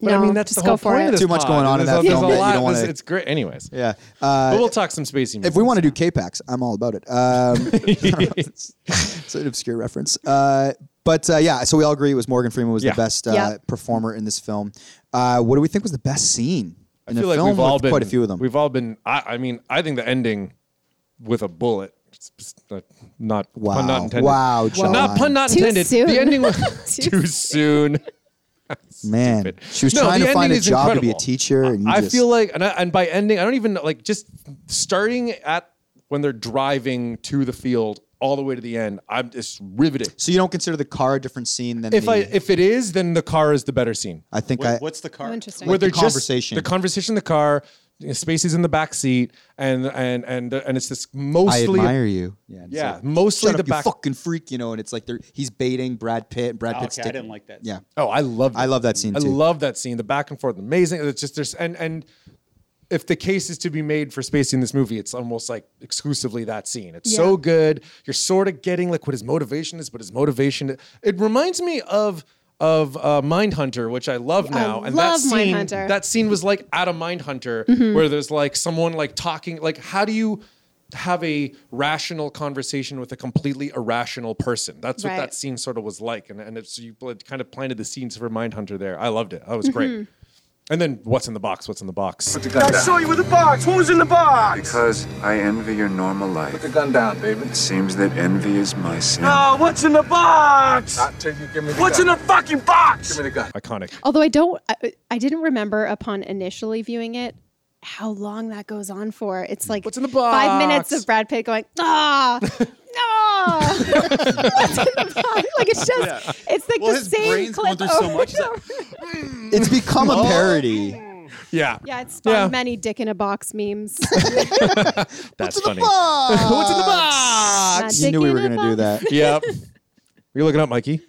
Speaker 5: But
Speaker 4: no,
Speaker 5: I mean, that's
Speaker 4: just
Speaker 5: the whole
Speaker 4: go for
Speaker 5: point
Speaker 4: it.
Speaker 5: of this
Speaker 1: Too much
Speaker 5: pod.
Speaker 1: going on in
Speaker 5: There's
Speaker 1: that
Speaker 5: a- there's
Speaker 1: film
Speaker 5: a
Speaker 1: that you
Speaker 5: lot.
Speaker 1: don't wanna-
Speaker 5: This- It's great. Anyways,
Speaker 1: Yeah. Uh,
Speaker 5: but we'll talk some spacey.
Speaker 1: if we want to do K-Pax, I'm all about it. Um, (laughs) I don't know, it's, it's an obscure reference. Uh, but uh, yeah, so we all agree it was Morgan Freeman was
Speaker 5: Yeah.
Speaker 1: the best uh,
Speaker 4: Yeah.
Speaker 1: performer in this film. Uh, what do we think was the best scene in the film? With quite a few of them.
Speaker 5: We've all been. I, I mean, I think the ending with a bullet. it's- it's Not, not
Speaker 1: Wow.
Speaker 5: pun not intended.
Speaker 1: Wow,
Speaker 5: Well,
Speaker 1: John.
Speaker 5: not pun not
Speaker 4: Too
Speaker 5: intended.
Speaker 4: soon.
Speaker 5: The ending was (laughs)
Speaker 4: Too
Speaker 5: too soon.
Speaker 1: man,
Speaker 5: Stupid.
Speaker 1: she was
Speaker 5: No,
Speaker 1: trying
Speaker 5: the
Speaker 1: to find a
Speaker 5: ending is
Speaker 1: job to be a
Speaker 5: incredible.
Speaker 1: teacher. And you
Speaker 5: I
Speaker 1: just,
Speaker 5: feel like, and, I, and by ending, I don't even like just starting at when they're driving to the field all the way to the end. I'm just riveted.
Speaker 1: so you don't consider the car a different scene than
Speaker 5: If
Speaker 1: the,
Speaker 5: I if it is, then the car is the better scene.
Speaker 1: I think I
Speaker 9: Wait, what's the
Speaker 4: Oh,
Speaker 9: car?
Speaker 4: interesting.
Speaker 5: where
Speaker 1: the
Speaker 5: they're just-
Speaker 1: conversation.
Speaker 5: the conversation in the car, you know, Spacey's in the back seat, and and and and it's this mostly
Speaker 1: I admire you. Yeah. it's
Speaker 5: Yeah,
Speaker 1: like,
Speaker 5: mostly
Speaker 1: Shut
Speaker 5: the
Speaker 1: up, you
Speaker 5: back-
Speaker 1: fucking freak, you know, and it's like they're he's baiting Brad Pitt and Brad
Speaker 9: Oh,
Speaker 1: Pitt's
Speaker 9: okay, I
Speaker 1: dick-
Speaker 9: didn't like that.
Speaker 1: Yeah.
Speaker 5: Oh, I love.
Speaker 1: I love that scene,
Speaker 5: I
Speaker 1: too.
Speaker 5: love that scene. The back and forth, amazing. It's just there's and and if the case is to be made for Spacey in this movie, it's almost like exclusively that scene. It's so
Speaker 4: Yeah.
Speaker 5: good. You're sort of getting like what his motivation is, but his motivation. It reminds me of. Of uh, Mindhunter, which I love now, and that
Speaker 4: love
Speaker 5: scene,
Speaker 4: Mindhunter.
Speaker 5: that scene was like out of Mindhunter,
Speaker 4: Mm-hmm.
Speaker 5: where there's like someone like talking, like how do you have a rational conversation with a completely irrational person? That's what
Speaker 4: Right.
Speaker 5: that scene scene sort of was like, and and it's you pl- kind of planted the seeds for Mindhunter there. I loved it. That was great.
Speaker 4: Mm-hmm.
Speaker 5: And then what's in the box? What's in the box?
Speaker 7: Put the gun down.
Speaker 8: you with a box. What was in the box?
Speaker 11: Because I envy your normal
Speaker 7: Put
Speaker 11: life.
Speaker 7: the gun down, baby.
Speaker 11: It seems that envy is my sin.
Speaker 8: what's in the box?
Speaker 7: Not till you give me the gun.
Speaker 8: fucking box?
Speaker 7: Give me the gun.
Speaker 5: Iconic.
Speaker 4: Although I don't, I, I didn't remember upon initially viewing it how long that goes on for. It's like
Speaker 5: What's in the
Speaker 4: Five minutes
Speaker 5: box?
Speaker 4: of Brad Pitt going
Speaker 5: (laughs)
Speaker 4: ah. No, What's in the box? like it's just it's like
Speaker 9: Well,
Speaker 4: the
Speaker 9: his
Speaker 4: same
Speaker 9: brain's going
Speaker 4: clip
Speaker 9: through
Speaker 4: over
Speaker 9: so much
Speaker 4: and over.
Speaker 1: It's become a
Speaker 5: Oh.
Speaker 1: parody.
Speaker 5: Yeah.
Speaker 4: Yeah, it's spawned
Speaker 5: Yeah.
Speaker 4: many dick in a
Speaker 9: (laughs)
Speaker 4: box memes.
Speaker 5: That's funny.
Speaker 1: What's in the
Speaker 4: Not (laughs)
Speaker 1: box? You knew
Speaker 4: dick
Speaker 1: we
Speaker 4: in
Speaker 1: were
Speaker 4: a
Speaker 1: going to do
Speaker 4: box.
Speaker 1: that.
Speaker 5: yep. You're looking up, Mikey.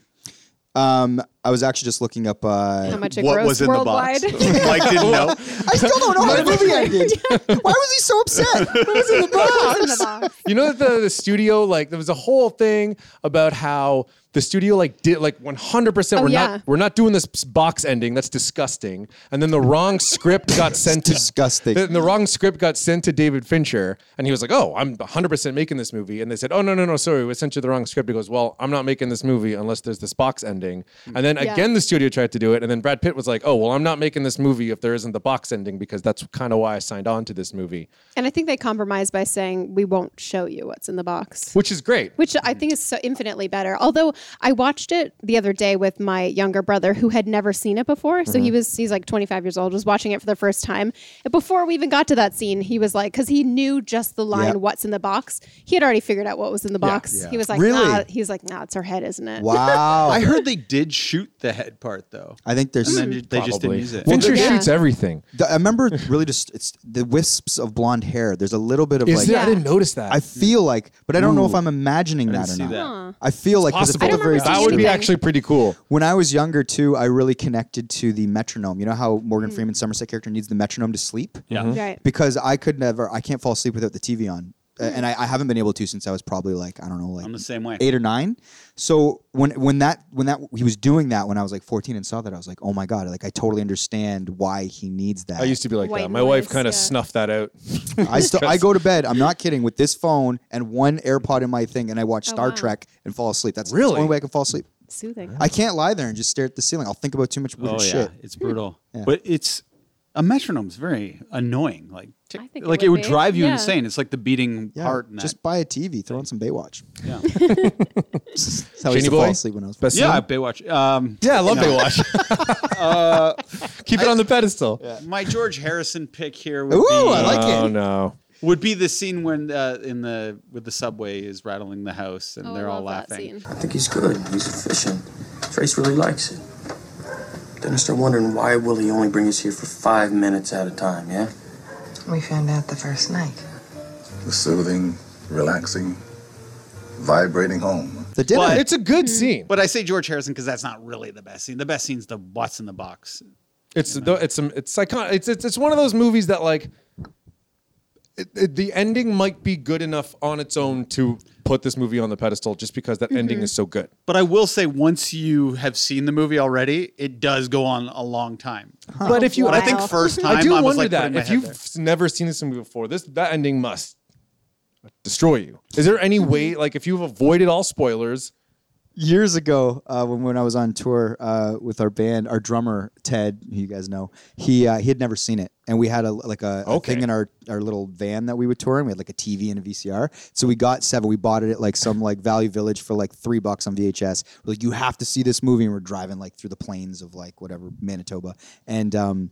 Speaker 1: Um, (laughs) I was actually just looking up uh,
Speaker 4: (laughs) How much it What grossed was in the box? worldwide. (laughs)
Speaker 9: Mike didn't know.
Speaker 1: I still don't know how the movie ended. Why was he so upset? What was in the box?
Speaker 5: you know that the, the studio like there was a whole thing about how the studio like did like 100%
Speaker 4: Oh,
Speaker 5: we're
Speaker 4: yeah.
Speaker 5: not we're not doing this box ending that's disgusting and then the wrong script got sent to
Speaker 1: disgusting
Speaker 5: and the wrong script got sent to David Fincher and he was like oh I'm 100% making this movie and they said oh no no no sorry we sent you the wrong script he goes well I'm not making this movie unless there's this box ending and then
Speaker 4: Yeah.
Speaker 5: again the studio tried to do it and then Brad Pitt was like oh well I'm not making this movie if there isn't the box ending because that's kind of why I signed on to this movie
Speaker 4: And I think they compromised by saying we won't show you what's in the box.
Speaker 5: which is great
Speaker 4: Which I think is so infinitely better. Although I watched it the other day with my younger brother who had never seen it before. So
Speaker 9: Mm-hmm.
Speaker 4: he was he's like 25 years old, was watching it for the first time. And before we even got to that scene, he was like cuz he knew just the line
Speaker 1: Yeah.
Speaker 4: what's in the box. He had already figured out what was in the box.
Speaker 9: yeah.
Speaker 4: He was like,
Speaker 1: Really?
Speaker 4: nah, he was like, "Nah, it's her head, isn't it?"
Speaker 1: (laughs) Wow.
Speaker 9: (laughs) I heard they did shoot the head part though.
Speaker 1: I think there's.
Speaker 9: And then ju- they just didn't use it.
Speaker 5: Fincher
Speaker 4: Yeah.
Speaker 5: shoots everything.
Speaker 1: The- I remember really just it's the wisps of blonde hair. There's a little bit of
Speaker 5: Is
Speaker 1: like
Speaker 5: there- I didn't notice that.
Speaker 1: I feel like, but I don't know if I'm imagining
Speaker 9: I
Speaker 1: that
Speaker 9: didn't
Speaker 1: or
Speaker 9: see
Speaker 1: not.
Speaker 9: that.
Speaker 4: Huh.
Speaker 1: I feel like 'cause it
Speaker 5: Possible.
Speaker 1: felt
Speaker 4: I don't remember
Speaker 1: very
Speaker 5: that would be
Speaker 1: distinct.
Speaker 4: anything.
Speaker 5: actually pretty cool.
Speaker 1: When I was younger too, I really connected to the metronome. You know how Morgan
Speaker 5: Hmm.
Speaker 1: Freeman's Somerset character needs the metronome to sleep?
Speaker 9: Yeah.
Speaker 5: Mm-hmm.
Speaker 4: Right.
Speaker 1: Because I could never, I can't fall asleep without the TV on. Uh,
Speaker 5: Hmm.
Speaker 1: And I, I haven't been able to since I was probably like, I don't know, like
Speaker 9: I'm the same way.
Speaker 1: eight or nine. So when when that when that he was doing that when I was like 14 and saw that, I was like, oh my god, like I totally understand why he needs that.
Speaker 5: I used to be like
Speaker 4: White
Speaker 5: that. My wife
Speaker 4: noise,
Speaker 5: kind
Speaker 4: yeah.
Speaker 5: of snuffed that out.
Speaker 1: I still I go to bed. I'm not kidding. With this phone and one AirPod in my thing, and I watch Star
Speaker 4: wow.
Speaker 1: Trek and fall asleep. That's the
Speaker 5: Oh, Really?
Speaker 1: only way I can fall asleep.
Speaker 4: (laughs) Soothing.
Speaker 1: I can't lie there and just stare at the ceiling. I'll think about too much weird
Speaker 9: Oh yeah,
Speaker 1: shit.
Speaker 9: it's brutal.
Speaker 1: Yeah.
Speaker 9: But it's a metronome's very annoying. Like tick-
Speaker 4: I think it
Speaker 9: like
Speaker 4: would
Speaker 9: it would
Speaker 4: be.
Speaker 9: drive you
Speaker 4: Yeah.
Speaker 9: insane. It's like the beating
Speaker 1: Yeah,
Speaker 9: heart. And that.
Speaker 1: just buy a TV, throw on some Baywatch.
Speaker 9: yeah.
Speaker 1: (laughs) That's how I used
Speaker 5: Genie
Speaker 1: to
Speaker 5: Boy?
Speaker 1: fall asleep when I was.
Speaker 5: Best
Speaker 9: yeah,
Speaker 5: scene?
Speaker 9: Baywatch. Um,
Speaker 5: (laughs) yeah, Uh, I love
Speaker 1: (laughs)
Speaker 5: Baywatch. Keep it on the pedestal.
Speaker 9: my George Harrison pick here would
Speaker 1: Ooh,
Speaker 9: be uh,
Speaker 1: I like
Speaker 5: Oh
Speaker 1: it.
Speaker 5: no!
Speaker 9: would be the scene when uh, in the with the subway is rattling the house and
Speaker 4: Oh, I
Speaker 9: they're all
Speaker 4: love that
Speaker 9: laughing. (laughs)
Speaker 8: I think he's good. He's efficient. Trace really likes it. Then I start wondering why will he only bring us here for five minutes at a time, yeah?
Speaker 10: We found out the first night.
Speaker 7: The soothing, relaxing, vibrating home.
Speaker 1: The dinner.
Speaker 9: But-
Speaker 5: It's a good
Speaker 4: Mm-hmm.
Speaker 5: scene.
Speaker 9: But I say George Harrison because that's not really the best scene. The best scene's the what's in the box.
Speaker 5: It's though it's some it's iconic. It's, it's it's one of those movies that like it, it- the ending might be good enough on its own to put this movie on the pedestal just because that ending
Speaker 4: Mm-hmm.
Speaker 5: is so good.
Speaker 9: But I will say, once you have seen the movie already, it does go on a long time.
Speaker 5: But if you,
Speaker 9: But I think
Speaker 4: Wow.
Speaker 9: first
Speaker 1: (laughs)
Speaker 9: time,
Speaker 5: I do
Speaker 9: was
Speaker 5: wonder
Speaker 9: like
Speaker 5: that
Speaker 9: putting my
Speaker 5: if
Speaker 9: head
Speaker 5: you've
Speaker 9: there.
Speaker 5: never seen this movie before, this that ending must destroy you. Is there any way, like, if you've avoided all spoilers?
Speaker 1: years ago uh, when, when I was on tour uh, with our band, our drummer Ted, who you guys know, he uh, he had never seen it, and we had a like a, a
Speaker 5: Okay.
Speaker 1: thing in our our little van that we would tour in. We had like a TV and a VCR, so we got seven. We bought it at like some like Value Village for like three bucks on VHS. We're like, you have to see this movie, and we're driving like through the plains of like whatever Manitoba, and um,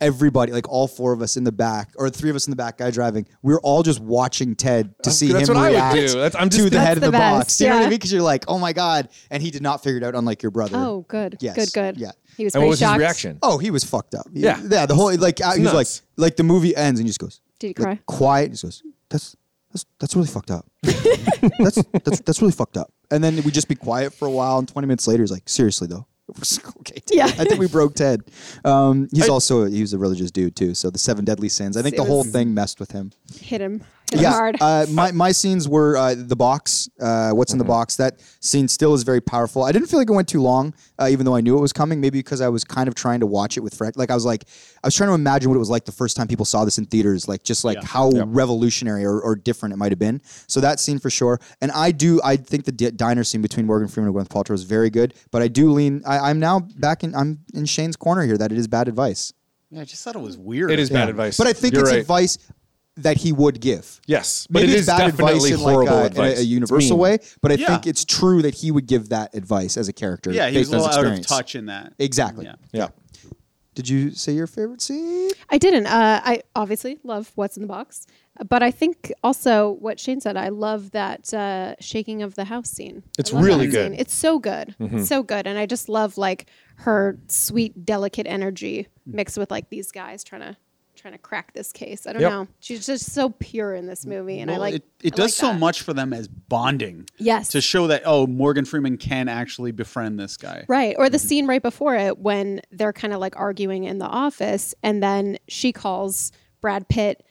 Speaker 1: everybody, like all four of us in the back, or three of us in the back, guy driving, we were all just watching Ted to see
Speaker 5: Oh, that's
Speaker 1: him
Speaker 5: what I would
Speaker 1: react
Speaker 5: do. That's- I'm
Speaker 1: to
Speaker 5: just-
Speaker 1: the head of the,
Speaker 4: That's the
Speaker 1: box.
Speaker 4: best,
Speaker 1: Do You know what I
Speaker 4: yeah.
Speaker 1: mean? Because you're like, oh my god, and he did not figure it out, unlike your brother.
Speaker 4: Oh, good.
Speaker 1: Yes.
Speaker 4: Good, good.
Speaker 1: Yeah.
Speaker 4: He was
Speaker 5: And
Speaker 4: pretty
Speaker 5: what was
Speaker 4: shocked.
Speaker 5: his reaction?
Speaker 1: Oh, he was fucked up. He-
Speaker 5: Yeah.
Speaker 1: yeah. The whole like I- he was like
Speaker 5: nuts.
Speaker 1: like the movie ends and he just goes.
Speaker 4: Did he
Speaker 1: like,
Speaker 4: cry?
Speaker 1: quiet. And just goes. That's that's that's really fucked up. (laughs) that's that's that's really fucked up. And then we just be quiet for a while, and 20 minutes later, he's like, seriously though. (laughs) We're just like, okay, Ted.
Speaker 4: Yeah.
Speaker 1: I think we broke Ted. Um, he's also he was a religious dude too. So the seven deadly sins. I think
Speaker 4: It
Speaker 1: the whole
Speaker 4: was-
Speaker 1: thing messed with him
Speaker 4: Hit him. Hit him hard.
Speaker 1: uh, my my scenes were uh, the box. Uh, what's in the box? That scene still is very powerful. I didn't feel like it went too long, uh, even though I knew it was coming. Maybe because I was kind of trying to watch it with friends. Like I was like, I was trying to imagine what it was like the first time people saw this in theaters. Like just like how revolutionary or, or different it might have been. So that scene for sure. And I do. I think the di- diner scene between Morgan Freeman and Gwyneth Paltrow is very good. But I do lean. I, I'm now back in. I'm in Shane's corner here. That it is bad advice.
Speaker 9: Yeah, I just thought it was
Speaker 4: Mm.
Speaker 9: weird.
Speaker 5: It is bad advice.
Speaker 1: But I think
Speaker 5: You're
Speaker 1: it's
Speaker 5: right.
Speaker 1: advice that he would give.
Speaker 5: Yes, but
Speaker 1: Maybe
Speaker 5: it
Speaker 1: it's
Speaker 5: is
Speaker 1: bad
Speaker 5: definitely
Speaker 1: advice in like
Speaker 5: horrible
Speaker 1: a, in a-
Speaker 5: advice.
Speaker 1: a
Speaker 5: It's
Speaker 1: universal
Speaker 5: mean.
Speaker 1: way, but I
Speaker 9: Yeah.
Speaker 1: think it's true that he would give that advice as a character.
Speaker 9: Yeah, he was a
Speaker 1: based
Speaker 9: little
Speaker 1: on his
Speaker 9: out of
Speaker 1: experience.
Speaker 9: touch in that.
Speaker 1: Exactly.
Speaker 9: Yeah.
Speaker 5: Yeah.
Speaker 1: Did you say your favorite scene?
Speaker 4: I didn't. Uh, I obviously love what's in the box, but I think also what Shane said. I love that uh, shaking of the house scene. I
Speaker 5: It's
Speaker 4: love that
Speaker 5: really good.
Speaker 4: scene. It's so good,
Speaker 3: Mm-hmm.
Speaker 4: It's so good, and I just
Speaker 3: Mm.
Speaker 4: love like her sweet, delicate energy mixed with like these guys trying to. trying to crack this case. I don't
Speaker 3: Yep.
Speaker 4: know. She's just so pure in this movie, and I
Speaker 3: Well,
Speaker 4: like.
Speaker 3: it,
Speaker 4: I
Speaker 3: it
Speaker 4: like
Speaker 3: does so
Speaker 4: that.
Speaker 3: much for them as bonding.
Speaker 4: Yes.
Speaker 3: To show that oh, Morgan Freeman can actually befriend this guy.
Speaker 4: Right. Or the
Speaker 3: Mm-hmm.
Speaker 4: scene right before it when they're kind of like arguing in the office and then she calls Brad Pitt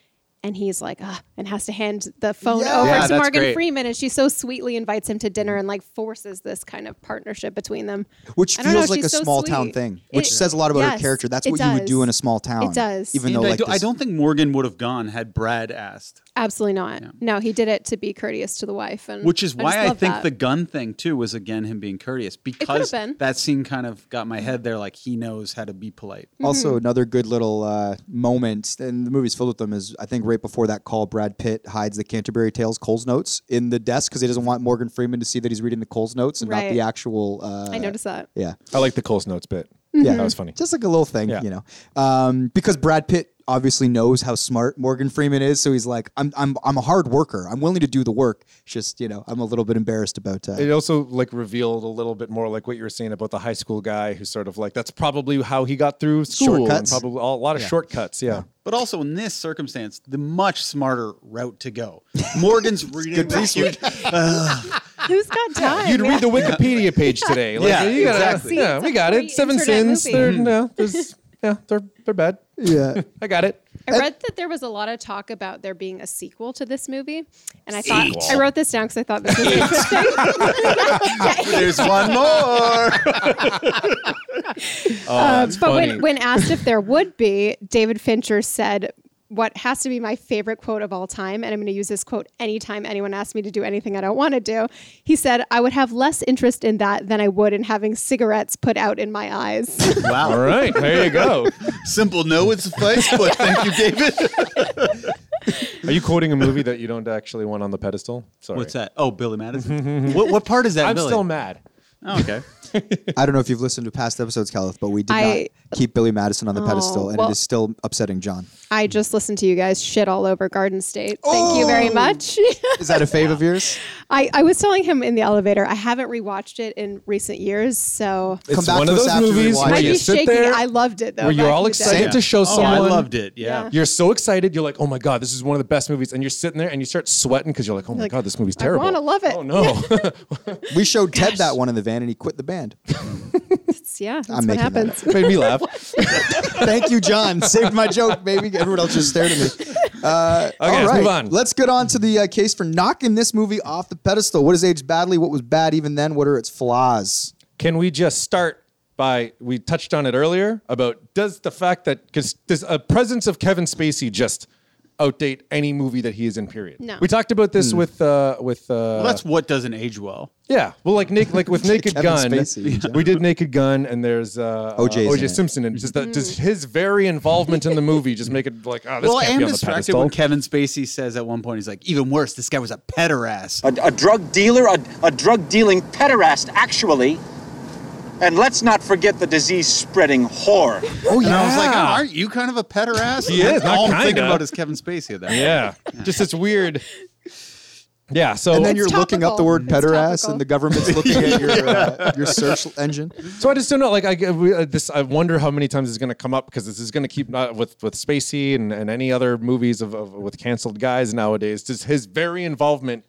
Speaker 4: and he's like, ah, and has to hand the phone
Speaker 12: Yeah.
Speaker 4: over
Speaker 12: Yeah,
Speaker 4: to
Speaker 12: that's
Speaker 4: Morgan
Speaker 12: great.
Speaker 4: Freeman. And she so sweetly invites him to dinner and like forces this kind of partnership between them.
Speaker 1: Which
Speaker 4: I don't know,
Speaker 1: feels like a
Speaker 4: she's so
Speaker 1: small town
Speaker 4: sweet.
Speaker 1: thing, which
Speaker 4: It-
Speaker 1: says a lot about her
Speaker 4: yes,
Speaker 1: character. That's
Speaker 4: it
Speaker 1: what you would do
Speaker 4: does.
Speaker 1: in a small town.
Speaker 4: It does.
Speaker 1: Even
Speaker 3: And
Speaker 1: though
Speaker 3: I,
Speaker 1: like
Speaker 3: do, I
Speaker 1: this-
Speaker 3: don't think Morgan would have gone had Brad asked.
Speaker 4: Absolutely not. No, he did it to be courteous to the wife. And
Speaker 3: Which is
Speaker 4: Mm. I
Speaker 3: why
Speaker 4: just
Speaker 3: I,
Speaker 4: love
Speaker 3: think
Speaker 4: that.
Speaker 3: the gun thing too was again him being courteous because
Speaker 4: been.
Speaker 3: that scene kind of got my head there like he knows how to be polite.
Speaker 4: Mm-hmm.
Speaker 1: Also, another good little uh, moment, and the movie's filled with them, is I think right before that call, Brad Pitt hides the Canterbury Tales Cole's notes in the desk because he doesn't want Morgan Freeman to see that he's reading the Cole's notes and not
Speaker 4: Right.
Speaker 1: the actual. Uh,
Speaker 4: I noticed that.
Speaker 1: Yeah.
Speaker 5: I like the Cole's notes bit.
Speaker 1: Yeah.
Speaker 5: That was funny.
Speaker 1: Just like a little thing, you know. Um, because Brad Pitt obviously knows how smart Morgan Freeman is, so he's like, I'm, I'm, I'm a hard worker. I'm willing to do the work. It's just, you know, I'm a little bit embarrassed about uh,
Speaker 5: It also like revealed a little bit more like what you were saying about the high school guy who's sort of like that's probably how he got through school
Speaker 1: Shortcuts.
Speaker 5: and probably a lot of
Speaker 3: Yeah.
Speaker 5: shortcuts. Yeah.
Speaker 3: But also in this circumstance, the much smarter route to
Speaker 1: (laughs)
Speaker 3: go. Morgan's reading the huge, Ugh.
Speaker 1: (laughs)
Speaker 4: Who's got time?
Speaker 5: You'd read the
Speaker 4: man?
Speaker 5: Wikipedia page today. Like,
Speaker 3: Yeah,
Speaker 5: you gotta-
Speaker 3: exactly.
Speaker 5: Yeah,
Speaker 4: It's
Speaker 5: we
Speaker 4: a
Speaker 5: got
Speaker 4: free
Speaker 5: it. Seven
Speaker 4: internet
Speaker 5: sins.
Speaker 4: movie.
Speaker 5: They're, no, there's, yeah, they're they're bad.
Speaker 4: (laughs)
Speaker 1: Yeah,
Speaker 5: I got it.
Speaker 4: I read that there was a lot of talk about there being a sequel to this movie, and I thought
Speaker 5: Sequel.
Speaker 4: I wrote this down because I thought this was interesting.
Speaker 3: There's one more.
Speaker 4: Uh, but when when asked if there would be, David Fincher said. What has to be my favorite quote of all time, and I'm going to use this quote anytime anyone asks me to do anything I don't want to do. He said, I would have less interest in that than I would in having cigarettes put out in my eyes. (laughs)
Speaker 3: Wow.
Speaker 5: All right, there you go.
Speaker 3: Simple no would suffice, but thank you, David.
Speaker 5: Are you quoting a movie that you don't actually want on the pedestal? Sorry.
Speaker 3: (laughs) What's that? Oh, Billy Madison. what, what part is
Speaker 5: (laughs)
Speaker 3: that?
Speaker 5: I'm
Speaker 3: Billy?
Speaker 5: still mad.
Speaker 3: Oh, okay.
Speaker 1: I don't know if you've listened to past episodes, Caliph, but we did
Speaker 4: I-
Speaker 1: not keep Billy Madison on the
Speaker 4: Oh,
Speaker 1: pedestal, and
Speaker 4: well-
Speaker 1: it is still upsetting John.
Speaker 4: I just listened to you guys shit all over Garden State. Thank you very
Speaker 1: Oh.
Speaker 4: much. (laughs)
Speaker 1: Is that a fave of yours?
Speaker 4: I, I was telling him in the elevator, I haven't rewatched it in recent years, so
Speaker 5: It's Come back one to of us those after we movies watch where
Speaker 4: I'd
Speaker 5: it. you
Speaker 4: be
Speaker 5: sit
Speaker 4: shaking.
Speaker 5: there,
Speaker 4: I loved it though.
Speaker 5: Where you're
Speaker 4: back
Speaker 5: all
Speaker 4: in the day.
Speaker 5: excited to show
Speaker 3: Oh,
Speaker 5: someone.
Speaker 3: I loved it. Yeah.
Speaker 5: You're so excited. You're like, oh my God, this is one of the best movies. And you're sitting there and you start sweating because you're like, oh my
Speaker 4: Like,
Speaker 5: God, this movie's
Speaker 4: I
Speaker 5: terrible.
Speaker 4: want to love it.
Speaker 5: Oh
Speaker 4: (laughs)
Speaker 5: no.
Speaker 1: We showed Ted that one in the van, and he quit the band.
Speaker 4: It's- yeah, that's
Speaker 1: I'm
Speaker 4: what
Speaker 1: making that
Speaker 4: happens.
Speaker 1: up.
Speaker 5: Made me
Speaker 4: (laughs)
Speaker 5: laugh.
Speaker 1: Thank you, John. Saved my joke, baby. Everyone else just stared at me. Uh,
Speaker 5: Okay,
Speaker 1: all
Speaker 5: let's
Speaker 1: right.
Speaker 5: move on.
Speaker 1: Let's get on to the uh, case for knocking this movie off the pedestal. What has aged badly? What was bad even then? What are its flaws?
Speaker 5: Can we just start by we touched on it earlier about does the fact that because does a presence of Kevin Spacey just outdate any movie that he is in? Period.
Speaker 4: No.
Speaker 5: We talked about
Speaker 1: Hmm.
Speaker 5: this with uh with uh.
Speaker 3: Well, that's what doesn't age well.
Speaker 5: yeah, well, like Nick,
Speaker 1: (laughs)
Speaker 5: like with Naked
Speaker 1: Kevin
Speaker 5: Gun,
Speaker 1: Spacey in
Speaker 5: we did Naked Gun, and there's uh,
Speaker 1: OJ's
Speaker 5: uh,
Speaker 1: in
Speaker 5: OJ
Speaker 1: it.
Speaker 5: Simpson, and just that, does his very involvement in the movie just make it like, oh, this
Speaker 3: well, I
Speaker 5: can't
Speaker 3: am
Speaker 5: be on the
Speaker 3: distracted
Speaker 5: pedestal.
Speaker 3: when Kevin Spacey says at one point, he's like, even worse, this guy was a pederast.
Speaker 10: A, a drug dealer, a, a drug dealing pederast, actually. And let's not forget the disease spreading whore.
Speaker 1: Oh
Speaker 3: And I was like, oh,
Speaker 5: Yeah.
Speaker 3: aren't you kind of a pederast?
Speaker 5: He is, not
Speaker 3: All I'm
Speaker 5: kinda.
Speaker 3: thinking about is Kevin Spacey at that
Speaker 1: (laughs)
Speaker 5: yeah, just this weird. Yeah, so
Speaker 1: and then you're looking up the
Speaker 4: topical.
Speaker 1: word
Speaker 4: It's
Speaker 1: "pederass,"
Speaker 4: topical.
Speaker 1: and the
Speaker 4: (laughs)
Speaker 1: government's looking at your uh, your search engine.
Speaker 5: So I just don't know. Like I we, uh, this, I wonder how many times it's going to come up because this is going to keep not with with Spacey and, and any other movies of, of with canceled guys nowadays. Does his very involvement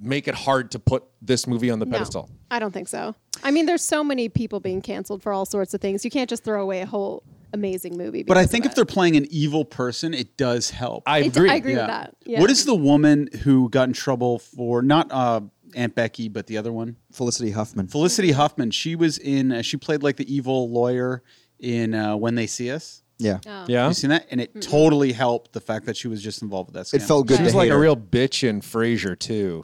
Speaker 5: make it hard to put this movie on the
Speaker 4: No,
Speaker 5: pedestal?
Speaker 4: I don't think so. I mean, there's so many people being canceled for all sorts of things. You can't just throw away a whole amazing movie.
Speaker 3: But I
Speaker 4: because
Speaker 3: think
Speaker 4: of
Speaker 3: if they're playing an evil person, it does help.
Speaker 5: I
Speaker 4: it.
Speaker 5: agree.
Speaker 4: I agree with that. Yeah.
Speaker 3: What is the woman who got in trouble for not uh, Aunt Becky, but the other one?
Speaker 1: Felicity Huffman.
Speaker 3: Felicity Huffman. She was in. Uh, she played like the evil lawyer in uh, When They See Us.
Speaker 1: Yeah,
Speaker 4: Oh.
Speaker 5: Yeah,
Speaker 3: You seen that? And it totally helped the fact that she was just involved with that.
Speaker 1: it
Speaker 3: scam.
Speaker 1: felt good.
Speaker 5: she was
Speaker 1: to
Speaker 5: like
Speaker 1: hate
Speaker 5: a
Speaker 1: her.
Speaker 5: real bitch in Frasier
Speaker 4: (laughs)
Speaker 5: too.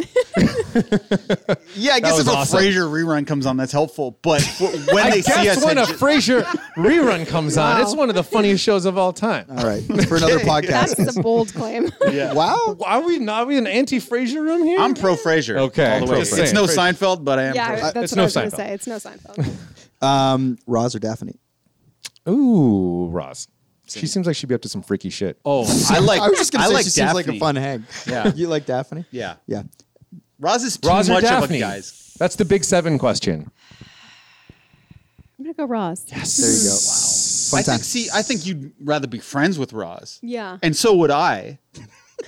Speaker 3: Yeah, I guess
Speaker 5: was
Speaker 3: if a
Speaker 5: awesome.
Speaker 3: Frasier rerun comes on, that's helpful. (laughs) But w- when
Speaker 5: I
Speaker 3: they see
Speaker 5: guess
Speaker 3: us,
Speaker 5: when
Speaker 3: it
Speaker 5: a
Speaker 3: ju- (laughs)
Speaker 5: Frasier rerun comes on, it's
Speaker 4: Wow.
Speaker 5: one of the funniest shows of all time.
Speaker 1: All right, for another podcast.
Speaker 4: (laughs) That's a bold claim.
Speaker 1: Wow.
Speaker 5: Are we not? Are we in an anti-Frasier room here?
Speaker 3: I'm pro Frasier.
Speaker 5: Okay,
Speaker 3: all the way.
Speaker 5: pro Frasier.
Speaker 3: It's no Seinfeld, but I am. pro-
Speaker 4: yeah,
Speaker 5: it's
Speaker 4: that's what
Speaker 5: no
Speaker 4: I was going
Speaker 5: Seinfeld.
Speaker 4: to say. It's no Seinfeld.
Speaker 1: Um, Roz or Daphne?
Speaker 5: Ooh, Roz. She seems like she'd be up to some freaky shit.
Speaker 3: oh, I like.
Speaker 1: I was just gonna
Speaker 3: I
Speaker 1: say
Speaker 3: like
Speaker 1: she seems like a
Speaker 3: Daphne.
Speaker 1: fun hang.
Speaker 3: Yeah.
Speaker 1: (laughs) you like Daphne?
Speaker 3: Yeah,
Speaker 1: Yeah.
Speaker 3: Roz is too
Speaker 5: Roz or
Speaker 3: much of
Speaker 5: Daphne?
Speaker 3: a guys.
Speaker 5: That's the big seven question.
Speaker 4: I'm going to go Ross.
Speaker 1: There you go.
Speaker 5: Yes.
Speaker 1: Fun
Speaker 3: I
Speaker 1: time.
Speaker 3: think. See, I think you'd rather be friends with Roz.
Speaker 4: Yeah.
Speaker 3: And so would I.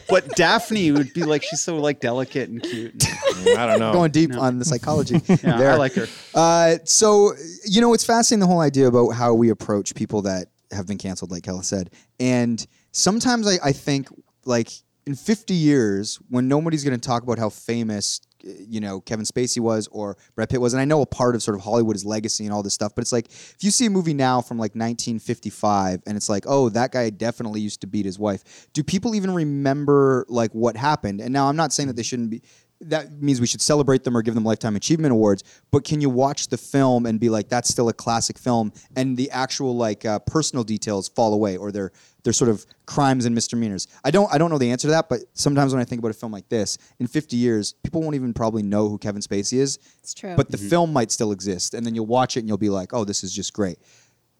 Speaker 3: But Daphne would be like she's so like delicate and cute. and-
Speaker 5: Mm, I don't know.
Speaker 1: Going deep on the psychology.
Speaker 3: Oh. (laughs) Yeah,
Speaker 1: there.
Speaker 3: I like her.
Speaker 1: Uh, so you know, it's fascinating the whole idea about how we approach people that have been canceled, like Kella said. And sometimes I, I think like in 50 years, when nobody's going to talk about how famous uh, you know Kevin Spacey was or Brad Pitt was, and I know a part of sort of Hollywood is legacy and all this stuff, but it's like if you see a movie now from like 1955 and it's like, oh, that guy definitely used to beat his wife. Do people even remember like what happened? And now I'm not saying that they shouldn't be that means we should celebrate them or give them lifetime achievement awards but can you watch the film and be like that's still a classic film and the actual like uh, personal details fall away or their their sort of crimes and misdemeanors i don't i don't know the answer to that but sometimes when i think about a film like this in 50 years people won't even probably know who kevin spacey is
Speaker 4: It's true.
Speaker 1: but the
Speaker 5: Mm-hmm.
Speaker 1: film might still exist and then you'll watch it and you'll be like oh this is just great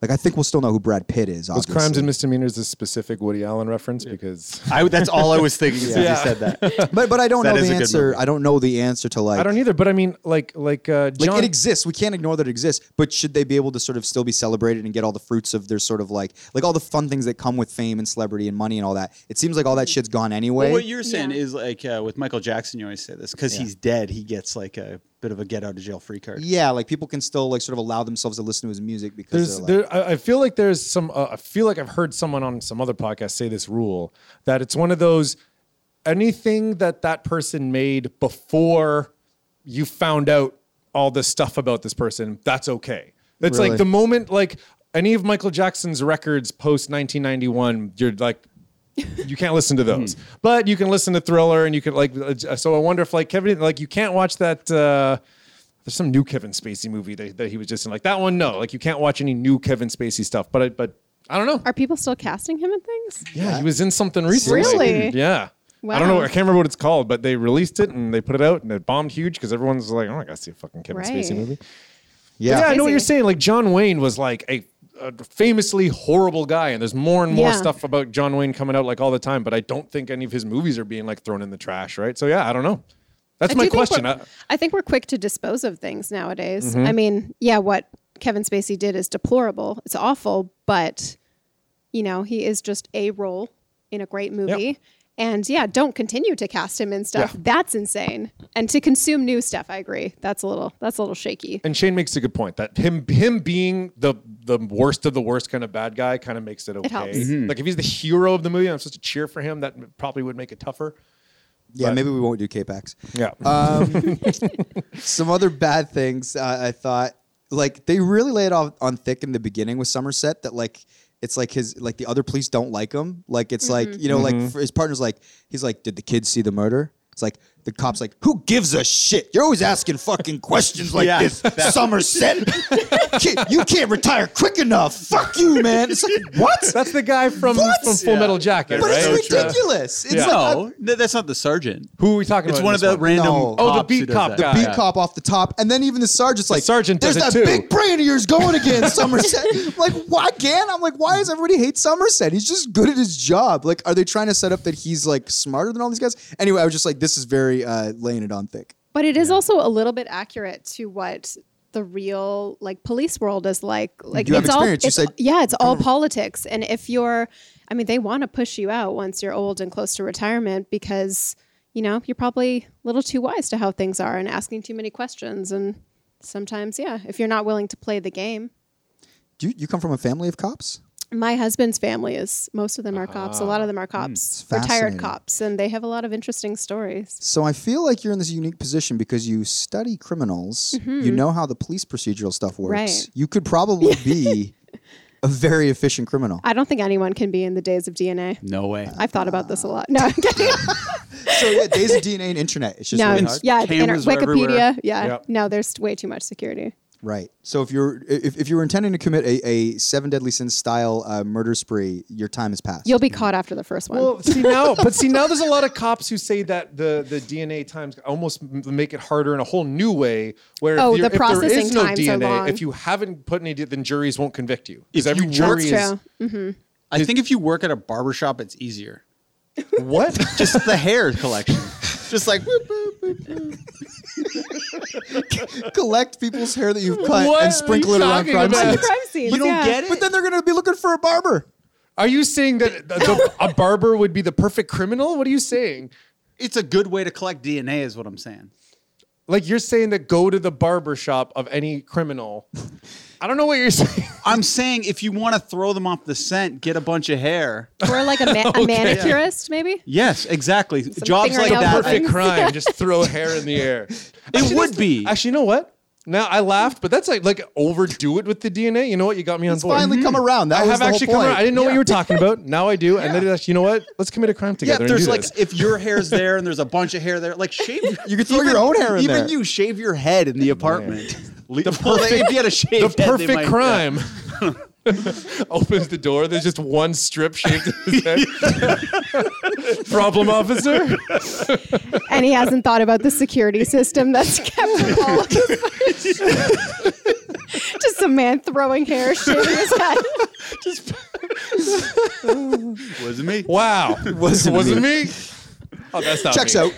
Speaker 1: like i think we'll still know who brad pitt is
Speaker 5: Was
Speaker 1: obviously. (laughs)
Speaker 5: crimes and misdemeanors a specific Woody Allen reference? Because
Speaker 3: I, that's all I was thinking as you said that.
Speaker 1: (laughs) but but i don't
Speaker 5: That
Speaker 1: know
Speaker 5: is
Speaker 1: the
Speaker 5: a good
Speaker 1: answer
Speaker 5: movie.
Speaker 1: i don't know the answer to like
Speaker 5: I don't either. But I mean, like, like, uh, John,
Speaker 1: Like it exists. We can't ignore that it exists. But should they be able to sort of still be celebrated and get all the fruits of their sort of like like all the fun things that come with fame and celebrity and money and all that? It seems like all that shit's gone anyway.
Speaker 3: Well, what you're saying is like uh, with Michael Jackson, you always say this because
Speaker 1: Yeah.
Speaker 3: he's dead. He gets like a bit of a get out of jail free card.
Speaker 1: yeah, like people can still like sort of allow themselves to listen to his music because
Speaker 5: there's
Speaker 1: they're like,
Speaker 5: there. I I feel like there's some. Uh, I feel like I've heard someone on some other podcast say this rule that it's one of those anything that that person made before you found out all the stuff about this person, that's okay. It's
Speaker 1: Really?
Speaker 5: like the moment like any of Michael Jackson's records post 1991, you're like you can't listen
Speaker 1: (laughs)
Speaker 5: to those, but you can listen to Thriller, and you can like. uh, So I wonder if like Kevin, like you can't watch that. Uh, there's some new Kevin Spacey movie that, that he was just in, like that one. No, like you can't watch any new Kevin Spacey stuff. But I, but I don't know.
Speaker 4: Are people still casting him in things?
Speaker 5: Yeah, he was in something recently.
Speaker 4: Really?
Speaker 5: Yeah. I don't
Speaker 4: Wow.
Speaker 5: know. I can't remember what it's called, but they released it and they put it out and it bombed huge because everyone's like, "Oh, I gotta see a fucking Kevin Spacey
Speaker 4: Right.
Speaker 5: movie." But
Speaker 1: Yeah.
Speaker 5: yeah, I know what
Speaker 4: Crazy.
Speaker 5: you're saying. Like John Wayne was like a, a famously horrible guy, and there's more and more
Speaker 4: Yeah.
Speaker 5: stuff about John Wayne coming out like all the time. But I don't think any of his movies are being like thrown in the trash, right? So yeah, I don't know. That's
Speaker 4: I
Speaker 5: my
Speaker 4: do think
Speaker 5: question.
Speaker 4: we're-
Speaker 5: I-
Speaker 4: I think we're quick to dispose of things nowadays.
Speaker 5: Mhm.
Speaker 4: I mean, yeah, what Kevin Spacey did is deplorable. It's awful, but you know, he is just a role in a great movie. And yeah, don't continue to cast him in stuff.
Speaker 5: Yeah.
Speaker 4: That's insane. And to consume new stuff, I agree. That's a little that's a little shaky.
Speaker 5: And Shane makes a good point that him him being the the worst of the worst kind of bad guy kind of makes it okay.
Speaker 4: helps.
Speaker 3: Mm-hmm.
Speaker 4: Mhm.
Speaker 5: Like if he's the hero of the movie, I'm supposed to cheer for him. That m- probably would make it tougher. Uh,
Speaker 1: yeah, maybe we won't do K-Pax.
Speaker 5: Yeah.
Speaker 1: Um, some other bad things uh, I thought, like they really lay it off on thick in the beginning with Somerset that like it's like his like the other police don't like him. Like it's like you know like
Speaker 5: Mhm.
Speaker 1: for his partner's like he's like did the kids see the murder? It's like the cops like who gives a shit? You're always asking fucking questions like
Speaker 3: Yeah,
Speaker 1: this,
Speaker 3: that-
Speaker 1: Somerset. (laughs) Kid, you can't retire quick enough. Fuck you, man. It's like what?
Speaker 3: Mm-hmm.
Speaker 5: That's the guy from,
Speaker 1: What?
Speaker 5: from Full
Speaker 1: Yeah.
Speaker 5: Metal Jacket,
Speaker 1: But
Speaker 5: right?
Speaker 1: it's ridiculous. It's
Speaker 5: Yeah.
Speaker 1: like,
Speaker 3: No, no, that's not the sergeant.
Speaker 5: Who are we talking
Speaker 3: It's
Speaker 5: about?
Speaker 3: one
Speaker 5: in
Speaker 3: of
Speaker 5: this
Speaker 3: the random.
Speaker 1: No.
Speaker 5: Oh, the
Speaker 3: cops who
Speaker 5: beat
Speaker 3: does
Speaker 5: cop
Speaker 3: that.
Speaker 5: guy.
Speaker 1: beat
Speaker 5: Yeah.
Speaker 1: cop off the top, and then even the sergeant's like,
Speaker 5: sergeant
Speaker 1: there's
Speaker 5: does
Speaker 1: that
Speaker 5: it too."
Speaker 1: big brain of yours going
Speaker 5: (laughs)
Speaker 1: again, Somerset. like, why again? I'm like, why does everybody hate Somerset? He's just good at his job. Like, are they trying to set up that he's like smarter than all these guys? Anyway, I was just like, this is very uh, laying it on thick.
Speaker 4: But it is also a little bit accurate to what the real like police world is like. Like
Speaker 1: You have
Speaker 4: it's all
Speaker 1: experience. You
Speaker 4: it's-
Speaker 1: said-
Speaker 4: yeah, it's all politics. And if you're, I mean, they want to push you out once you're old and close to retirement because you know you're probably a little too wise to how things are and asking too many questions. And sometimes, yeah, if you're not willing to play the game,
Speaker 1: Do you, you come from a family of cops?
Speaker 4: my husband's family is most of them are cops. A lot of them are cops,
Speaker 1: Ah.
Speaker 4: retired
Speaker 1: Hmm. fascinating.
Speaker 4: cops, and they have a lot of interesting stories.
Speaker 1: So I feel like you're in this unique position because you study criminals, you know how the police procedural stuff works.
Speaker 4: Mm-hmm. Right.
Speaker 1: You could probably
Speaker 4: (laughs)
Speaker 1: be a very efficient criminal.
Speaker 4: I don't think anyone can be in the days of DNA.
Speaker 3: No way.
Speaker 4: I've thought about this a lot. No, I'm kidding.
Speaker 1: So yeah, days of DNA and internet. It's just
Speaker 4: no,
Speaker 1: really
Speaker 4: it's-
Speaker 1: hard.
Speaker 4: yeah, it's inter-
Speaker 3: Cameras are everywhere.
Speaker 4: Wikipedia. Yeah,
Speaker 5: Yep.
Speaker 4: no, there's way too much security.
Speaker 1: Right. So if you're if, if you're intending to commit a, a seven deadly sins style uh, murder spree, your time has passed.
Speaker 4: You'll be caught after the first one.
Speaker 5: Well, see now, but see now, there's a lot of cops who say that the the DNA times almost m- make it harder in a whole new way. Where
Speaker 4: Oh,
Speaker 5: if, you're-
Speaker 4: the
Speaker 5: if there
Speaker 4: processing
Speaker 5: is no
Speaker 4: times are
Speaker 5: DNA,
Speaker 4: long.
Speaker 5: if you haven't put any, then juries won't convict you.
Speaker 3: If
Speaker 5: Because every
Speaker 3: you work-
Speaker 5: jury
Speaker 4: That's
Speaker 5: is
Speaker 4: true. hmm
Speaker 3: I think if you work at a barber shop, it's easier.
Speaker 5: what?
Speaker 3: (laughs) Just the hair collection. Just like whoop, whoop, whoop.
Speaker 1: collect people's hair that you've cut
Speaker 5: What are
Speaker 1: and sprinkle
Speaker 5: you
Speaker 1: it around
Speaker 5: talking
Speaker 1: crime
Speaker 5: about?
Speaker 1: scenes.
Speaker 4: crime Queens,
Speaker 5: You don't
Speaker 4: yeah.
Speaker 5: get it?
Speaker 1: But then they're going to be looking for a barber.
Speaker 5: Are you saying that the, the, a barber would be the perfect criminal? What are you saying?
Speaker 9: It's a good way to collect DNA, is what I'm
Speaker 3: (laughs)
Speaker 9: saying.
Speaker 5: Like you're saying that go to the barber shop of any criminal. I don't know what you're (laughs) saying.
Speaker 9: I'm saying if you want to throw them off the scent, get a bunch of hair.
Speaker 4: Or like
Speaker 5: (laughs)
Speaker 4: a, ma- a
Speaker 9: Okay.
Speaker 4: manicurist, maybe.
Speaker 9: Yes, exactly. Jobs like
Speaker 4: figuring out
Speaker 9: that.
Speaker 4: perfect
Speaker 5: crime. Just throw hair in the (laughs) air.
Speaker 9: It would be.
Speaker 5: Actually, you know what? Now I laughed, but that's like like overdo it with the DNA. You know what? You got me on
Speaker 1: It's
Speaker 5: board.
Speaker 1: finally come around. That
Speaker 5: I
Speaker 1: was
Speaker 5: have
Speaker 1: the whole
Speaker 5: actually
Speaker 1: point.
Speaker 5: come around. I didn't know what you were talking about. Now I do. And then it's, you know what? Let's commit a crime
Speaker 9: Yeah,
Speaker 5: together. and
Speaker 9: there's
Speaker 5: do
Speaker 9: like
Speaker 5: this.
Speaker 9: if your hair's there and there's a bunch of hair there, like shave.
Speaker 1: (laughs) You could throw your own hair in
Speaker 9: even
Speaker 1: there.
Speaker 9: you shave your head in the apartment. (laughs) Le-
Speaker 5: The
Speaker 9: well, they-
Speaker 5: perfect-
Speaker 9: if you had a shaved
Speaker 5: the
Speaker 9: head, they
Speaker 5: perfect
Speaker 9: might- yeah.
Speaker 5: crime. (laughs) Opens the door. There's just one strip shaved in his head. (laughs) Problem officer.
Speaker 4: And he hasn't thought about the security system that's kept him all of his
Speaker 5: (laughs)
Speaker 4: (laughs) Just a man throwing hair, shaving his head.
Speaker 9: Wasn't me.
Speaker 5: Wow.
Speaker 1: (laughs) Wasn't
Speaker 5: me. Oh, that's not
Speaker 1: Checks
Speaker 5: me.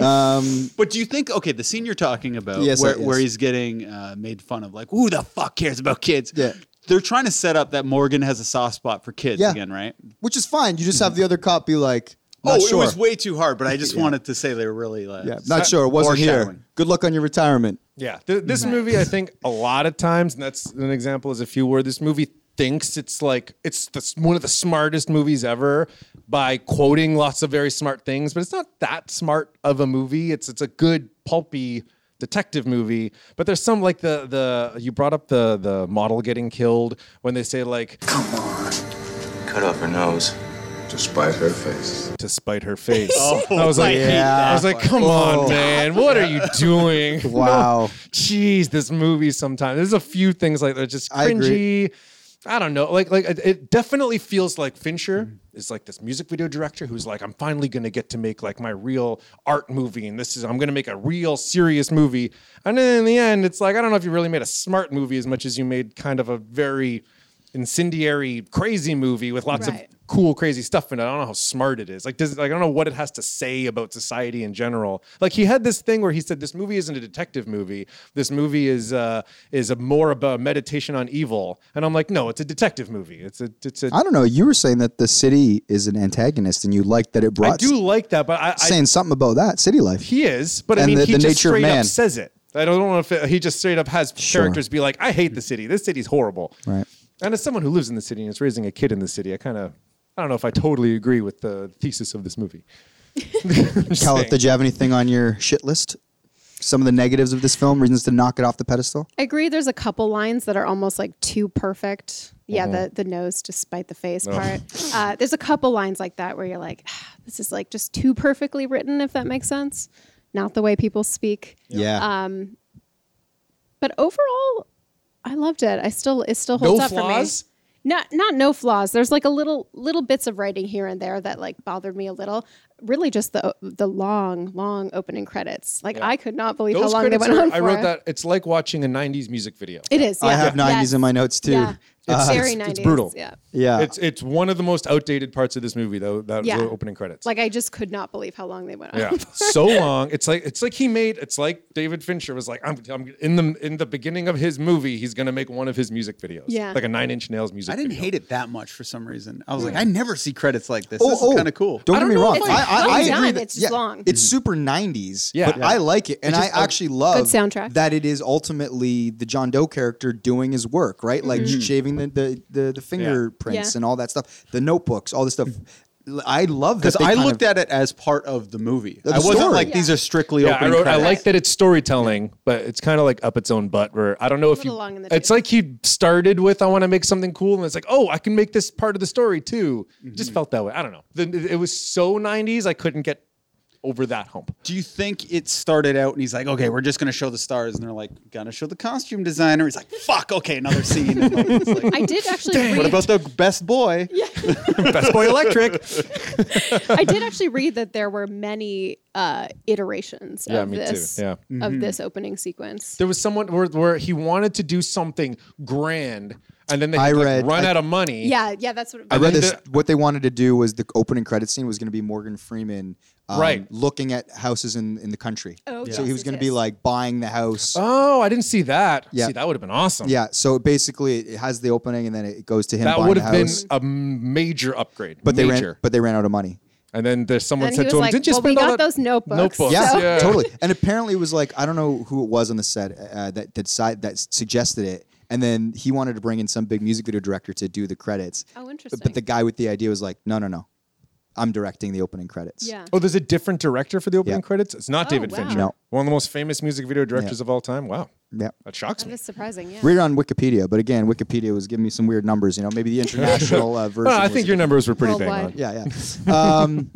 Speaker 1: out. Um,
Speaker 9: But do you think okay, the scene you're talking about,
Speaker 1: Yes,
Speaker 9: where,
Speaker 1: yes.
Speaker 9: where he's getting uh, made fun of, like who the fuck cares about kids?
Speaker 1: Yeah.
Speaker 9: They're trying to set up that Morgan has a soft spot for kids
Speaker 1: Yeah.
Speaker 9: again, right?
Speaker 1: which is fine. You just have the other cop be like, not
Speaker 9: oh,
Speaker 1: sure.
Speaker 9: it was way too hard, but I
Speaker 1: (laughs)
Speaker 9: just wanted to say they were really uh,
Speaker 1: yeah, not sure. It wasn't here.
Speaker 9: foreshadowing.
Speaker 1: Good luck on your (laughs) retirement.
Speaker 5: Yeah, Th- this movie, I think, a lot of times, and that's an example is a few where this movie thinks it's like it's the, s- one of the smartest movies ever by quoting lots of very smart things, but it's not that smart of a movie. It's it's a good pulpy detective movie, but there's some like the the you brought up the the model getting killed when they say like
Speaker 11: Cut off her nose. Despite her face.
Speaker 5: to spite her face. I was like,
Speaker 9: I hate
Speaker 5: I was
Speaker 9: that
Speaker 5: like, come
Speaker 1: Oh.
Speaker 5: on, man, what are you doing?
Speaker 1: Wow.
Speaker 5: Jeez, this movie sometimes. There's a few things like that just
Speaker 1: I agree.
Speaker 5: cringy. I, don't know. Like, like it- it definitely feels like Fincher
Speaker 1: Mm-hmm.
Speaker 5: is like this music video director who's like, I'm finally gonna get to make like my real art movie, and this is I'm gonna make a real serious movie. And then in the end, it's like I don't know if you really made a smart movie as much as you made kind of a very incendiary, crazy movie with lots
Speaker 4: Right.
Speaker 5: of cool, crazy stuff in it. I don't know how smart it is. Like, does like I don't know what it has to say about society in general. Like he had this thing where he said this movie isn't a detective movie. This movie is uh is a more about meditation on evil. And I'm like, no, it's a detective movie. It's a it's a
Speaker 1: I don't know. You were saying that the city is an antagonist, and you liked that it
Speaker 5: I
Speaker 1: brought
Speaker 5: do like that, but I, I
Speaker 1: saying something about that city life.
Speaker 5: he is, but I
Speaker 1: And
Speaker 5: mean
Speaker 1: the-
Speaker 5: he
Speaker 1: the
Speaker 5: just
Speaker 1: nature of
Speaker 5: straight
Speaker 1: man.
Speaker 5: up says it. I don't know if it- he just straight up has
Speaker 1: Sure.
Speaker 5: characters be like, I hate the city. This city's horrible.
Speaker 1: Right.
Speaker 5: And as someone who lives in the city and is raising a kid in the city, I kind of I don't know if I totally agree with the thesis of this movie. (laughs)
Speaker 1: Cal, did you have anything on your shit list? Some of the negatives of this film, reasons to knock it off the pedestal.
Speaker 4: I agree. There's a couple lines that are almost like too perfect. Yeah,
Speaker 5: Mm-hmm.
Speaker 4: the the nose despite the face part.
Speaker 5: (laughs)
Speaker 4: Uh, there's a couple lines like that where you're like, (sighs) "Ah, this is like just too perfectly written. If that makes sense, not the way people speak.
Speaker 1: Yeah,
Speaker 4: Um, but overall, I loved it. I still it still
Speaker 5: No
Speaker 4: holds up
Speaker 5: flaws?
Speaker 4: for me. Not not no flaws. There's like a little little bits of writing here and there that like bothered me a little. Really, just the the long long opening credits. Like I could not believe how long they
Speaker 5: credits
Speaker 4: went
Speaker 5: are-
Speaker 4: on. For.
Speaker 5: I wrote that it's like watching a '90s music video.
Speaker 4: It is. Yeah.
Speaker 1: I have '90s
Speaker 4: Yes.
Speaker 1: in my notes too.
Speaker 4: Yeah.
Speaker 1: Uh,
Speaker 4: It's very
Speaker 5: it's-
Speaker 4: 90s.
Speaker 5: it's brutal.
Speaker 4: Yeah.
Speaker 1: yeah.
Speaker 5: It's it's one of the most outdated parts of this movie, though. That
Speaker 4: Yeah.
Speaker 5: the opening credits.
Speaker 4: Like I just could not believe how long they went on.
Speaker 5: yeah, so long. It's like it's like he made. It's like David Fincher was like, I'm, I'm in the in the beginning of his movie. He's gonna make one of his music videos.
Speaker 4: Yeah.
Speaker 5: like a Nine Inch Nails music.
Speaker 9: I didn't
Speaker 5: video.
Speaker 9: hate it that much for some reason. I was
Speaker 5: Hmm.
Speaker 9: like, I never see credits like this. this
Speaker 1: oh.
Speaker 9: is kind of cool.
Speaker 1: Don't get me wrong.
Speaker 4: if
Speaker 1: I,
Speaker 4: it's
Speaker 1: I, I
Speaker 4: well
Speaker 1: agree
Speaker 4: done,
Speaker 1: that-
Speaker 4: it's just
Speaker 1: yeah,
Speaker 4: long.
Speaker 1: It's super '90s.
Speaker 5: Yeah.
Speaker 1: but I like it, and I actually love
Speaker 4: Good soundtrack.
Speaker 1: that it is ultimately the John Doe character doing his work, right? Like shaving the the the, the fingerprints
Speaker 4: Mm-hmm. Yeah.
Speaker 1: and all that stuff, the notebooks, all this stuff. L- I love that
Speaker 9: Because
Speaker 1: they
Speaker 9: I
Speaker 1: kind
Speaker 9: looked
Speaker 1: of-
Speaker 9: at it as part of the movie.
Speaker 1: Of the
Speaker 9: I wasn't
Speaker 1: story.
Speaker 9: like these
Speaker 4: Yeah.
Speaker 9: are strictly
Speaker 5: Yeah, I,
Speaker 9: opening
Speaker 5: wrote, I
Speaker 9: credits.
Speaker 5: like that it's storytelling, but it's kind of like up its own butt. Where I don't know if you,
Speaker 4: little long in the
Speaker 5: it's
Speaker 4: tooth.
Speaker 5: like he started with I want to make something cool, and it's like oh I can make this part of the story too.
Speaker 1: Mm-hmm.
Speaker 5: Just felt that way. I don't know. The, it was so '90s. I couldn't get over that hump.
Speaker 9: Do you think it started out and he's like, okay, we're just going to show the stars? And they're like, gonna show the costume designer. He's like, fuck, okay, another scene. And, like, it's like,
Speaker 4: (laughs) I did actually read
Speaker 9: what about the best boy? (laughs)
Speaker 5: Best Boy Electric.
Speaker 4: (laughs) I did actually read that there were many uh, iterations
Speaker 5: Yeah,
Speaker 4: of
Speaker 5: me too.
Speaker 4: this
Speaker 5: Yeah.
Speaker 4: of
Speaker 1: Mm-hmm.
Speaker 4: this opening sequence.
Speaker 5: There was someone where, where he wanted to do something grand, and then they
Speaker 1: I
Speaker 5: had, like,
Speaker 1: read-
Speaker 5: run
Speaker 1: I-
Speaker 5: out of money.
Speaker 4: yeah, yeah, that's what
Speaker 1: I read this.
Speaker 5: the-
Speaker 1: what they wanted to do was the opening credit scene was going to be Morgan Freeman um,
Speaker 5: Right.
Speaker 1: looking at houses in, in the country.
Speaker 5: Oh,
Speaker 1: so
Speaker 5: yes,
Speaker 1: he was
Speaker 5: it
Speaker 1: going to be
Speaker 5: is.
Speaker 1: like buying the house.
Speaker 5: Oh, I didn't see that.
Speaker 1: Yeah.
Speaker 5: See, that would have been awesome.
Speaker 1: Yeah. So basically, it has the opening, and then it goes to him.
Speaker 5: That
Speaker 1: buying
Speaker 5: would
Speaker 1: the
Speaker 5: have been
Speaker 1: house.
Speaker 5: a major upgrade.
Speaker 1: But they
Speaker 5: major.
Speaker 1: ran, but they ran out of
Speaker 5: (laughs)
Speaker 1: money.
Speaker 5: And then there's someone
Speaker 4: And he
Speaker 5: said
Speaker 4: was
Speaker 5: to him,
Speaker 4: like,
Speaker 5: "Didn't you
Speaker 4: "Well, we
Speaker 5: spend all
Speaker 4: got
Speaker 5: that?"
Speaker 4: those notebooks."
Speaker 5: Notebooks.
Speaker 1: Yeah,
Speaker 5: So- Yeah.
Speaker 1: totally. And apparently, it was like I don't know who it was on the set uh, that that, side, that suggested it, and then he wanted to bring in some big music video director to do the credits.
Speaker 4: Oh, interesting.
Speaker 1: But, but the guy with the idea was like, no, no, no, I'm directing the opening credits.
Speaker 4: Yeah.
Speaker 5: Oh, there's a different director for the opening credits. It's not
Speaker 4: Oh,
Speaker 5: David
Speaker 4: wow.
Speaker 5: Fincher.
Speaker 1: No.
Speaker 5: One of the most famous music video directors of all time. Wow.
Speaker 1: Yeah.
Speaker 5: That shocks
Speaker 4: That
Speaker 5: me.
Speaker 4: is surprising. Yeah.
Speaker 1: Read it on Wikipedia, but again, Wikipedia was giving me some weird numbers. You know,
Speaker 5: (laughs)
Speaker 1: maybe the international uh, version.
Speaker 5: Well, I
Speaker 1: was
Speaker 5: think your numbers were pretty bang
Speaker 4: Worldwide.
Speaker 5: on.
Speaker 1: Yeah, yeah. Um,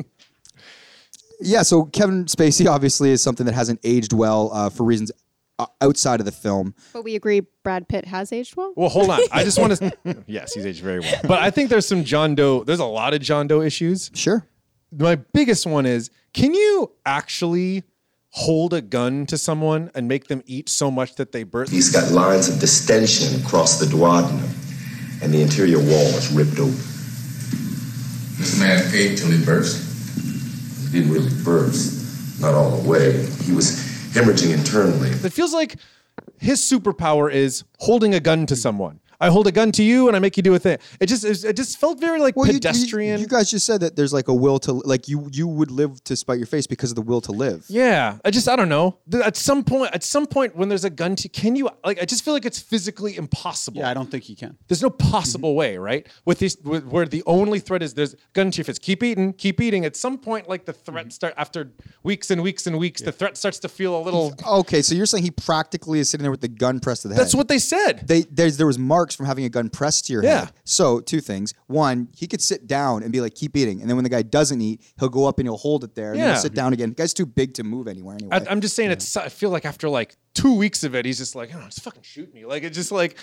Speaker 1: (laughs) yeah, so Kevin Spacey obviously is something that hasn't aged well uh, for reasons o- outside of the film.
Speaker 4: But we agree Brad Pitt has aged well.
Speaker 5: Well, hold on. I just want (laughs) to. yes, he's aged very well. But I think there's some John Doe. There's a lot of John Doe issues.
Speaker 1: Sure.
Speaker 5: My biggest one is can you actually hold a gun to someone and make them eat so much that they burst?
Speaker 13: He's got lines of distension across the duodenum, and the interior wall is ripped open.
Speaker 7: This man ate till he burst. He didn't really burst, not all the way. He was hemorrhaging internally.
Speaker 5: It feels like his superpower is holding a gun to someone. I hold a gun to you and I make you do a thing. It just it just felt very like
Speaker 1: Well, you- you-
Speaker 5: pedestrian.
Speaker 1: You, guys just said that there's like a will to like you you would live to spite your face because of the will to live.
Speaker 5: Yeah, I just I don't know. Th- At some point, at some point when there's a gun to, can you like? I just feel like it's physically impossible.
Speaker 9: Yeah, I don't think you
Speaker 5: (laughs)
Speaker 9: can.
Speaker 5: There's no possible
Speaker 1: Mm-hmm.
Speaker 5: way, right? With these, with, where the only threat is there's gun to your fist. Keep eating, keep eating. At some point, like the threat
Speaker 1: Mm-hmm.
Speaker 5: start after weeks and weeks and weeks, the threat starts to feel a little.
Speaker 1: Okay, so you're saying he practically is sitting there with the gun pressed to the head.
Speaker 5: That's what they said.
Speaker 1: They there's there was marks from having a gun pressed to your
Speaker 5: Yeah.
Speaker 1: head. So two things: one, he could sit down and be like, "Keep eating," and then when the guy doesn't eat, he'll go up and he'll hold it there, and then
Speaker 5: Yeah.
Speaker 1: he'll sit down again. The guy's too big to move anywhere anyway.
Speaker 5: I, I'm just saying, it's. I feel like after like two weeks of it, he's just like, I don't know, just fucking shoot me. Like it's just like.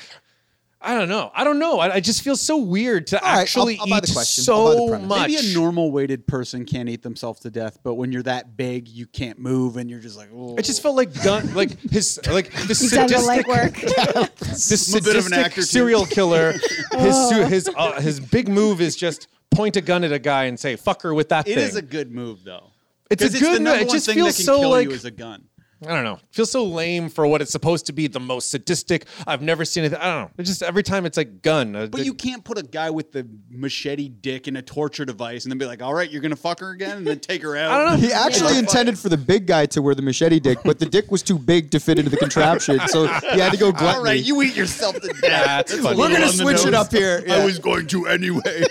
Speaker 5: I don't know. I don't know. I, I just feel so weird to
Speaker 1: I'll-
Speaker 5: actually
Speaker 1: I'll buy the
Speaker 5: eat
Speaker 1: question. I'll buy the
Speaker 5: so
Speaker 1: premise.
Speaker 5: much.
Speaker 9: Maybe a normal weighted person can't eat themselves to death, but when you're that big, you can't move, and you're just like, oh.
Speaker 5: I just felt like gun, like his, like the
Speaker 4: He's done the
Speaker 5: sadistic,
Speaker 1: (laughs)
Speaker 4: legwork.
Speaker 5: the
Speaker 9: I'm a bit of an
Speaker 5: sadistic
Speaker 9: actor, too.
Speaker 5: serial killer. His su-
Speaker 4: Oh.
Speaker 5: his uh, his big move is just point a gun at a guy and say "fucker" with that
Speaker 9: It
Speaker 5: thing.
Speaker 9: is a good move though.
Speaker 5: It's a
Speaker 9: 'Cause
Speaker 5: good
Speaker 9: the number
Speaker 5: move. It
Speaker 9: one
Speaker 5: just
Speaker 9: thing that
Speaker 5: feels
Speaker 9: can
Speaker 5: so,
Speaker 9: kill
Speaker 5: like-
Speaker 9: you is a gun.
Speaker 5: I don't know. Feels so lame for what it's supposed to be. The most sadistic. I've never seen anything. I don't know. It's just every time it's like gun. uh,
Speaker 9: But you can't put a guy with the machete dick in a torture device and then be like, "All right, you're gonna fuck her again," and then take her out.
Speaker 5: I don't know.
Speaker 1: He actually intended for the big guy to wear the machete dick, but the dick was too big to fit into the contraption, so he had to
Speaker 5: (laughs)
Speaker 1: go gluttony.
Speaker 9: All right, you eat yourself to death.
Speaker 5: That's funny.
Speaker 1: We're gonna switch it up here. Yeah.
Speaker 9: going to anyway.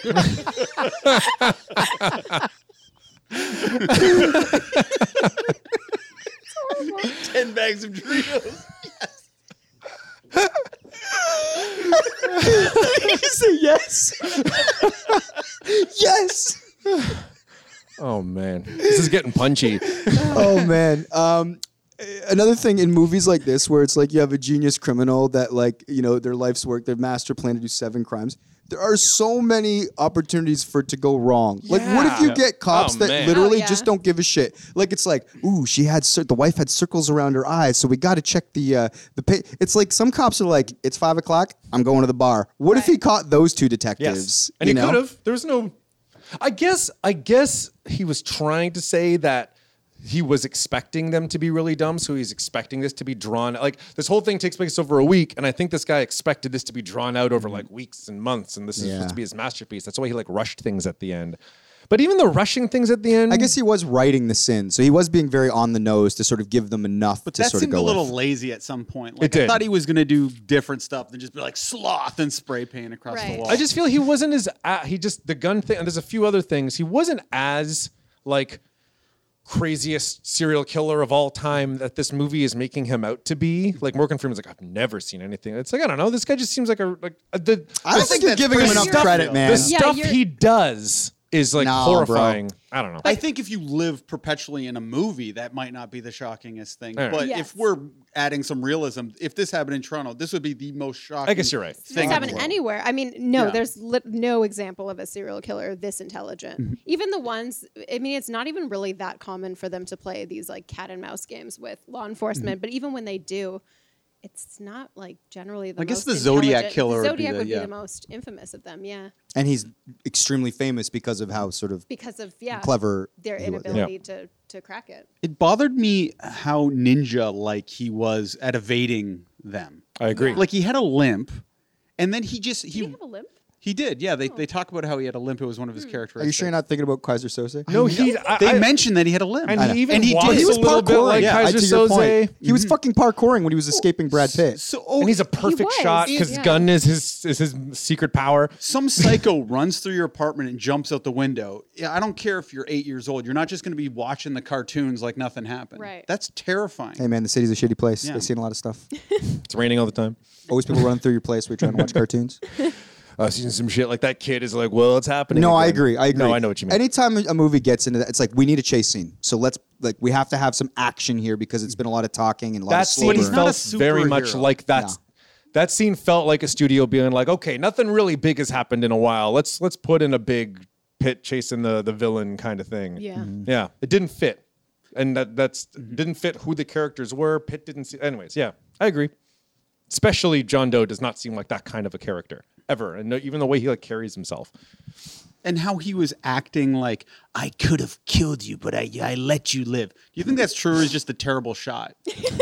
Speaker 9: Ten bags of Doritos.
Speaker 1: you say yes. (laughs) yes.
Speaker 5: (sighs) Oh man, this is getting punchy.
Speaker 1: oh man. Um, another thing in movies like this, where it's like you have a genius criminal that, like, you know, their life's work, their master plan to do seven crimes. There are so many opportunities for it to go wrong. Like, what if you
Speaker 5: Yeah.
Speaker 1: get cops
Speaker 5: Oh,
Speaker 1: that
Speaker 5: man.
Speaker 1: literally
Speaker 4: Oh, yeah.
Speaker 1: just don't give a shit? Like, it's like, ooh, she had cir- the wife had circles around her eyes, so we got to check the uh, the. Pa-. It's like some cops are like, it's five o'clock, I'm going to the bar. What if he caught those two detectives?
Speaker 5: And
Speaker 1: you
Speaker 5: he
Speaker 1: know?
Speaker 5: could have. There was no. I guess. I guess he was trying to say that he was expecting them to be really dumb, so he's expecting this to be drawn. Like this whole thing takes place over a week, and I think this guy expected this to be drawn out over like weeks and months, and this is
Speaker 1: Mm-hmm. Yeah.
Speaker 5: supposed to be his masterpiece. That's why he like rushed things at the end. But even the rushing things at the end,
Speaker 1: I guess he was writing the sin, so he was being very on the nose to sort of give them enough
Speaker 9: But
Speaker 1: to
Speaker 9: that
Speaker 1: sort of
Speaker 9: seemed
Speaker 1: go.
Speaker 9: a little
Speaker 1: with.
Speaker 9: lazy at some point.
Speaker 5: It
Speaker 9: Like
Speaker 5: did.
Speaker 9: I thought he was gonna do different stuff than just be like sloth and spray paint across
Speaker 4: Right.
Speaker 9: the wall.
Speaker 5: I just feel he wasn't as uh, he just the gun thing and there's a few other things he wasn't as like craziest serial killer of all time that this movie is making him out to be. Like Morgan Freeman's like I've never seen anything. It's like I don't know. This guy just seems like a like uh, the
Speaker 1: I don't
Speaker 5: the
Speaker 1: think you're
Speaker 5: stuff-
Speaker 1: giving him enough credit, man.
Speaker 5: The
Speaker 1: Yeah,
Speaker 5: stuff
Speaker 4: you're-
Speaker 5: he does is like
Speaker 1: No, bro.
Speaker 5: horrifying. I don't know.
Speaker 9: I think if you live perpetually in a movie, that might not be the shockingest thing.
Speaker 5: All right.
Speaker 9: But
Speaker 4: Yes.
Speaker 9: if we're adding some realism, if this happened in Toronto, this would be the most shocking.
Speaker 5: I guess you're right.
Speaker 4: It's
Speaker 9: Thing in the
Speaker 4: happened
Speaker 9: world.
Speaker 4: anywhere. I mean, no,
Speaker 9: Yeah.
Speaker 4: there's li- no example of a serial killer this
Speaker 3: Mm-hmm.
Speaker 4: intelligent. even the ones, I mean, it's not even really
Speaker 3: Mm-hmm.
Speaker 4: that common for them to play these like cat and mouse games with law enforcement, but even when they do, it's not like generally the.
Speaker 3: I guess
Speaker 4: most
Speaker 3: the Zodiac
Speaker 4: intelligent-
Speaker 3: Killer would be
Speaker 4: Zodiac
Speaker 3: the-
Speaker 4: would be
Speaker 3: yeah.
Speaker 4: the most infamous of them, yeah,
Speaker 1: and he's extremely famous because of how sort of
Speaker 4: because of yeah
Speaker 1: clever
Speaker 4: their
Speaker 1: he was.
Speaker 4: inability to to crack it.
Speaker 3: It bothered me how ninja like he was at evading them.
Speaker 5: I agree.
Speaker 3: Like he had a limp, and then he just he
Speaker 4: have a Oh. Hmm. limp?
Speaker 3: he did. Yeah, they, they talk about how he had a limp. It was one of his
Speaker 1: Are you
Speaker 3: characteristics.
Speaker 1: sure you're not thinking about Kaiser Soze?
Speaker 3: No, he- I- They I- mentioned that he had a limb.
Speaker 1: I know.
Speaker 3: And he even And he walks did. a little bit like
Speaker 1: Yeah,
Speaker 3: Kaiser
Speaker 1: to your point.
Speaker 3: Soze.
Speaker 1: He was fucking parkouring when he was escaping Brad Pitt.
Speaker 3: So, oh,
Speaker 5: and he's a perfect shot because gun is his is his secret power.
Speaker 3: (laughs) Some psycho runs through your apartment and jumps out the window. Yeah, I don't care if you're eight years old. You're not just going to be watching the cartoons like nothing happened.
Speaker 4: Right.
Speaker 3: That's terrifying.
Speaker 1: Hey man, the city's a shitty place.
Speaker 3: Yeah.
Speaker 1: I've seen a lot of stuff.
Speaker 5: it's raining all the time.
Speaker 1: Always people running through your place. We're trying to
Speaker 3: (laughs)
Speaker 1: watch cartoons.
Speaker 5: I've seen some shit like that. Kid is like, well, it's happening.
Speaker 1: No, I
Speaker 5: again."
Speaker 1: agree. I agree.
Speaker 5: No, I know what you mean.
Speaker 1: Anytime a movie gets into that, it's like we need a chase scene. So let's like we have to have some action here because
Speaker 3: Mm.
Speaker 1: it's been a lot of talking and a lot
Speaker 5: that
Speaker 1: of
Speaker 5: scene
Speaker 1: slobber.
Speaker 5: felt very much like that. That scene felt like a studio being like, okay, nothing really big has happened in a while. Let's let's put in a big pit chasing the the villain kind of thing.
Speaker 4: Yeah.
Speaker 3: Mm-hmm.
Speaker 4: Mhm.
Speaker 5: yeah. It didn't fit, and that that's didn't fit who the characters were. Pitt didn't see. Anyways, yeah, I agree. Especially John Doe does not seem like that kind of a character ever, and no- even the way he like carries himself.
Speaker 3: and how he was acting like I could have killed you, but I, I let you live. Do you think that's true, or is just a terrible shot?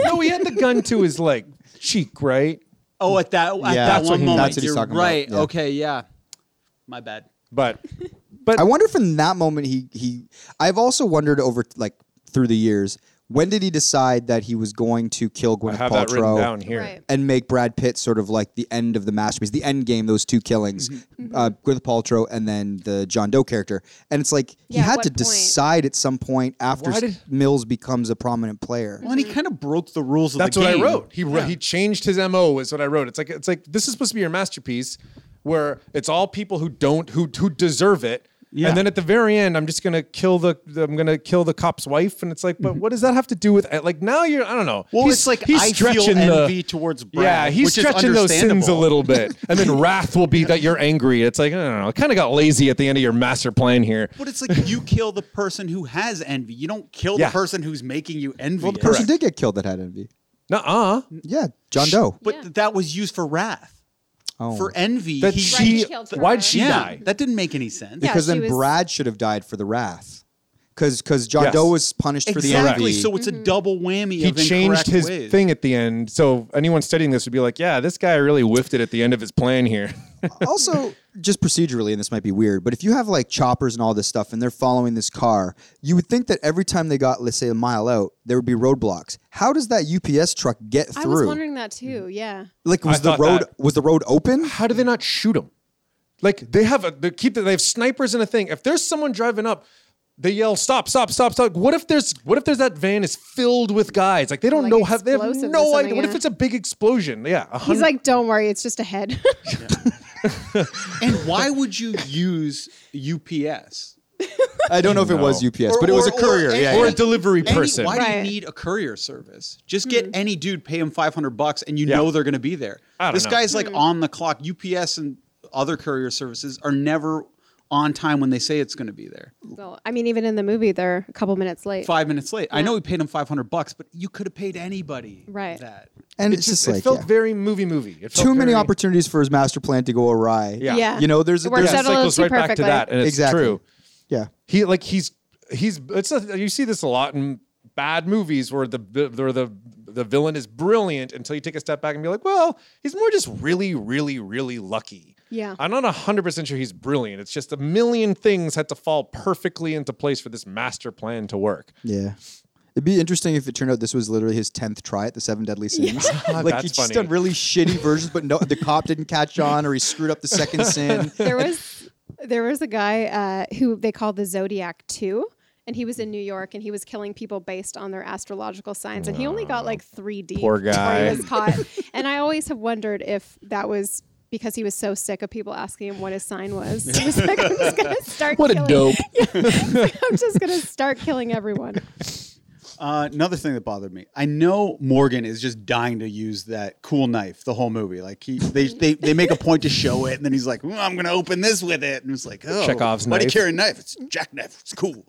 Speaker 5: no, he had the gun to his like cheek, right?
Speaker 3: Oh, at that at
Speaker 5: Yeah,
Speaker 3: that
Speaker 5: that's what
Speaker 3: one
Speaker 5: he-
Speaker 3: moment,
Speaker 5: that's what he's
Speaker 3: you're
Speaker 5: talking about,
Speaker 3: right.
Speaker 5: yeah.
Speaker 3: Okay, yeah, my bad.
Speaker 5: But
Speaker 1: I wonder from that moment he he. I've also wondered over like through the years when did he decide that he was going to kill Gwyneth
Speaker 5: have that written
Speaker 1: Paltrow
Speaker 5: down here. Right.
Speaker 1: and make Brad Pitt sort of like the end of the masterpiece, the end game, those two killings,
Speaker 5: Mm-hmm.
Speaker 3: Mm-hmm.
Speaker 1: uh, Gwyneth Paltrow and then the John Doe character. And it's like he
Speaker 3: Yeah, at
Speaker 1: had
Speaker 3: what
Speaker 1: to
Speaker 3: point?
Speaker 1: decide at some point after
Speaker 3: Why
Speaker 1: s-
Speaker 3: did-
Speaker 1: Mills becomes a prominent player.
Speaker 3: Well, and he kind of broke the rules of
Speaker 5: That's
Speaker 3: the
Speaker 5: what
Speaker 3: game.
Speaker 5: I wrote. He wrote-
Speaker 3: Yeah.
Speaker 5: he changed his mo. Is what I wrote. It's like it's like this is supposed to be your masterpiece, where it's all people who don't who who deserve it.
Speaker 3: Yeah.
Speaker 5: And then at the very end, I'm just gonna kill the I'm gonna kill the cop's wife, and it's like, but what does that have to do with uh, like now you're I don't know.
Speaker 3: Mm-hmm. Well, it's like I feel
Speaker 5: the-
Speaker 3: envy towards Brad,
Speaker 5: yeah, he's
Speaker 3: which is
Speaker 5: stretching those sins a
Speaker 3: understandable.
Speaker 5: little
Speaker 3: (laughs)
Speaker 5: bit, and then wrath will be that you're angry. It's like I don't know. I kind of got lazy at the end of your master plan here.
Speaker 3: But it's like you kill the person who has envy. You don't kill
Speaker 5: Yeah.
Speaker 3: the person who's making you envy.
Speaker 1: Well, the person did get killed that had envy.
Speaker 5: Nuh-uh.
Speaker 1: Yeah, John Doe.
Speaker 3: But th- that was used for wrath.
Speaker 1: Oh.
Speaker 3: For envy,
Speaker 1: That she- Right, killed why'd her. she
Speaker 3: Yeah,
Speaker 1: die?
Speaker 3: That didn't make any sense.
Speaker 1: because then Brad should have died for the wrath. Because John
Speaker 5: Yes.
Speaker 1: Doe was punished for the
Speaker 3: exactly.
Speaker 1: envy.
Speaker 3: So it's a double whammy.
Speaker 5: he
Speaker 3: of
Speaker 5: changed
Speaker 3: incorrect
Speaker 5: his
Speaker 3: ways.
Speaker 5: thing at the end. So anyone studying this would be like, yeah, this guy really whiffed it at the end of his plan here. (laughs)
Speaker 1: also, just procedurally, and this might be weird, but if you have like choppers and all this stuff and they're following this car, you would think that every time they got, let's say, a mile out, there would be roadblocks. How does that UPS truck get
Speaker 4: I was
Speaker 1: through?
Speaker 4: wondering that too.
Speaker 3: Mm-hmm.
Speaker 4: Yeah,
Speaker 1: Like, was
Speaker 5: I
Speaker 1: the
Speaker 5: thought
Speaker 1: road
Speaker 5: that-
Speaker 1: was the road open?
Speaker 5: How do they not shoot him? Like they have a they keep they have snipers in a thing. If there's someone driving up, they yell stop, stop, stop, stop. What if there's what if there's that van is filled with guys? Like they don't know how they have
Speaker 4: explosives or
Speaker 5: no idea.
Speaker 4: something,
Speaker 5: What if
Speaker 4: yeah.
Speaker 5: it's a big explosion? Yeah, a
Speaker 4: he's
Speaker 5: hundred-
Speaker 4: like, don't worry, it's just a head. (laughs)
Speaker 3: And why would you use UPS?
Speaker 1: I don't know if it
Speaker 5: (laughs)
Speaker 1: was UPS, but it was a courier. yeah, yeah.
Speaker 3: any- Why do you need a courier service? Just get any dude, pay him five hundred bucks, and you
Speaker 5: Yeah.
Speaker 3: know they're going to be there.
Speaker 5: I don't
Speaker 3: This
Speaker 5: know.
Speaker 3: guy's like on the clock. UPS and other courier services are never on time when they say it's going to be there.
Speaker 4: so, I mean, even in the movie, they're a couple minutes late.
Speaker 3: Five minutes late. I know he paid him five hundred bucks, but you could have paid anybody
Speaker 4: Right.
Speaker 3: that.
Speaker 1: And it's just,
Speaker 5: it
Speaker 1: like
Speaker 5: felt
Speaker 1: yeah.
Speaker 5: very movie movie. It felt
Speaker 1: too many
Speaker 5: very-
Speaker 1: opportunities for his master plan to go awry.
Speaker 5: Yeah. Yeah.
Speaker 1: you know, there's
Speaker 5: It works
Speaker 1: there's
Speaker 5: out a little Cycles too right back to perfectly. that, and it's
Speaker 1: exactly.
Speaker 5: true.
Speaker 1: Yeah,
Speaker 5: he like he's he's it's a, you see this a lot in bad movies where the where the the villain is brilliant until you take a step back and be like, well, he's more just really, really, really lucky.
Speaker 4: Yeah.
Speaker 5: I'm not hundred percent sure he's brilliant. It's just a million things had to fall perfectly into place for this master plan to work.
Speaker 1: yeah. It'd be interesting if it turned out this was literally his tenth try at the seven deadly sins.
Speaker 5: Yeah.
Speaker 1: like
Speaker 5: That's
Speaker 1: he's
Speaker 5: funny.
Speaker 1: just done really shitty versions, but no, the cop didn't catch on, or he screwed up the second sin.
Speaker 5: (laughs)
Speaker 4: there was there was a guy uh, who they called the Zodiac Two, and he was in New York, and he was killing people based on their astrological signs, and he only got like three D.
Speaker 5: Poor guy.
Speaker 4: He was caught,
Speaker 5: (laughs)
Speaker 4: and I always have wondered if that was. Because he was so sick of people asking him what his sign was, (laughs) he was like,
Speaker 5: (laughs)
Speaker 4: "I'm just gonna start." (laughs)
Speaker 5: What a
Speaker 4: killing.
Speaker 5: dope.
Speaker 4: Yeah. He's like, I'm just gonna start killing everyone.
Speaker 3: Uh, another thing that bothered me. I know Morgan is just dying to use that cool knife the whole movie. Like he, they, they, they make a point to show it, and then he's like, "Ooh, "I'm going to open this with it," and it's like, "Oh,
Speaker 5: Chekhov's
Speaker 3: why do you
Speaker 5: knife.
Speaker 3: carry a knife? It's a jackknife. It's cool."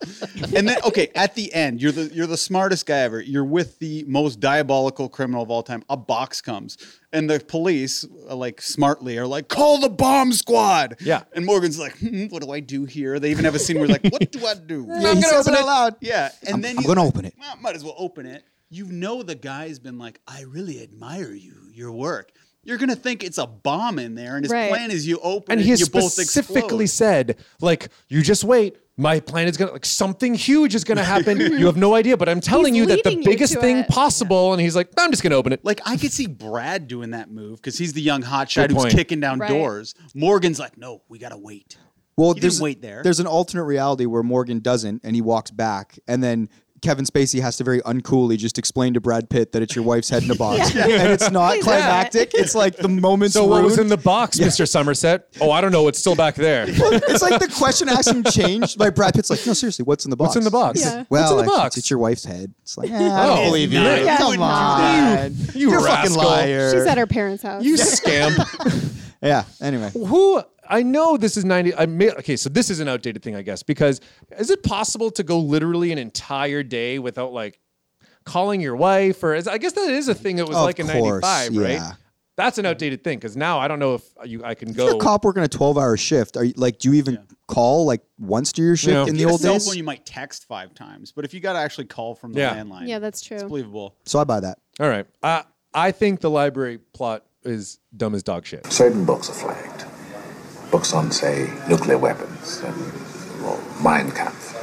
Speaker 3: and then, okay, at the end, you're the you're the smartest guy ever. You're with the most diabolical criminal of all time. A box comes, and the police, uh, like smartly, are like, "Call the bomb squad."
Speaker 5: Yeah.
Speaker 3: And Morgan's like, hmm, "What do I do here?" They even have a scene where like, "What do I
Speaker 1: (laughs)
Speaker 3: do?"
Speaker 1: he says it out loud.
Speaker 3: Yeah, and
Speaker 1: I'm-
Speaker 3: then
Speaker 1: I'm
Speaker 3: he's
Speaker 1: gonna
Speaker 3: like,
Speaker 1: open it.
Speaker 3: "Well, might as well open it. You know the guy's been like, I really admire you, your work. You're gonna think it's a bomb in there, and his
Speaker 4: Right.
Speaker 3: plan is you open
Speaker 5: and
Speaker 3: it,
Speaker 5: he
Speaker 3: you both
Speaker 5: specifically
Speaker 3: explode.
Speaker 5: said like you just wait my plan is gonna like something huge is gonna
Speaker 3: (laughs)
Speaker 5: happen you have no idea but i'm telling
Speaker 4: He's
Speaker 5: you that the
Speaker 4: leading you
Speaker 5: biggest
Speaker 4: to
Speaker 5: thing
Speaker 4: it.
Speaker 5: possible and he's like i'm just gonna open it
Speaker 3: Like I could see Brad doing that move because he's the young hotshot
Speaker 5: Good
Speaker 3: who's
Speaker 5: point.
Speaker 3: kicking down
Speaker 4: Right.
Speaker 3: doors. Morgan's like, no, we gotta wait.
Speaker 1: Well,
Speaker 3: He
Speaker 1: there's
Speaker 3: didn't wait there.
Speaker 1: There's an alternate reality where Morgan doesn't, and he walks back, and then Kevin Spacey has to very uncoolly just explain to Brad Pitt that it's your wife's head in a box, and it's not
Speaker 4: Please
Speaker 1: climactic. It's like the moment's
Speaker 5: so what was
Speaker 1: ruined.
Speaker 5: in the box mr somerset oh i don't know it's still back there
Speaker 1: it's like the question asked him changed. Like Brad Pitt's like, no, seriously, what's in the box?
Speaker 5: What's in the box?
Speaker 1: He's like,
Speaker 4: Yeah. What's
Speaker 1: Well,
Speaker 5: in the
Speaker 1: actually,
Speaker 5: box?"
Speaker 1: it's your wife's head. It's like, eh, I don't
Speaker 5: Oh,
Speaker 1: believe you.
Speaker 5: no.
Speaker 4: Yeah,
Speaker 1: Come
Speaker 4: you
Speaker 1: on,
Speaker 4: wouldn't
Speaker 1: you, are a fucking
Speaker 5: rascal.
Speaker 1: liar.
Speaker 4: She's at her parents'
Speaker 5: (laughs)
Speaker 4: house.
Speaker 5: you scamp
Speaker 1: yeah. Anyway,
Speaker 5: who I know this is 90 I may, okay so this is an outdated thing I guess because is it possible to go literally an entire day without like calling your wife or is, I guess that is a thing that was
Speaker 1: Of
Speaker 5: like in
Speaker 1: course,
Speaker 5: 95
Speaker 1: yeah.
Speaker 5: right that's an outdated thing cuz now I don't know if you I can
Speaker 1: you're
Speaker 5: go
Speaker 1: a cop working a 12-hour shift. Are you like, do you even call like once to your shift
Speaker 5: No.
Speaker 1: in the
Speaker 3: Get a
Speaker 1: old
Speaker 3: cell
Speaker 1: days?
Speaker 3: phone, you might text five times, but if you gotta actually call from the
Speaker 5: Yeah.
Speaker 3: landline,
Speaker 4: Yeah, that's true.
Speaker 3: it's believable.
Speaker 1: So I buy that.
Speaker 5: All right I I think the library plot is dumb as dog shit
Speaker 13: Certain books are flagged. Books on, say, nuclear weapons and or Mein Kampf.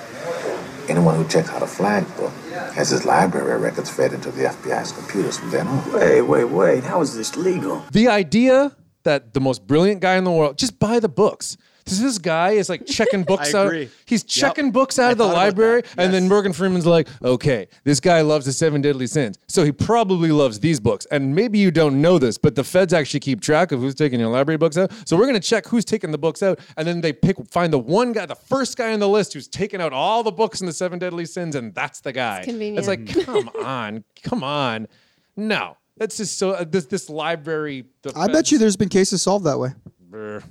Speaker 13: Anyone who checks out a flag book has his library records fed into the FBI's computers from then on.
Speaker 8: Wait, wait, wait. How is this legal?
Speaker 5: the idea that the most brilliant guy in the world just buy the books. This, this guy is like
Speaker 3: (laughs)
Speaker 5: checking books out.
Speaker 3: agree.
Speaker 5: He's checking books out of the
Speaker 3: thought about
Speaker 5: library,
Speaker 3: that.
Speaker 5: and then Morgan Freeman's like, "Okay, this guy loves the Seven Deadly Sins, so he probably loves these books." And maybe you don't know this, but the feds actually keep track of who's taking your library books out. So we're gonna check who's taking the books out, and then they pick find the one guy, the first guy on the list who's taking out all the books in the Seven Deadly Sins, and that's the guy.
Speaker 4: convenient.
Speaker 5: It's like, (laughs) come on, come on, no. That's just so. Uh, this this library. the
Speaker 1: I bet
Speaker 5: feds-
Speaker 1: you there's been cases solved that way.
Speaker 5: Brr.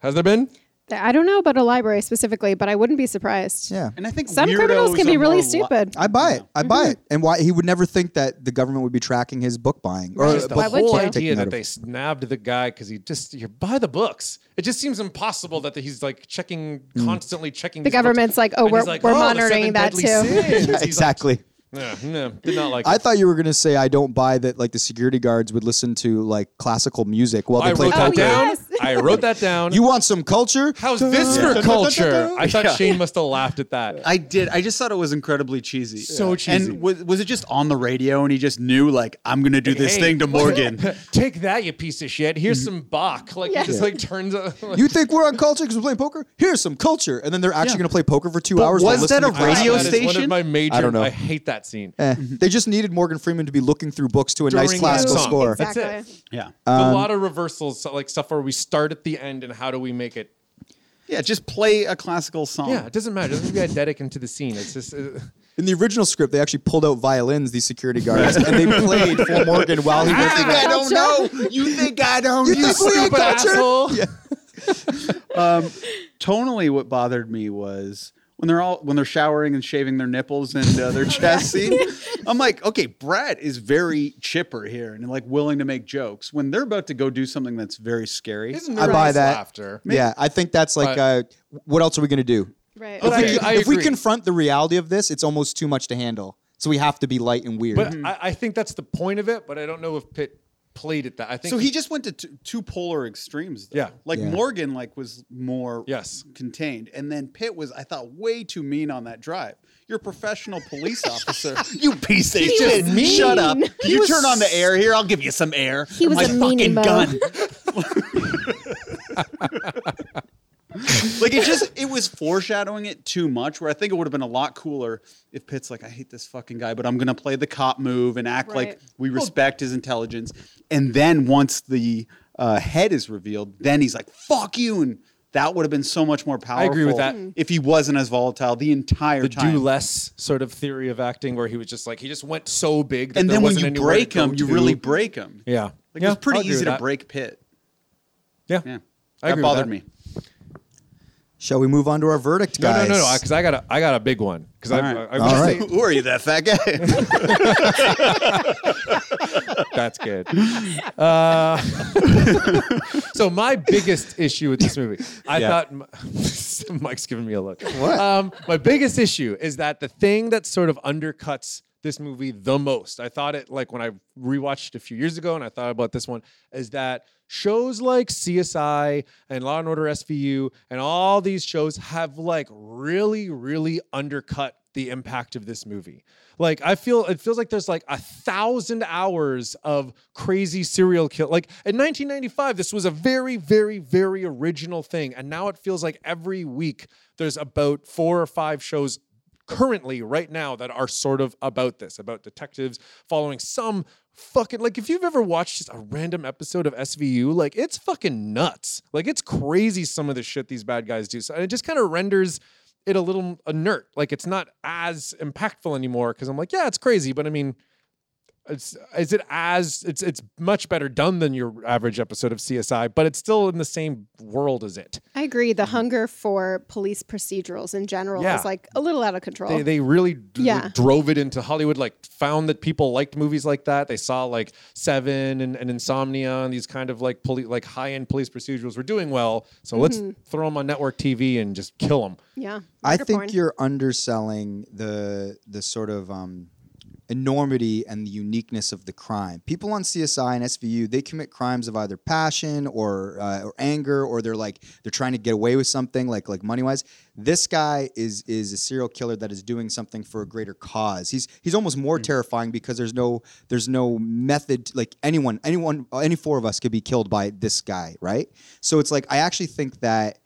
Speaker 5: Has there been?
Speaker 4: I don't know about a library specifically, but I wouldn't be surprised.
Speaker 1: Yeah.
Speaker 3: And I think
Speaker 4: Some criminals
Speaker 3: weirdos
Speaker 4: can
Speaker 3: are
Speaker 4: be really
Speaker 3: more li-
Speaker 4: stupid.
Speaker 1: I buy it. I
Speaker 4: Mm-hmm.
Speaker 1: buy it. And why he would never think that the government would be tracking his book buying or
Speaker 5: Just the
Speaker 1: book
Speaker 4: why would
Speaker 5: whole
Speaker 4: you?
Speaker 5: idea
Speaker 1: taking out
Speaker 5: that
Speaker 1: of-
Speaker 5: they snubbed the guy because he just you buy the books. It just seems impossible that he's like checking
Speaker 1: Hmm.
Speaker 5: constantly checking
Speaker 4: The
Speaker 5: these books.
Speaker 4: government's like, oh,
Speaker 5: And
Speaker 4: we're,
Speaker 5: he's like,
Speaker 4: we're
Speaker 5: "Oh, the
Speaker 4: monitoring
Speaker 5: seven
Speaker 4: that
Speaker 5: deadly
Speaker 4: too.
Speaker 5: sins."
Speaker 4: (laughs)
Speaker 5: He's
Speaker 1: Yeah, (laughs)
Speaker 5: like,
Speaker 1: exactly.
Speaker 5: yeah, no, did not like.
Speaker 1: I
Speaker 5: it.
Speaker 1: thought you were gonna say I don't buy that like the security guards would listen to like classical music while they
Speaker 5: I
Speaker 1: play
Speaker 5: wrote
Speaker 1: poker.
Speaker 5: that down.
Speaker 4: Oh, yes.
Speaker 5: I wrote that down.
Speaker 1: (laughs) You want some culture? (laughs)
Speaker 5: How's this for culture? I thought Shane must have laughed at that.
Speaker 3: I did. I just thought it was incredibly cheesy.
Speaker 5: So cheesy.
Speaker 3: And was, was it just on the radio and he just knew, like, I'm going to do this
Speaker 5: Hey,
Speaker 3: thing
Speaker 5: (laughs)
Speaker 3: to Morgan?
Speaker 5: Take that, you piece of shit. Here's some Bach. Like
Speaker 4: Yeah.
Speaker 5: he just like turns. up. (laughs) like-
Speaker 1: You think we're on culture because we're playing poker? Here's some culture, and then they're actually
Speaker 3: Yeah.
Speaker 1: gonna play poker for two
Speaker 3: But
Speaker 1: hours. while
Speaker 3: was that
Speaker 1: listening to
Speaker 3: a
Speaker 5: Wow,
Speaker 1: classical
Speaker 5: that
Speaker 3: radio
Speaker 1: music.
Speaker 5: is one
Speaker 3: station?
Speaker 5: of my major.
Speaker 1: I don't know.
Speaker 5: I hate that scene.
Speaker 3: Um,
Speaker 1: Eh, They just needed Morgan Freeman to be looking through books to a nice
Speaker 5: During
Speaker 1: classical
Speaker 5: the song.
Speaker 1: score.
Speaker 5: That's
Speaker 4: Exactly.
Speaker 5: it.
Speaker 3: yeah.
Speaker 5: a lot of reversals, so- like stuff where we start at the end and how do we make it?
Speaker 3: Yeah. Just play a classical song.
Speaker 5: Yeah, it doesn't matter. It doesn't get dedic into the scene. It's
Speaker 3: (laughs)
Speaker 5: just uh,
Speaker 1: In the original script, they actually pulled out violins, these security guards, and they played
Speaker 5: (laughs)
Speaker 1: for Morgan while he
Speaker 3: You
Speaker 1: was
Speaker 5: Ah!
Speaker 3: think I don't know? You think I don't? (laughs) You,
Speaker 5: stupid asshole.
Speaker 3: Tonally, what bothered me was when they're all when they're showering and shaving their nipples and uh, (laughs) their chest scene. I'm like, okay, Brad is very chipper here and like willing to make jokes when they're about to go do something that's very scary.
Speaker 5: It's
Speaker 1: I buy
Speaker 5: nervous
Speaker 1: that.
Speaker 5: laughter.
Speaker 1: Yeah, I think that's like, uh, what else are we going to do?
Speaker 4: Right.
Speaker 5: But
Speaker 1: If we-
Speaker 5: I- I
Speaker 1: if we
Speaker 5: agree.
Speaker 1: confront the reality of this, it's almost too much to handle. So we have to be light and weird.
Speaker 5: But I, I think that's the point of it. But I don't know if Pitt played at that. I think
Speaker 3: So he just went to t- two polar extremes. Though.
Speaker 5: Yeah.
Speaker 3: like
Speaker 1: Yeah.
Speaker 3: Morgan, like was more
Speaker 5: Yes.
Speaker 3: contained, and then Pitt was, I thought, way too mean on that drive. You're a professional (laughs) police officer. you piece of shit.
Speaker 5: was mean.
Speaker 3: Shut up.
Speaker 4: He
Speaker 3: you
Speaker 4: was-
Speaker 3: turn on the air here. I'll give you some air.
Speaker 4: He was
Speaker 3: My
Speaker 4: a
Speaker 3: fucking
Speaker 4: meanie-mo.
Speaker 3: gun. like it just it was foreshadowing it too much. Where I think it would have been a lot cooler if Pitt's like, I hate this fucking guy, but I'm gonna play the cop move and act
Speaker 4: Right.
Speaker 3: like we respect his intelligence. And then once the uh, head is revealed, then he's like, "Fuck you!" and That would have been so much more powerful.
Speaker 5: agree with that. Mm.
Speaker 3: If he wasn't as volatile the entire
Speaker 5: the
Speaker 3: time.
Speaker 5: do less sort of theory of acting where he was just like he just went so big that
Speaker 3: and
Speaker 5: there
Speaker 3: then when
Speaker 5: wasn't
Speaker 3: you
Speaker 5: anywhere to
Speaker 3: break
Speaker 5: go
Speaker 3: him, you
Speaker 5: to.
Speaker 3: really break him.
Speaker 5: yeah
Speaker 3: Like
Speaker 5: yeah,
Speaker 3: it's pretty
Speaker 5: I'll agree
Speaker 3: easy
Speaker 5: with
Speaker 3: to
Speaker 5: that.
Speaker 3: break Pitt.
Speaker 5: yeah
Speaker 3: Yeah.
Speaker 5: I
Speaker 3: that
Speaker 5: agree with
Speaker 3: bothered
Speaker 5: that.
Speaker 3: me.
Speaker 1: Shall we move on to our verdict,
Speaker 5: no no
Speaker 1: guys?
Speaker 5: no no because I got a I got a big one because I,
Speaker 1: All right.
Speaker 5: I, I
Speaker 1: All right.
Speaker 3: (laughs) Who are you, that fat
Speaker 5: (laughs)
Speaker 3: guy?
Speaker 5: That's good. Uh, (laughs) so my biggest issue with this movie, I
Speaker 14: Yeah.
Speaker 5: thought m- (laughs) Mike's giving me a look. Um, my biggest issue is that the thing that sort of undercuts this movie the most. I thought it like when I rewatched it a few years ago, and I thought about this one is that shows like CSI and Law and Order SVU and all these shows have like really really undercut the impact of this movie. Like I feel it feels like there's like a thousand hours of crazy serial kill. Like in 1995, this was a very, very, very original thing, and now it feels like every week there's about four or five shows currently right now that are sort of about this, about detectives following some fucking like if you've ever watched just a random episode of SVU, like it's fucking nuts. Like it's crazy some of the shit these bad guys do. So it just kind of renders it a little inert. Like it's not as impactful anymore because I'm like, yeah, it's crazy, but I mean, it's is it as it's it's much better done than your average episode of CSI, but it's still in the same world as it.
Speaker 4: I agree. The hunger for police procedurals in general
Speaker 5: Yeah.
Speaker 4: is like a little out of control.
Speaker 5: They, they really d-
Speaker 4: Oh. Yeah.
Speaker 5: drove it into Hollywood, like found that people liked movies like that. They saw like Seven and, and Insomnia and these kind of like poli- like high end police procedurals were doing well. So let's
Speaker 4: Mhm.
Speaker 5: throw them on network TV and just kill them.
Speaker 4: yeah.
Speaker 1: I
Speaker 4: murder
Speaker 1: think
Speaker 4: porn.
Speaker 1: you're underselling the the sort of um, enormity and the uniqueness of the crime. People on CSI and SVU they commit crimes of either passion or uh, or anger, or they're like they're trying to get away with something, like like money wise. This guy is is a serial killer that is doing something for a greater cause. He's he's almost more terrifying because there's no there's no method. Like anyone anyone any four of us could be killed by this guy, right? So it's like I actually think that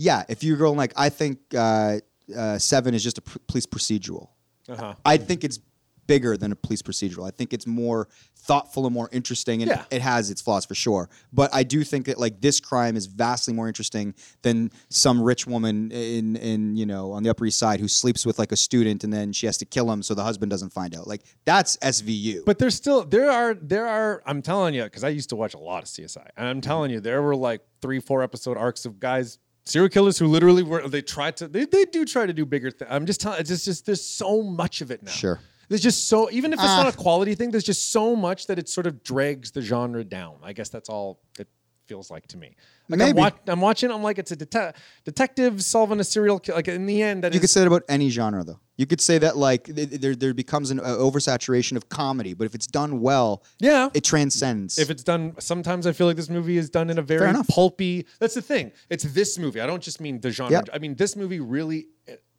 Speaker 1: yeah, if you're going like, I think uh, uh, seven is just a pr- police procedural.
Speaker 5: Uh-huh.
Speaker 1: I think it's bigger than a police procedural. I think it's more thoughtful and more interesting, and
Speaker 5: Yeah.
Speaker 1: it has its flaws for sure. But I do think that like this crime is vastly more interesting than some rich woman in in you know on the Upper East Side who sleeps with like a student and then she has to kill him so the husband doesn't find out. Like that's SVU.
Speaker 5: But there's still there are there are I'm telling you because I used to watch a lot of CSI and
Speaker 1: Mm-hmm.
Speaker 5: I'm telling you there were like three four episode arcs of guys serial killers who literally were they tried to they, they do try to do bigger things. I'm just telling it's just, just there's so much of it now.
Speaker 1: Sure.
Speaker 5: There's just so even if it's
Speaker 1: Ah.
Speaker 5: not a quality thing, there's just so much that it sort of drags the genre down. I guess that's all it feels like to me. Like I'm,
Speaker 1: Maybe.
Speaker 5: watch, I'm watching. I'm like it's a dete- detective solving a serial killer. Like in the end, that
Speaker 1: you could
Speaker 5: is-
Speaker 1: say that about any genre though. You could say that like th- th- there there becomes an uh, oversaturation of comedy, but if it's done well,
Speaker 5: yeah,
Speaker 1: it transcends.
Speaker 5: If it's done, sometimes I feel like this movie is done in a very
Speaker 1: enough.
Speaker 5: pulpy. That's the thing. It's this movie. I don't just mean the genre.
Speaker 1: Yep.
Speaker 5: I mean this movie really,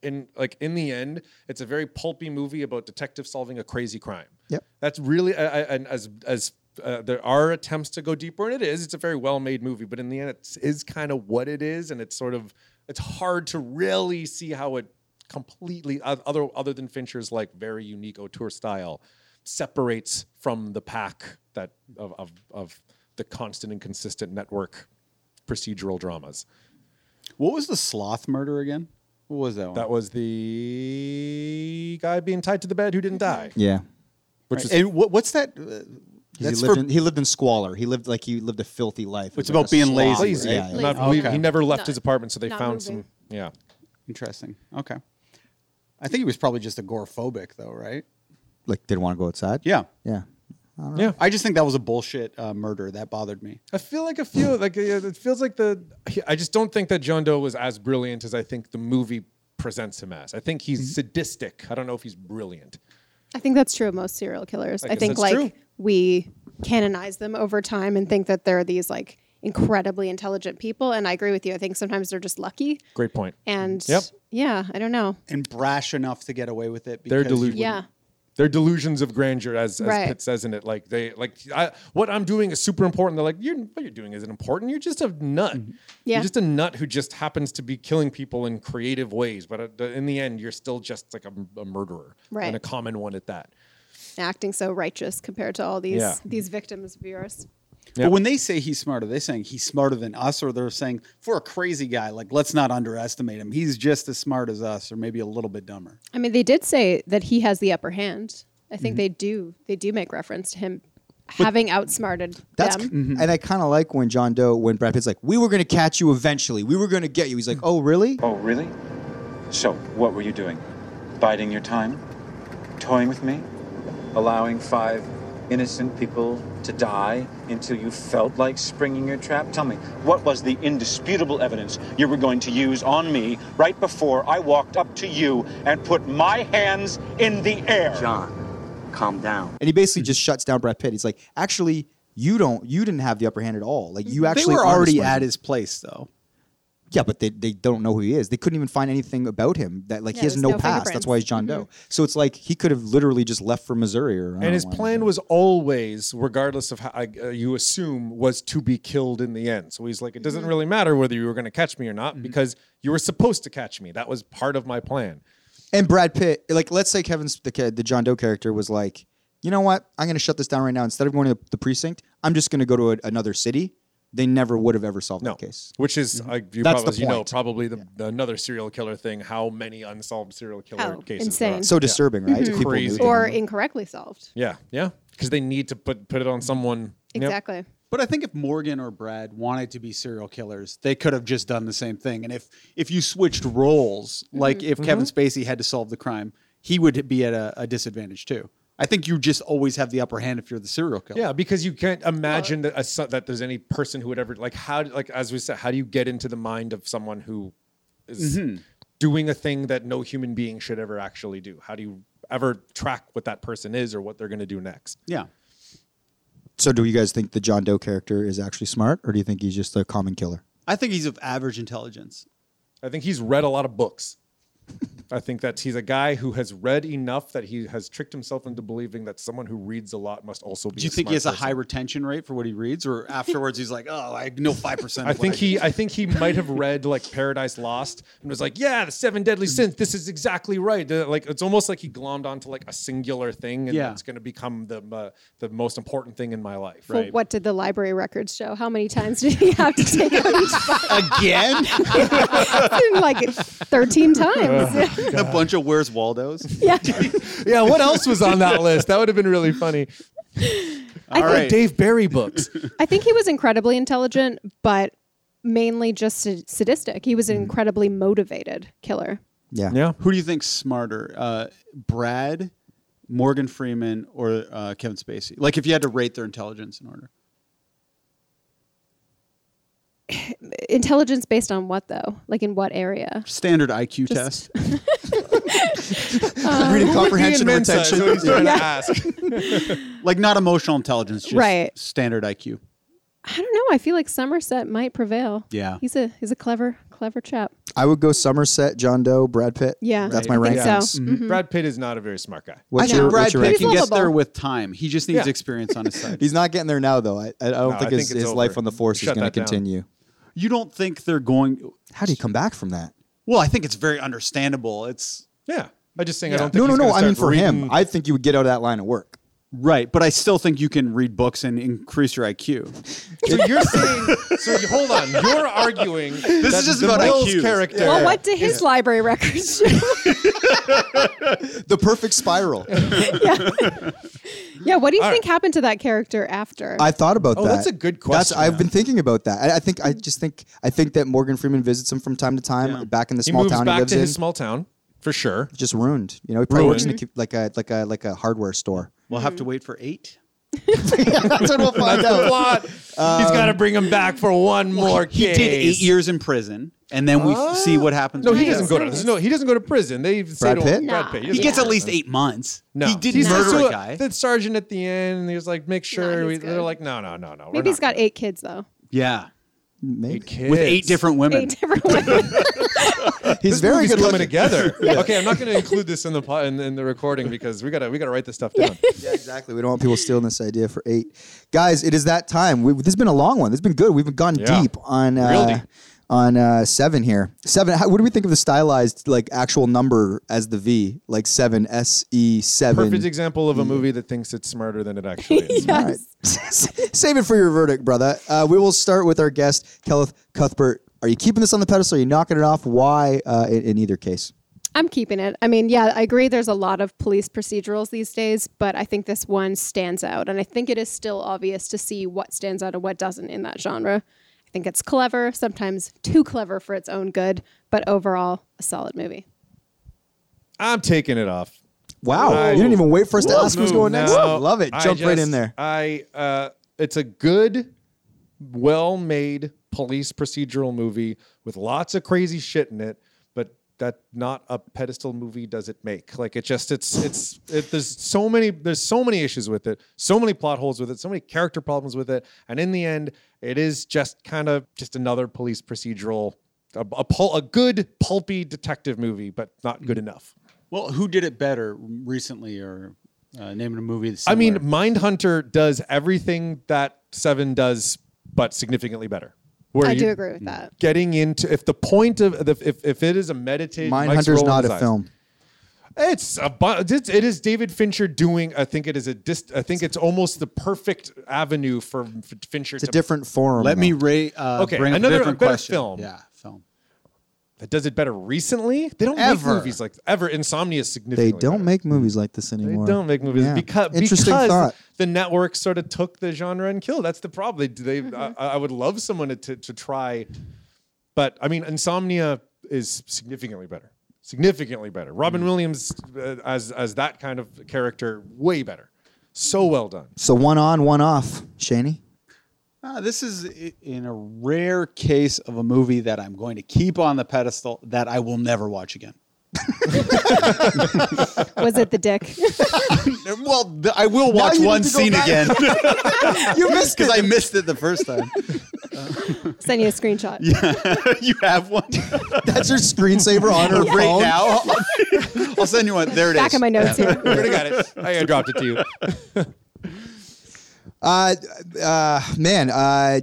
Speaker 5: in like in the end, it's a very pulpy movie about detective solving a crazy crime.
Speaker 1: Yep.
Speaker 5: That's really I, I, and as as uh, there are attempts to go deeper, and it is. It's a very well made movie, but in the end, it is kind of what it is, and it's sort of it's hard to really see how it completely oth- other other than Fincher's like very unique auteur style separates from the pack that of of, of the constant and consistent network procedural dramas.
Speaker 3: what was the sloth murder again? What was that one?
Speaker 5: That was the guy being tied to the bed who didn't die.
Speaker 1: Yeah.
Speaker 5: Which
Speaker 3: Right.
Speaker 5: is
Speaker 3: and what, what's that? uh,
Speaker 1: He lived,
Speaker 3: that's for
Speaker 1: in, he lived in squalor. He lived like he lived a filthy life. It
Speaker 3: It's
Speaker 1: was like
Speaker 3: about
Speaker 1: a
Speaker 3: being
Speaker 1: slum,
Speaker 3: lazy.
Speaker 1: right? Yeah, yeah.
Speaker 5: Not-
Speaker 3: Lazy.
Speaker 5: we-
Speaker 3: Okay.
Speaker 5: he never left
Speaker 4: Not-
Speaker 5: his apartment, so they
Speaker 4: not
Speaker 5: found
Speaker 4: moving.
Speaker 5: some. Yeah.
Speaker 3: interesting. Okay, I think he was probably just agoraphobic though, right?
Speaker 1: Like didn't want to go outside.
Speaker 3: Yeah.
Speaker 1: Yeah.
Speaker 5: Yeah.
Speaker 3: I just think that was a bullshit uh, murder that bothered me.
Speaker 5: I feel like a few like uh, it feels like the I just don't think that John Doe was as brilliant as I think the movie presents him as. I think he's sadistic. I don't know if he's brilliant.
Speaker 4: I think that's true of most serial killers.
Speaker 5: I
Speaker 4: I,
Speaker 5: guess
Speaker 4: think
Speaker 5: that's
Speaker 4: like
Speaker 5: true.
Speaker 4: we canonize them over time and think that they're these like incredibly intelligent people. And I agree with you. I think sometimes they're just lucky.
Speaker 5: Great point.
Speaker 4: And
Speaker 5: Yep.
Speaker 4: yeah, I don't know.
Speaker 3: And brash enough to get away with it.
Speaker 5: They're
Speaker 3: because you
Speaker 5: delusional.
Speaker 4: Yeah.
Speaker 5: They're delusions of grandeur, as, as
Speaker 4: Right.
Speaker 5: Pitt says in it. Like they like I, what I'm doing is super important. They're like, you're, what you're doing isn't important. You're just a nut.
Speaker 4: Yeah.
Speaker 5: You're just a nut who just happens to be killing people in creative ways. But at the- in the end, you're still just like a, a murderer
Speaker 4: Right.
Speaker 5: and a common one at that.
Speaker 4: Acting so righteous compared to all these
Speaker 5: Yeah.
Speaker 4: these victims of yours.
Speaker 3: But when they say he's smarter, they're saying he's smarter than us, or they're saying for a crazy guy, like let's not underestimate him. He's just as smart as us, or maybe a little bit dumber.
Speaker 4: I mean, they did say that he has the upper hand. I
Speaker 5: Mm-hmm.
Speaker 4: think they do. They do make reference to him having outsmarted
Speaker 1: That's
Speaker 4: them.
Speaker 3: Mm-hmm.
Speaker 1: and I kind of like when John Doe, when Brad Pitt's like, "We were gonna catch you eventually. We were gonna get you." He's like, "Oh, really?"
Speaker 15: Oh, really? So, what were you doing? Biding your time? Toying with me? Allowing five innocent people to die until you felt like springing your trap? Tell me, what was the indisputable evidence you were going to use on me right before I walked up to you and put my hands in the air?
Speaker 8: John, calm down.
Speaker 1: And he basically just shuts down Brad Pitt. He's like, "Actually, you don't. You didn't have the upper hand at all. Like you actually
Speaker 3: they were
Speaker 1: aren't
Speaker 3: already
Speaker 1: smart."
Speaker 3: at his place, though.
Speaker 1: Yeah, but they, they don't know who he is. They couldn't even find anything about him. That like
Speaker 5: Yeah,
Speaker 1: he has
Speaker 5: there's
Speaker 1: no,
Speaker 5: no
Speaker 1: past. That's why he's John Doe.
Speaker 5: fingerprints.
Speaker 1: So it's like he could have literally just left for Missouri or I don't
Speaker 5: and his
Speaker 1: know why.
Speaker 5: plan was always, regardless of how I, uh, you assume, was to be killed in the end. So he's like, it doesn't
Speaker 1: Mhm.
Speaker 5: really matter whether you were going to catch me or not
Speaker 1: Mm-hmm.
Speaker 5: because you were supposed to catch me. That was part of my plan.
Speaker 1: And Brad Pitt, like, let's say Kevin's the kid, the John Doe character was like, you know what? I'm going to shut this down right now. Instead of going to the precinct, I'm just going to go to a, another city. They never would have ever solved that case. Mm-hmm.
Speaker 5: Which is, uh, you,
Speaker 1: That's
Speaker 5: prob-
Speaker 1: the
Speaker 5: as you know,
Speaker 1: point.
Speaker 5: probably the, the- another serial killer thing. How many unsolved serial killer
Speaker 4: How
Speaker 5: cases?
Speaker 4: insane.
Speaker 5: There are.
Speaker 1: So disturbing, right? If people knew
Speaker 5: Crazy.
Speaker 4: or incorrectly solved.
Speaker 5: yeah, yeah, because they need to put put it on someone. Yep.
Speaker 4: Exactly.
Speaker 3: But I think if Morgan or Brad wanted to be serial killers, they could have just done the same thing. And if if you switched roles,
Speaker 5: Mm-hmm.
Speaker 3: like if
Speaker 16: Mhm.
Speaker 3: Kevin Spacey had to solve the crime, he would be at a, a disadvantage too. I think you just always have the upper hand if you're the serial killer.
Speaker 5: Yeah, because you can't imagine that, a, so- that there's any person who would ever like how like as we said, how do you get into the mind of someone who is
Speaker 16: Mhm.
Speaker 5: doing a thing that no human being should ever actually do? How do you ever track what that person is or what they're going to do next?
Speaker 3: Yeah.
Speaker 1: So, do you guys think the John Doe character is actually smart, or do you think he's just a common killer?
Speaker 3: I think he's of average intelligence.
Speaker 5: I think he's read a lot of books. I think that he's a guy who has read enough that he has tricked himself into believing that someone who reads a lot must also be.
Speaker 3: Do
Speaker 5: a
Speaker 3: you think
Speaker 5: smart
Speaker 3: he has a
Speaker 5: person.
Speaker 3: high retention rate for what he
Speaker 5: (laughs)
Speaker 3: reads, or afterwards he's like, "Oh, I know five percent."
Speaker 5: I think he
Speaker 1: (laughs)
Speaker 5: I think he might have read like Paradise Lost and was like, yeah, the seven deadly sins. This is exactly right. The- like it's almost like he glommed onto like a singular thing and
Speaker 4: Yeah.
Speaker 5: it's going to become the uh, the most important thing in my life,
Speaker 4: Well,
Speaker 5: right?
Speaker 4: what did the library records show? How many times did he
Speaker 5: (laughs)
Speaker 4: have to take out each file? (laughs)
Speaker 3: again
Speaker 4: like 13
Speaker 5: Uh.
Speaker 4: times. (laughs)
Speaker 3: (laughs) a bunch of Where's Waldo's.
Speaker 4: Yeah.
Speaker 5: yeah, what else was on that list? That would have been really funny.
Speaker 4: I
Speaker 5: All right,
Speaker 4: think-
Speaker 5: Dave Barry (laughs) books.
Speaker 4: I think he was incredibly intelligent, but mainly just sa- sadistic. He
Speaker 5: Mm-hmm.
Speaker 4: was an incredibly motivated killer.
Speaker 1: Yeah.
Speaker 5: Yeah.
Speaker 3: Who do you think's smarter, uh, Brad, Morgan Freeman, or uh, Kevin Spacey? Like, if you had to rate their intelligence in order,
Speaker 4: Intelligence based on what though? Like in what area?
Speaker 3: standard IQ
Speaker 4: Just-
Speaker 3: test.
Speaker 4: Um,
Speaker 3: Reading comprehension
Speaker 5: men's side?
Speaker 3: retention.
Speaker 5: That's what he's trying to
Speaker 3: Yeah.
Speaker 5: (laughs) ask.
Speaker 3: like, not emotional intelligence, just
Speaker 4: Right.
Speaker 3: standard IQ.
Speaker 4: I don't know. I feel like Somerset might prevail.
Speaker 3: Yeah.
Speaker 4: He's a he's a clever clever chap.
Speaker 1: I would go Somerset, John Doe, Brad Pitt.
Speaker 4: Yeah.
Speaker 1: that's
Speaker 4: Right.
Speaker 1: my
Speaker 4: I
Speaker 1: rank.
Speaker 4: think so. Mhm.
Speaker 5: (laughs) Brad Pitt is not a very smart guy.
Speaker 1: What's
Speaker 3: I think
Speaker 1: your-
Speaker 3: Brad
Speaker 1: what's your
Speaker 3: Pitt
Speaker 1: ranking?
Speaker 3: can
Speaker 1: He's
Speaker 3: get there
Speaker 1: lovable.
Speaker 3: with time. He just needs
Speaker 1: Yeah.
Speaker 3: experience on his
Speaker 5: (laughs)
Speaker 3: side.
Speaker 1: He's not getting there now, though. I, I I don't
Speaker 3: No,
Speaker 1: think
Speaker 3: I
Speaker 1: his,
Speaker 3: think it's
Speaker 1: his life
Speaker 3: over.
Speaker 1: on the force
Speaker 3: Shut
Speaker 1: is going
Speaker 3: that
Speaker 1: to
Speaker 3: down.
Speaker 1: continue.
Speaker 3: You don't think they're going?
Speaker 1: How do you come back from that?
Speaker 3: Well, I think it's very understandable. It's
Speaker 5: yeah. I just think
Speaker 3: Yeah.
Speaker 5: I don't think
Speaker 1: No, no,
Speaker 5: he's
Speaker 1: no.
Speaker 5: gonna
Speaker 1: I mean,
Speaker 5: start
Speaker 1: for him,
Speaker 5: reading-
Speaker 1: I think you would get out of that line of work.
Speaker 3: Right, but I still think you can read books and increase your
Speaker 5: (laughs)
Speaker 3: IQ.
Speaker 5: So (laughs) you're saying so you, hold on, you're arguing
Speaker 3: This
Speaker 5: that
Speaker 3: is just
Speaker 5: the
Speaker 3: about
Speaker 5: Will's
Speaker 3: IQs.
Speaker 5: character
Speaker 4: Well, what did his
Speaker 1: (laughs)
Speaker 4: library records show?
Speaker 1: (laughs) The perfect spiral.
Speaker 4: yeah, what do you
Speaker 1: All
Speaker 4: think happened to that character after?
Speaker 1: I thought about
Speaker 4: Oh,
Speaker 1: that.
Speaker 4: that's a
Speaker 5: good
Speaker 1: That's, I've been thinking about that. I, I think I just think I think that Morgan Freeman visits him from time to time back in the
Speaker 5: he
Speaker 1: small
Speaker 5: moves
Speaker 1: town
Speaker 5: back
Speaker 1: he lives
Speaker 5: to
Speaker 1: in.
Speaker 5: his small town for sure.
Speaker 1: just ruined. You know, he probably works in a,
Speaker 5: Ruined.
Speaker 1: cu- like a like a like a hardware store.
Speaker 3: We'll have to wait for eight.
Speaker 1: That's what we'll (laughs) find
Speaker 5: That's the
Speaker 3: (laughs)
Speaker 1: out.
Speaker 5: plot. He's got to bring him back for one more.
Speaker 3: he
Speaker 5: case.
Speaker 3: did eight years in prison, and then we f- see what happens.
Speaker 5: No,
Speaker 3: when
Speaker 5: he
Speaker 3: he's
Speaker 5: doesn't
Speaker 3: out.
Speaker 5: go to no. He doesn't go to prison. They say
Speaker 3: Brad
Speaker 5: to
Speaker 3: Pitt?
Speaker 5: Him, Brad Pitt.
Speaker 3: He,
Speaker 5: doesn't
Speaker 3: gets
Speaker 5: go
Speaker 3: at
Speaker 5: to
Speaker 3: least
Speaker 5: prison.
Speaker 3: eight months.
Speaker 5: No,
Speaker 3: He did
Speaker 5: He's
Speaker 3: murder
Speaker 5: just
Speaker 3: a guy.
Speaker 5: The sergeant at the end, and he was like, "Make sure." we, they're like, "No, no, no, no." we're
Speaker 4: Maybe he's
Speaker 5: not.
Speaker 4: got eight kids though.
Speaker 3: Yeah.
Speaker 1: Eight
Speaker 5: kids.
Speaker 3: With eight different women.
Speaker 4: Eight
Speaker 1: (laughs)
Speaker 4: different women. (laughs)
Speaker 1: He's
Speaker 5: This
Speaker 1: very
Speaker 5: movie's
Speaker 1: good
Speaker 3: (laughs)
Speaker 5: coming
Speaker 1: looking.
Speaker 5: together.
Speaker 1: Yeah.
Speaker 5: Okay, I'm not going to include this in the po- in, in the recording because we gotta we gotta write this stuff down.
Speaker 1: Yeah, exactly. We don't want people stealing this idea for eight. Guys, it is that time. We, this has been a long one. This has been good. We've gone
Speaker 5: Yeah.
Speaker 1: deep on
Speaker 5: Real
Speaker 1: uh,
Speaker 5: deep.
Speaker 1: on uh, seven here. Seven. How, what do we think of the stylized like actual number as the V? Like seven S E seven.
Speaker 5: Perfect example of a movie that thinks it's smarter than it actually is.
Speaker 3: (laughs)
Speaker 1: All right. (laughs) Save it for your verdict, brother. Uh, we will start with our guest, Kenneth Cuthbert. Are you keeping this on the pedestal? Are you knocking it off? Why, uh, in, in either case?
Speaker 4: I'm keeping it. I mean, yeah, I agree there's a lot of police procedurals these days, but I think this one stands out. And I think it is still obvious to see what stands out and what doesn't in that genre. I think it's clever, sometimes too clever for its own good, but overall, a solid movie.
Speaker 5: I'm taking it off.
Speaker 1: Wow.
Speaker 5: I-
Speaker 1: you didn't even wait for us to
Speaker 5: Whoa.
Speaker 1: ask who's going next.
Speaker 5: No,
Speaker 1: Love it.
Speaker 5: I
Speaker 1: Jump right
Speaker 5: just-
Speaker 1: in there.
Speaker 5: I uh, it's a good, well-made police procedural movie with lots of crazy shit in it, but that not a pedestal movie does it make. Like it just it's it's it, there's so many there's so many issues with it, so many plot holes with it, so many character problems with it, and in the end, it is just kind of just another police procedural. A, a, pul- a good pulpy detective movie, but not good enough.
Speaker 3: Well, who did it better recently, or uh, name of a movie? That's
Speaker 5: I mean,
Speaker 3: similar?
Speaker 5: Mindhunter does everything that Seven does, but significantly better. Where
Speaker 4: I
Speaker 5: you-
Speaker 4: do agree with that.
Speaker 5: Getting into if the point of the if, if it is a meditated Mike's
Speaker 1: Mindhunter's not
Speaker 5: Roland's
Speaker 1: a
Speaker 5: eyes.
Speaker 1: film.
Speaker 5: It's a bu- it's, it is David Fincher doing. I think it is a dist, I think it's almost the perfect avenue for, for Fincher.
Speaker 1: It's a
Speaker 5: to-
Speaker 1: different forum.
Speaker 5: Let me
Speaker 1: though.
Speaker 3: Ray, uh,
Speaker 5: Okay,
Speaker 3: bring up
Speaker 5: another-
Speaker 3: a different
Speaker 5: a better
Speaker 3: question.
Speaker 5: film.
Speaker 3: Yeah, film.
Speaker 5: that does it better recently. They don't
Speaker 3: Ever.
Speaker 5: make movies like ever. Insomnia is significantly.
Speaker 1: They don't make movies like this anymore.
Speaker 5: They don't make movies
Speaker 1: Yeah.
Speaker 5: because
Speaker 1: interesting
Speaker 5: because
Speaker 1: thought.
Speaker 5: the network sort of took the genre and killed. That's the problem. They, they
Speaker 3: Mm-hmm.
Speaker 5: I, I would love someone to, to to try, but I mean, Insomnia is significantly better, significantly better. Robin
Speaker 1: Mm-hmm.
Speaker 5: Williams uh, as as that kind of character, way better. So well done.
Speaker 1: So one on, one off. Shaney.
Speaker 3: Uh, this is i- in a rare case of a movie that I'm going to keep on the pedestal that I will never watch again.
Speaker 4: Was it the dick?
Speaker 1: (laughs)
Speaker 3: well, th- I will watch
Speaker 4: you need
Speaker 3: one
Speaker 4: to go
Speaker 3: scene
Speaker 4: back.
Speaker 3: again. (laughs)
Speaker 1: you missed
Speaker 3: because I missed it the first time.
Speaker 4: Send you a screenshot.
Speaker 1: (laughs)
Speaker 3: (laughs) you have one.
Speaker 1: That's your screensaver on
Speaker 5: (laughs)
Speaker 1: her
Speaker 3: right
Speaker 1: phone?
Speaker 3: (laughs) now. I'll send you one. There it is.
Speaker 4: Back in my notes here.
Speaker 1: (laughs)
Speaker 5: Already got it. I dropped it to you.
Speaker 1: Uh, uh, man, uh,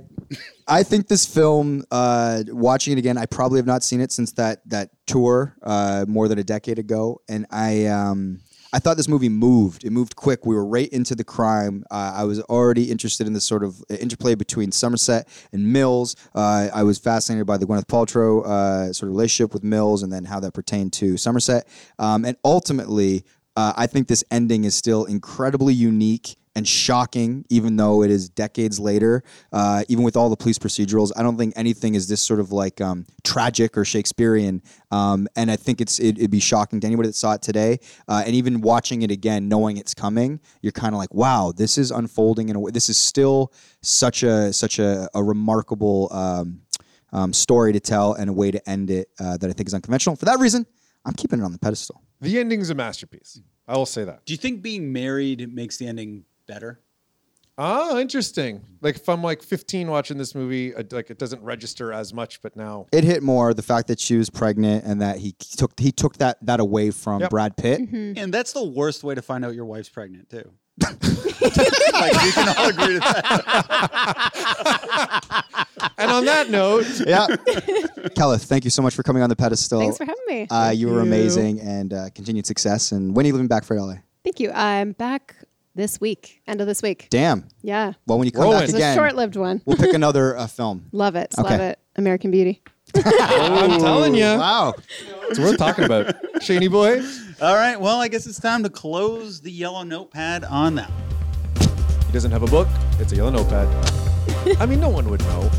Speaker 1: I think this film. Uh, watching it again, I probably have not seen it since that that tour uh, more than a decade ago, and I um, I thought this movie moved. It moved quick. We were right into the crime. Uh, I was already interested in the sort of interplay between Somerset and Mills. Uh, I was fascinated by the Gwyneth Paltrow uh, sort of relationship with Mills, and then how that pertained to Somerset, um, and ultimately. Uh, I think this ending is still incredibly unique and shocking, even though it is decades later. Uh, even with all the police procedurals, I don't think anything is this sort of like um, tragic or Shakespearean. Um, and I think it's it, it'd be shocking to anybody that saw it today. Uh, and even watching it again, knowing it's coming, you're kind of like, wow, this is unfolding in a way. This is still such a such a, a remarkable. Um, um, story to tell and a way to end it uh, that I think is unconventional. For that reason, I'm keeping it on the pedestal.
Speaker 5: The ending's a masterpiece. I will say that.
Speaker 3: Do you think being married makes the ending better?
Speaker 5: Oh, interesting. Like if I'm like 15 watching this movie, uh, like it doesn't register as much, but now
Speaker 1: it hit more the fact that she was pregnant and that he took he took that that away from
Speaker 3: Yep.
Speaker 1: Brad Pitt.
Speaker 4: Mm-hmm. Mm.
Speaker 3: And that's the worst way to find out your wife's pregnant, too. like, we can all agree to that.
Speaker 5: And on
Speaker 3: (laughs)
Speaker 5: that note,
Speaker 1: yeah,
Speaker 4: (laughs)
Speaker 1: Kelleth, thank you so much for coming on the pedestal.
Speaker 4: Thanks for having me.
Speaker 1: Uh, you were
Speaker 4: Thank you.
Speaker 1: amazing and uh, continued success. And when are you living back for LA?
Speaker 4: Thank you. I'm back this week, end of this week.
Speaker 1: Damn.
Speaker 4: Yeah.
Speaker 1: Well, when you come
Speaker 4: Rolling.
Speaker 1: back
Speaker 4: It's a
Speaker 1: again,
Speaker 4: short-lived one.
Speaker 1: we'll pick another uh,
Speaker 4: (laughs)
Speaker 1: film.
Speaker 4: Love it.
Speaker 1: Okay.
Speaker 4: Love it. American Beauty.
Speaker 5: I'm telling you.
Speaker 1: Wow.
Speaker 5: It's worth talking about. Shaney boy.
Speaker 3: All right. Well, I guess it's time to close the yellow notepad on that.
Speaker 5: He doesn't have a book. It's a yellow notepad. I mean, no one would know.